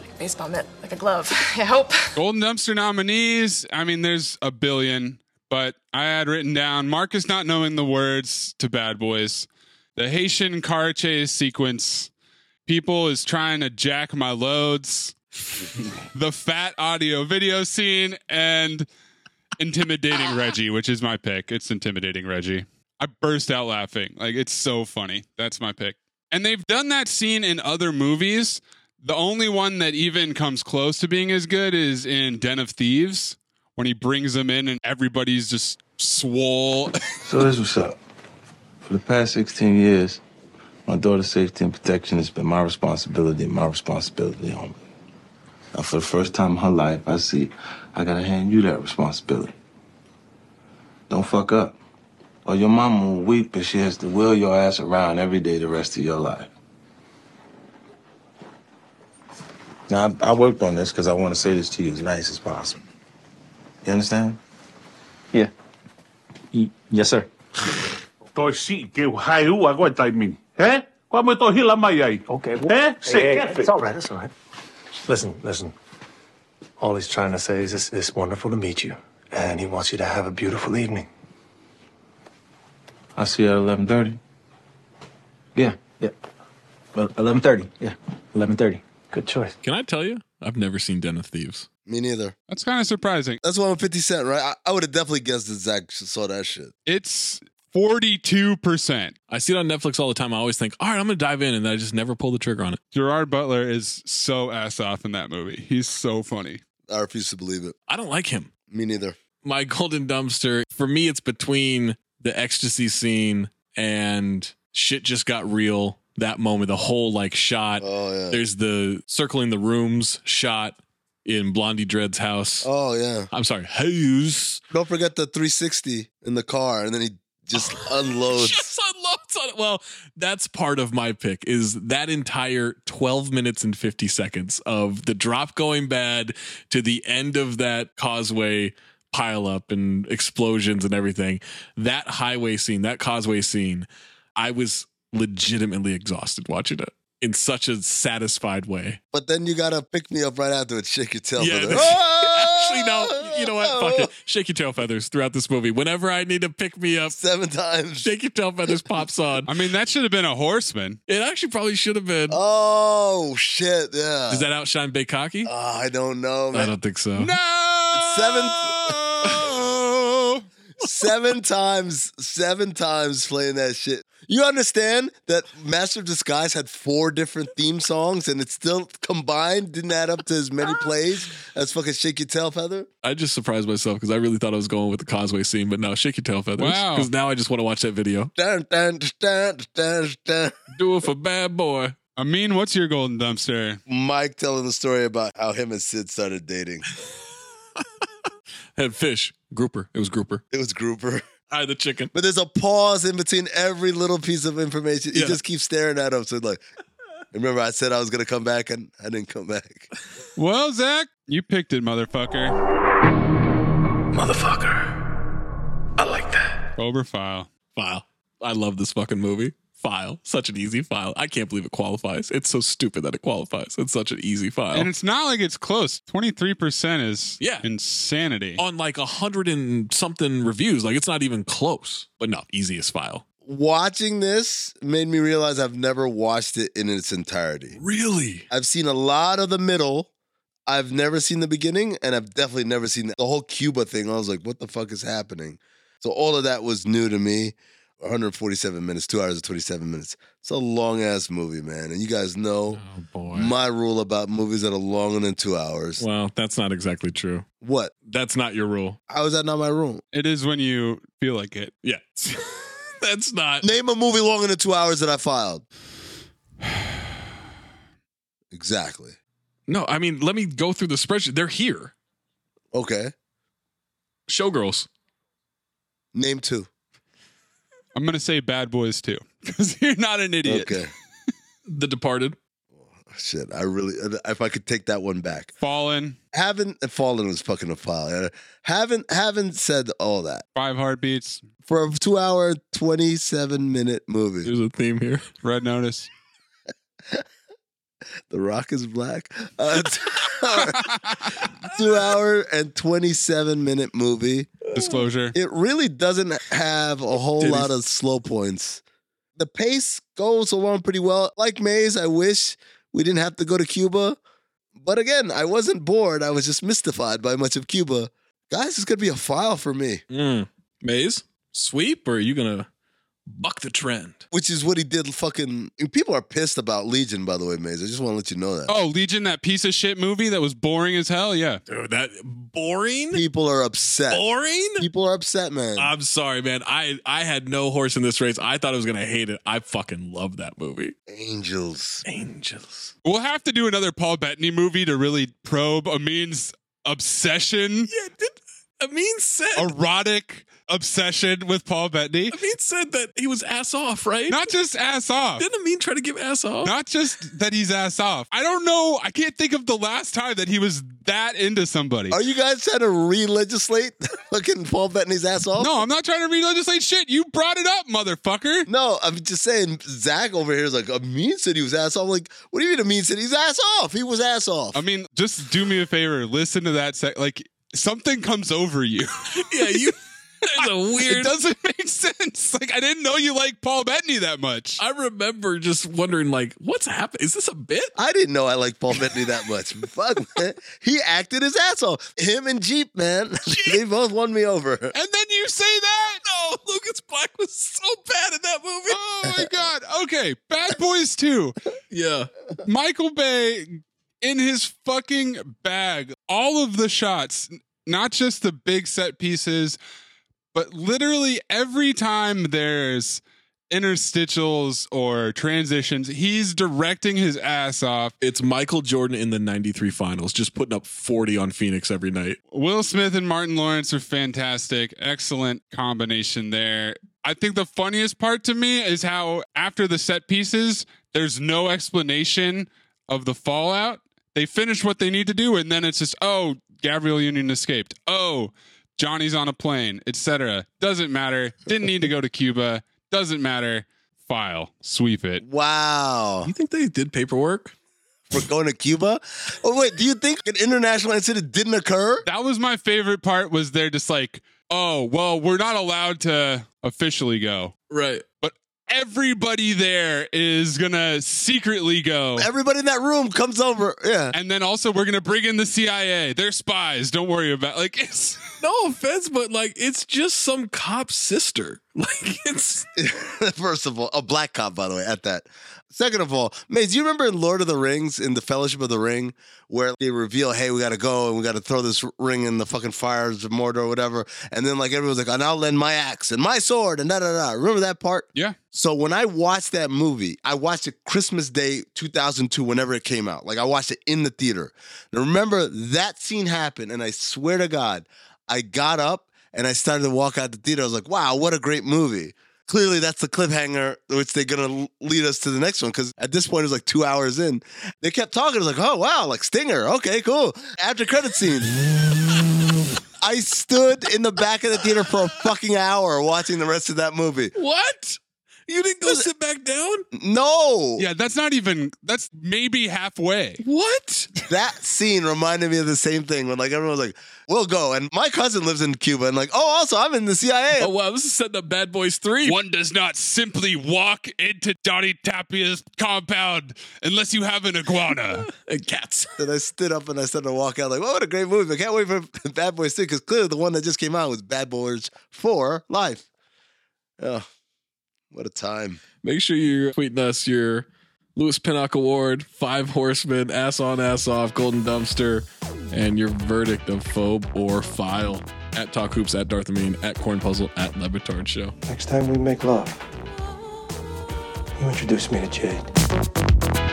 [SPEAKER 21] like a baseball mitt, like a glove. I hope.
[SPEAKER 2] Golden Dumpster nominees. I mean, there's a billion, but I had written down Marcus not knowing the words to Bad Boys. The Haitian car chase sequence. People is trying to jack my loads. the fat audio video scene and intimidating Reggie, which is my pick. It's intimidating Reggie. I burst out laughing. Like it's so funny. That's my pick. And they've done that scene in other movies. The only one that even comes close to being as good is in Den of Thieves when he brings them in and everybody's just swole.
[SPEAKER 10] So this was up. For the past 16 years, my daughter's safety and protection has been my responsibility and my responsibility only. Now, for the first time in her life, I see I gotta hand you that responsibility. Don't fuck up, or your mama will weep and she has to wheel your ass around every day the rest of your life. Now, I, I worked on this because I want to say this to you as nice as possible. You understand?
[SPEAKER 11] Yeah. yes, sir.
[SPEAKER 12] Toi si que hai u agua tai min. Eh? Kwa mo to hila mai ai.
[SPEAKER 11] Okay.
[SPEAKER 12] Eh? Say
[SPEAKER 11] it's all right. It's all right. Listen, listen. All he's trying to say is it's, it's wonderful to meet you, and he wants you to have a beautiful evening.
[SPEAKER 10] I see you at 11:30.
[SPEAKER 11] Yeah. Yeah. Well, 11:30. Yeah. 11:30.
[SPEAKER 1] Good choice. Can I tell you? I've never seen Den of Thieves.
[SPEAKER 3] Me neither.
[SPEAKER 2] That's kind of surprising.
[SPEAKER 3] That's one with 50 Cent, right? I, I would have definitely guessed that Zach saw that shit.
[SPEAKER 2] It's 42%.
[SPEAKER 1] I see it on Netflix all the time. I always think, all right, I'm going to dive in. And then I just never pull the trigger on it.
[SPEAKER 2] Gerard Butler is so ass off in that movie. He's so funny.
[SPEAKER 3] I refuse to believe it.
[SPEAKER 1] I don't like him.
[SPEAKER 3] Me neither.
[SPEAKER 1] My golden dumpster, for me, it's between the ecstasy scene and shit just got real. That moment, the whole like shot.
[SPEAKER 3] Oh, yeah.
[SPEAKER 1] There's the circling the rooms shot in Blondie Dread's house.
[SPEAKER 3] Oh, yeah.
[SPEAKER 1] I'm sorry, house.
[SPEAKER 3] Don't forget the 360 in the car. And then he just unloads.
[SPEAKER 1] Just unloads on it. Well, that's part of my pick is that entire 12 minutes and 50 seconds of the drop going bad to the end of that causeway pile up and explosions and everything. That highway scene, that causeway scene, I was legitimately exhausted watching it in such a satisfied way.
[SPEAKER 3] But then you gotta pick me up right after it, shake your tail.
[SPEAKER 1] Yeah,
[SPEAKER 3] feather.
[SPEAKER 1] that's- actually no. You know what? Fuck it. Shake your tail feathers throughout this movie. Whenever I need to pick me up,
[SPEAKER 3] seven times.
[SPEAKER 1] Shake your tail feathers pops on.
[SPEAKER 2] I mean, that should have been a horseman.
[SPEAKER 1] It actually probably should have been.
[SPEAKER 3] Oh shit! Yeah.
[SPEAKER 1] Does that outshine Bakaki?
[SPEAKER 3] Oh, I don't know. Man.
[SPEAKER 1] I don't think so.
[SPEAKER 3] Seven. seven times, seven times playing that shit. You understand that Master of Disguise had four different theme songs, and it still combined didn't add up to as many plays as fucking Shake Your Tail Feather.
[SPEAKER 1] I just surprised myself because I really thought I was going with the causeway scene, but now shake your tail feathers.
[SPEAKER 3] Wow.
[SPEAKER 1] Because now I just want to watch that video.
[SPEAKER 3] Dun, dun, dun, dun, dun.
[SPEAKER 1] Do it for bad boy.
[SPEAKER 2] I mean, what's your golden dumpster?
[SPEAKER 3] Mike telling the story about how him and Sid started dating.
[SPEAKER 1] Had uh, fish. Grouper. It was grouper.
[SPEAKER 3] It was Grouper.
[SPEAKER 1] I the chicken.
[SPEAKER 3] But there's a pause in between every little piece of information. He
[SPEAKER 1] Yeah.
[SPEAKER 3] just keeps staring at him. So like, remember I said I was gonna come back and I didn't come back.
[SPEAKER 2] Well, Zach, you picked it, motherfucker.
[SPEAKER 1] Motherfucker.
[SPEAKER 2] Cobra file.
[SPEAKER 1] File. I love this fucking movie. File. Such an easy file. I can't believe it qualifies. It's so stupid that it qualifies. It's such an easy file.
[SPEAKER 2] And it's not like it's close. 23% is
[SPEAKER 1] Yeah.
[SPEAKER 2] insanity.
[SPEAKER 1] on like a hundred and something reviews. Like it's not even close. But no, easiest file.
[SPEAKER 3] Watching this made me realize I've never watched it in its entirety.
[SPEAKER 1] Really?
[SPEAKER 3] I've seen a lot of the middle. I've never seen the beginning, and I've definitely never seen the whole Cuba thing. I was like, what the fuck is happening? So all of that was new to me. 147 minutes, two hours and 27 minutes. It's a long ass movie, man. And you guys know
[SPEAKER 1] Oh,
[SPEAKER 3] my rule about movies that are longer than two hours.
[SPEAKER 1] Well, that's not exactly true.
[SPEAKER 3] What?
[SPEAKER 1] That's not your rule.
[SPEAKER 3] How is that not my rule?
[SPEAKER 2] It is when you feel like it.
[SPEAKER 1] Yeah. that's not.
[SPEAKER 3] Name a movie longer than two hours that I filed. Exactly.
[SPEAKER 1] No, I mean, let me go through the spreadsheet. They're here.
[SPEAKER 3] Okay.
[SPEAKER 1] Showgirls.
[SPEAKER 3] Name two.
[SPEAKER 2] I'm going to say Bad Boys too, because you're not an idiot.
[SPEAKER 3] Okay.
[SPEAKER 1] The Departed.
[SPEAKER 3] Shit, I really, uh, if I could take that one back.
[SPEAKER 2] Fallen,
[SPEAKER 3] Haven't, Fallen was fucking a file. uh, Haven't, haven't said all that.
[SPEAKER 2] Five Heartbeats,
[SPEAKER 3] For a two hour, 27 minute movie.
[SPEAKER 1] There's a theme here.
[SPEAKER 2] Red Notice.
[SPEAKER 3] The Rock is black. Uh, two hour and 27 minute movie.
[SPEAKER 2] Disclosure.
[SPEAKER 3] It really doesn't have a whole
[SPEAKER 2] Titties.
[SPEAKER 3] lot of slow points. the pace goes along pretty well. Like Maze, I wish we didn't have to go to Cuba. But again, I wasn't bored. I was just mystified by much of Cuba. Guys, it's going to be a file for me.
[SPEAKER 1] Mm. Maze, sweep, or are you going to buck the trend?
[SPEAKER 3] Which is what he did fucking. People are pissed about Legion, by the way, Maze. I just want to let you know that.
[SPEAKER 2] Oh, Legion, that piece of shit movie that was boring as hell. Yeah,
[SPEAKER 1] dude, that boring.
[SPEAKER 3] People are upset.
[SPEAKER 1] Boring?
[SPEAKER 3] People are upset, man.
[SPEAKER 1] I'm sorry, man. I I had no horse in this race. I thought I was gonna hate it. I fucking love that movie.
[SPEAKER 3] Angels.
[SPEAKER 1] Angels.
[SPEAKER 2] We'll have to do another Paul Bettany movie to really probe Amin's obsession,
[SPEAKER 1] Yeah, did Amin said
[SPEAKER 2] erotic obsession with Paul Bettany.
[SPEAKER 1] Amin said that he was ass off, right?
[SPEAKER 2] Not just ass off.
[SPEAKER 1] Didn't Amin try to give ass off?
[SPEAKER 2] Not just that he's ass off. I don't know. I can't think of the last time that he was that into somebody.
[SPEAKER 3] Are you guys trying to re legislate fucking Paul Bettany's ass off?
[SPEAKER 2] No, I'm not trying to re-legislate shit. You brought it up, motherfucker.
[SPEAKER 3] No, I'm just saying, Zach over here is like, Amin said he was ass off. I'm like, what do you mean Amin said he's ass off? He was ass off.
[SPEAKER 2] I mean, just do me a favor. Listen to that. Sec- like something comes over you.
[SPEAKER 1] yeah, you. That's a
[SPEAKER 2] it
[SPEAKER 1] weird.
[SPEAKER 2] doesn't make sense. Like I didn't know you like Paul Bettany that much.
[SPEAKER 1] I remember just wondering, like, what's happening? Is this a bit?
[SPEAKER 3] I didn't know I liked Paul Bettany that much. Fuck, man. He acted his ass off. Him and Jeep, man. they both won me over.
[SPEAKER 2] And then you say that.
[SPEAKER 1] No, Lucas Black was so bad in that movie.
[SPEAKER 2] Oh my god. Okay, Bad Boys 2.
[SPEAKER 1] Yeah.
[SPEAKER 2] Michael Bay in his fucking bag. All of the shots, not just the big set pieces, but literally every time there's interstitials or transitions, he's directing his ass off.
[SPEAKER 1] It's Michael Jordan in the 93 finals, just putting up 40 on Phoenix every night.
[SPEAKER 2] Will Smith and Martin Lawrence are fantastic. Excellent combination there. I think the funniest part to me is how after the set pieces, there's no explanation of the fallout. They finish what they need to do, and then it's just, oh, Gabriel Union escaped. Oh, Johnny's on a plane, etc. Doesn't matter. Didn't need to go to Cuba. Doesn't matter. File. Sweep it.
[SPEAKER 3] Wow.
[SPEAKER 1] You think they did paperwork?
[SPEAKER 3] We're going to Cuba? Oh, wait. Do you think an international incident didn't occur?
[SPEAKER 2] That was my favorite part was they're just like, oh, well, we're not allowed to officially go.
[SPEAKER 1] Right.
[SPEAKER 2] but everybody there is gonna secretly go.
[SPEAKER 3] Everybody in that room comes over. Yeah.
[SPEAKER 2] And then also we're gonna bring in the CIA. They're spies. Don't worry about like it's
[SPEAKER 1] No offense, but like, it's just some cop's sister. Like, it's.
[SPEAKER 3] First of all, a black cop, by the way, at that. Second of all, Maze, do you remember in Lord of the Rings, in the Fellowship of the Ring, where they reveal, hey, we gotta go and we gotta throw this ring in the fucking fires of Mordor or whatever. And then like everyone's like, and I'll lend my axe and my sword and da da da. Remember that part?
[SPEAKER 2] yeah.
[SPEAKER 3] So when I watched that movie, I watched it Christmas Day 2002, whenever it came out. Like I watched it in the theater. And remember that scene happened, and I swear to God, I got up and I started to walk out the theater. I was like, "Wow, what a great movie!" Clearly, that's the cliffhanger which they're gonna lead us to the next one. Because at this point, it was like two hours in. They kept talking. I was like, "Oh wow, like Stinger. Okay, cool." After credit scene. I stood in the back of the theater for a fucking hour watching the rest of that movie.
[SPEAKER 1] What? You didn't go sit back down?
[SPEAKER 3] No.
[SPEAKER 2] Yeah, that's not even that's maybe halfway.
[SPEAKER 1] What?
[SPEAKER 3] that scene reminded me of the same thing when like everyone was like, "We'll go," and my cousin lives in Cuba, and like, "Oh, also I'm in the CIA."
[SPEAKER 1] Oh, wow. This is setting up Bad Boys 3.
[SPEAKER 2] One does not simply walk into Johnny Tapia's compound unless you have an iguana.
[SPEAKER 1] And cats.
[SPEAKER 3] And I stood up and I started to walk out like, "Well, what a great movie! I can't wait for Bad Boys 2 because clearly the one that just came out was Bad Boys for Life." Oh, what a time!
[SPEAKER 1] Make sure you're tweeting us your Lewis Pinnock Award, Five Horsemen, Ass On, Ass Off, Golden Dumpster, and your verdict of phobe or file at Talk Hoops, at Darth Amin, at Corn Puzzle, at Levitard Show.
[SPEAKER 11] Next time we make love, you introduce me to Jade.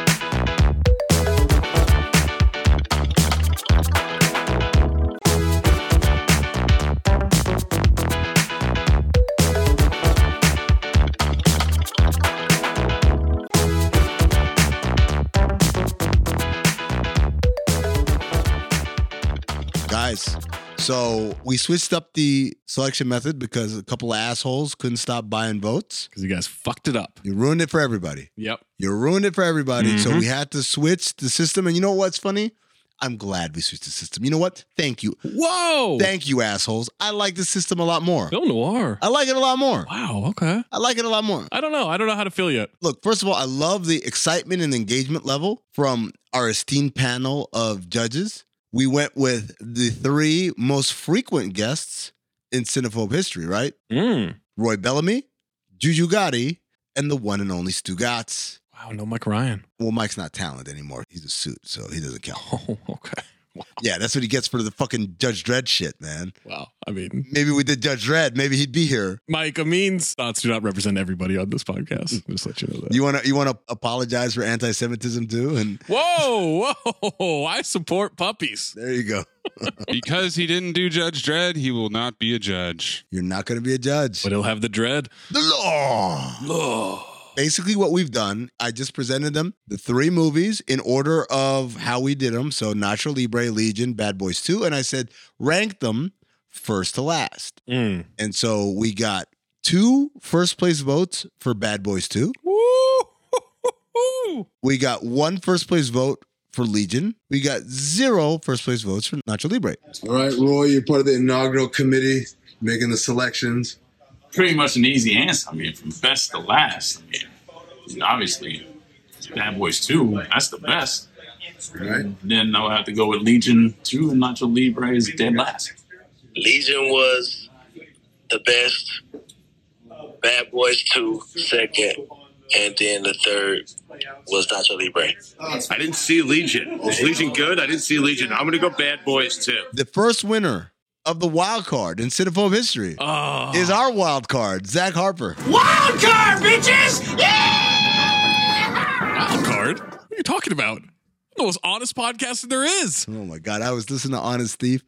[SPEAKER 3] Guys, so we switched up the selection method because a couple of assholes couldn't stop buying votes.
[SPEAKER 1] Because you guys fucked it up.
[SPEAKER 3] You ruined it for everybody.
[SPEAKER 1] Yep.
[SPEAKER 3] You ruined it for everybody. So we had to switch the system. And you know what's funny? I'm glad we switched the system. You know what? Thank you.
[SPEAKER 1] Whoa.
[SPEAKER 3] Thank you, assholes. I like the system a lot more.
[SPEAKER 1] Film noir.
[SPEAKER 3] I like it a lot more.
[SPEAKER 1] Wow. Okay.
[SPEAKER 3] I like it a lot more.
[SPEAKER 1] I don't know. I don't know how to feel yet.
[SPEAKER 3] Look, first of all, I love the excitement and engagement level from our esteemed panel of judges. We went with the three most frequent guests in Cinephobe history, right?
[SPEAKER 2] Mm.
[SPEAKER 3] Roy Bellamy, Juju Gotti, and the one and only Stu Gatz.
[SPEAKER 1] Wow, no Mike Ryan.
[SPEAKER 3] Well, Mike's not talented anymore. He's a suit, so he doesn't count.
[SPEAKER 1] Oh, okay.
[SPEAKER 3] Yeah, that's what he gets for the fucking Judge Dredd shit, man.
[SPEAKER 1] Wow. I mean,
[SPEAKER 3] Maybe we did Judge Dredd. Maybe he'd be here.
[SPEAKER 1] Mike Amin's thoughts do not represent everybody on this podcast. Mm, Just let you know that.
[SPEAKER 3] You want to you want to apologize for anti-Semitism too? And
[SPEAKER 1] Whoa, whoa. I support puppies.
[SPEAKER 3] There you go.
[SPEAKER 2] because he didn't do Judge Dredd, he will not be a judge.
[SPEAKER 3] You're not going to be a judge.
[SPEAKER 1] But he'll have the dread.
[SPEAKER 3] The law.
[SPEAKER 1] Law.
[SPEAKER 3] Basically, what we've done, I just presented them the three movies in order of how we did them. So, Nacho Libre, Legion, Bad Boys 2. And I said, rank them first to last.
[SPEAKER 1] Mm.
[SPEAKER 3] And so we got two first place votes for Bad Boys 2. We got one first place vote for Legion. We got zero first place votes for Nacho Libre.
[SPEAKER 32] All right, Roy, you're part of the inaugural committee making the selections.
[SPEAKER 33] Pretty much an easy answer. I mean, from best to last. I mean, obviously, Bad Boys 2, that's the best.
[SPEAKER 32] Right.
[SPEAKER 33] Then I'll have to go with Legion 2 and Nacho Libre is dead last.
[SPEAKER 34] Legion was the best. Bad Boys 2, second. And then the third was Nacho Libre.
[SPEAKER 35] I didn't see Legion. Was Legion good? I didn't see Legion. I'm gonna go Bad Boys too.
[SPEAKER 3] The first winner of the wild card in Cinephobe history is our wild card, Zach Harper.
[SPEAKER 6] Ah. Wild card, bitches! Yeah!
[SPEAKER 1] Wild card? What are you talking about? The most honest podcast there is.
[SPEAKER 3] Oh my God. I was listening to Honest Thief.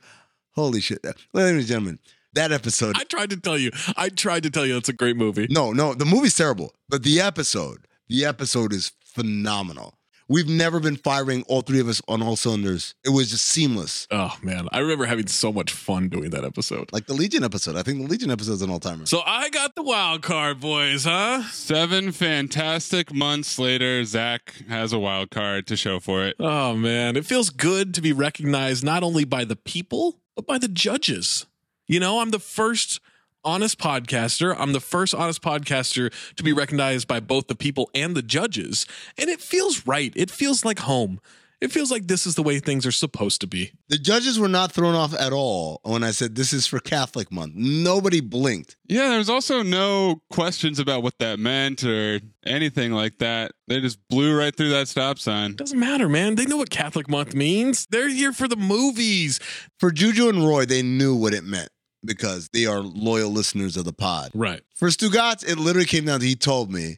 [SPEAKER 3] Holy shit. Ladies and gentlemen, that episode.
[SPEAKER 1] I tried to tell you. I tried to tell you it's a great movie.
[SPEAKER 3] No, no, the movie's terrible, but the episode, the episode is phenomenal. We've never been firing all three of us on all cylinders. It was just seamless.
[SPEAKER 1] Oh man, I remember having so much fun doing that episode.
[SPEAKER 3] Like the Legion episode. I think the Legion episode's an all timer.
[SPEAKER 1] So I got the wild card, boys, huh?
[SPEAKER 2] Seven fantastic months later, Zach has a wild card to show for it.
[SPEAKER 1] Oh man, it feels good to be recognized not only by the people, but by the judges. You know, I'm the first honest podcaster. I'm the first honest podcaster to be recognized by both the people and the judges. And it feels right. It feels like home. It feels like this is the way things are supposed to be.
[SPEAKER 3] The judges were not thrown off at all when I said this is for Catholic month. Nobody blinked.
[SPEAKER 2] Yeah, there was also no questions about what that meant or anything like that. They just blew right through that stop sign.
[SPEAKER 1] Doesn't matter, man. They know what Catholic month means. They're here for the movies.
[SPEAKER 3] For Juju and Roy, they knew what it meant because they are loyal listeners of the pod.
[SPEAKER 1] Right.
[SPEAKER 3] For Stugatz, it literally came down to he told me,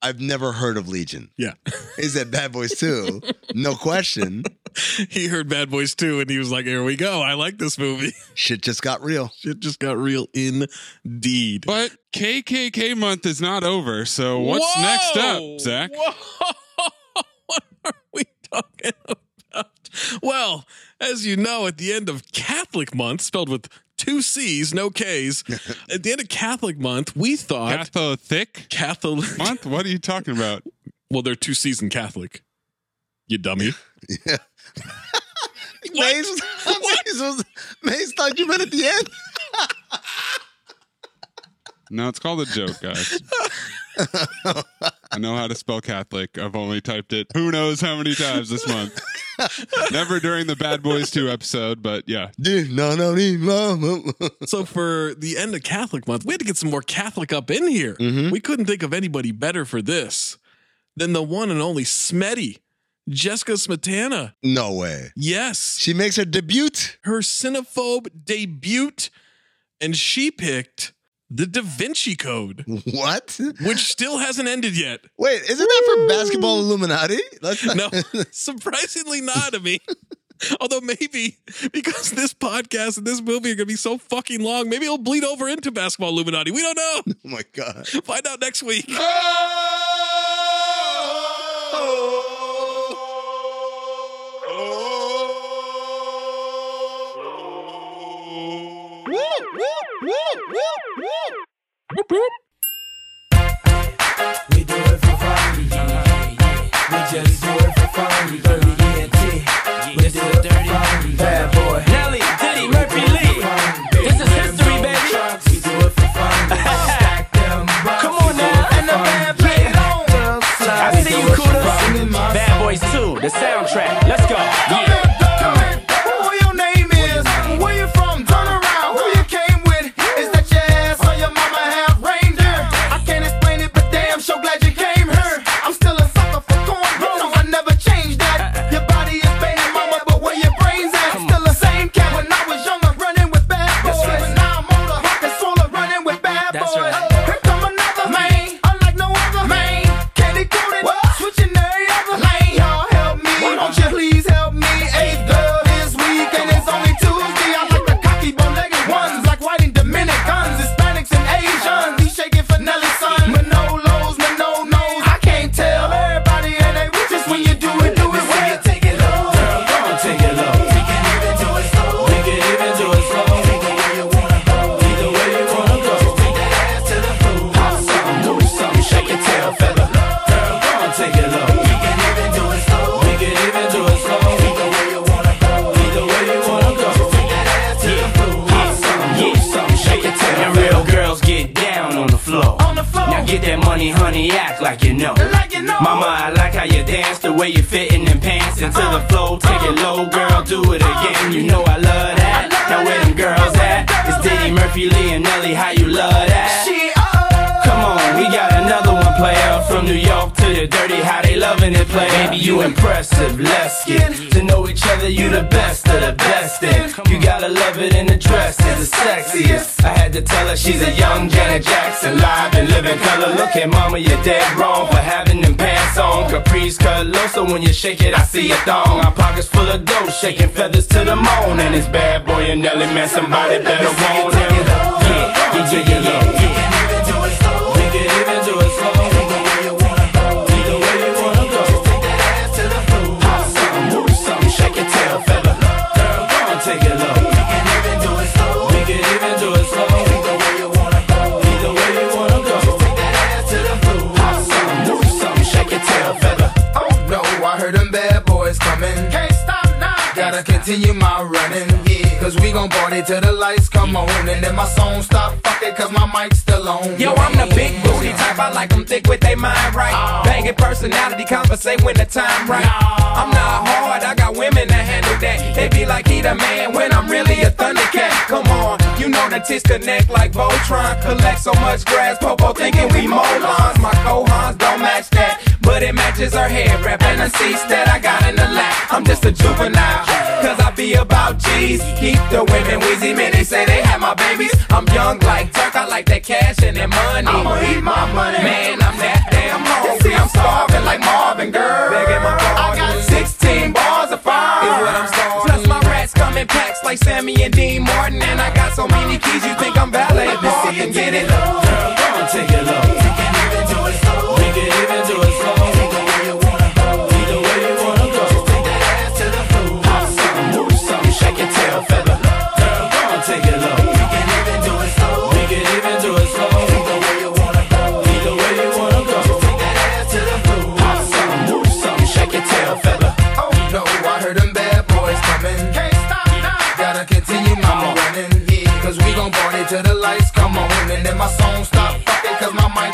[SPEAKER 3] I've never heard of Legion.
[SPEAKER 1] Yeah.
[SPEAKER 3] Is that Bad Boys 2? no question.
[SPEAKER 1] he heard Bad Boys 2 and he was like, here we go. I like this movie.
[SPEAKER 3] Shit just got real.
[SPEAKER 1] Shit just got real indeed.
[SPEAKER 2] But KKK month is not over. So what's
[SPEAKER 1] Whoa!
[SPEAKER 2] next up, Zach?
[SPEAKER 1] Whoa! what are we talking about? Well, as you know, at the end of Catholic month, spelled with two C's, no K's, at the end of Catholic month, we thought
[SPEAKER 2] Catholic
[SPEAKER 1] Catholic.
[SPEAKER 2] month? What are you talking about?
[SPEAKER 1] Well, there are two C's in Catholic. You dummy.
[SPEAKER 3] Yeah. Maze, Maze, was, Maze thought you meant at the end.
[SPEAKER 2] No, it's called a joke, guys. I know how to spell Catholic. I've only typed it who knows how many times this month. Never during the Bad Boys 2 episode, but yeah.
[SPEAKER 3] Dude, no, no, nee, no, no.
[SPEAKER 1] So for the end of Catholic month, we had to get some more Catholic up in here. We couldn't think of anybody better for this than the one and only Smetty, Jessica Smetana.
[SPEAKER 3] No way.
[SPEAKER 1] Yes,
[SPEAKER 3] She makes her debut.
[SPEAKER 1] her cinephobe debut, and she picked the Da Vinci Code,
[SPEAKER 3] What?
[SPEAKER 1] which still hasn't ended yet.
[SPEAKER 3] Wait, isn't that for basketball Illuminati? Oh Let's not-
[SPEAKER 1] No, surprisingly not. I mean, although maybe because this podcast and this movie are going to be so fucking long, maybe it'll bleed over into Basketball Illuminati. We don't know.
[SPEAKER 3] Oh my God.
[SPEAKER 1] Find out next week.
[SPEAKER 6] We just do it for fun. We don't need it. We're
[SPEAKER 23] do it dirty. Bad boy. Nelly, Diddy, Murphy Lee. This is history, baby. We do it for fun. Stack them Come on now, and the bad play it on. I see you, Kuda. Bad Boys 2, the soundtrack. Let's go. Yeah.
[SPEAKER 9] Who your name is? Where you from? Turn around. Who you came with? Is that your ass or your mama half reindeer? I can't explain it, but damn, so glad you came here. I'm still a sucker for cornrows. No, I never changed that. Your body is banging, mama, but where your brains at? Still the same cat when I was younger, running with bad boys. But now I'm older, hawking solar, running with bad boys. Here come another man, unlike no other man. Candy coated, switching every other lane. Y'all help me, won't you please help me? Eighth girl this week and it's only Tuesday. I like the cocky bow-legged ones, like white and Dominicans, Hispanics and Asians. He shaking for Nelly's son. Manolos, Manolos, I can't tell everybody and they witches when you do it, do it well. Take it low, girl, don't take it low. We can even do it slow. We can even do it slow. Take it where you wanna go. Either way you wanna go. Just take that ass to the floor. Pop something, do something, shake your tail feather. Girl, don't take it low. We can even do it slow. We can even do it slow. Either way you wanna go. Either way you wanna go. Just take that ass to the floor. Pop something, do something, shake your tail.
[SPEAKER 23] And real girls get down on the floor. On the floor. Now get that money, honey, act like you know.
[SPEAKER 9] Like you know.
[SPEAKER 23] Mama, I like how you dance, the way you fit in them pants. Into the flow, take it low, girl, do it again. You know uh, I love that. Now where them girls at? It's Diddy, Murphy, Lee, and Nelly, how you love that?
[SPEAKER 9] She, uh-oh.
[SPEAKER 23] Come on, we got another one player from New York to the dirty, how they loving it play. Baby, you impressive, let's get to know each other. You the best of the best, and you gotta love it in the dress, it's the sexiest. I had to tell her she's a young Janet Jackson, live and living color. Look at mama, you're dead wrong for having them pants on. Caprice cut low, so when you shake it, I see a thong. Our pockets full of dough, shaking feathers to the moon. And it's bad boy and Nelly, man, somebody better want him. Yeah, yeah, yeah, yeah, yeah.
[SPEAKER 9] Oh no, I heard them bad boys coming. Can't stop now. Gotta continue my running, yeah. Cause we gon' party till the lights come on. And then my song stop fucking cause my mic's still on.
[SPEAKER 23] Yo, I'm the big booty type. I like them thick with they mind right. Banging personality, compensate when the time right. I'm not hard, I got women that handle that. They be like, he the man when I'm really a thundercat. Come on, you know the tits connect like Voltron. Collect so much grass, Popo thinking we molons. My cohons don't match that, but it matches her hair wrap and the seats that I got in the lap. I'm just a juvenile, cause I be about G's. Keep the women wheezy, man, they say they have my babies. I'm young like Turk, I like that cash and that money. I'ma eat my money. Man, I'm that damn hungry. I'm starving like Marvin, girl. Begging my I got 16 bars of fire. Is what I'm starving. Plus my rats come in packs like Sammy and Dean Martin. And I got so many keys, you think I'm valet. Let me see you get it low. Girl, go and take it low. We can even do it slow. We can even do it slow. Either way you wanna go. Either way you wanna go. Just take that ass to the floor. Pop something, move something, shake your tail feather. Girl, go and take it low. We can even do it slow. We can even do it slow. Either way you wanna go. Either way you wanna go. Just take that ass to the floor. Pop something, move something, shake your tail feather.
[SPEAKER 9] Oh no, I heard them bad boys coming. Can't stop now. Gotta continue my running, yeah. Cause we gon' party till the lights come on. And then my song stop fucking cause my mic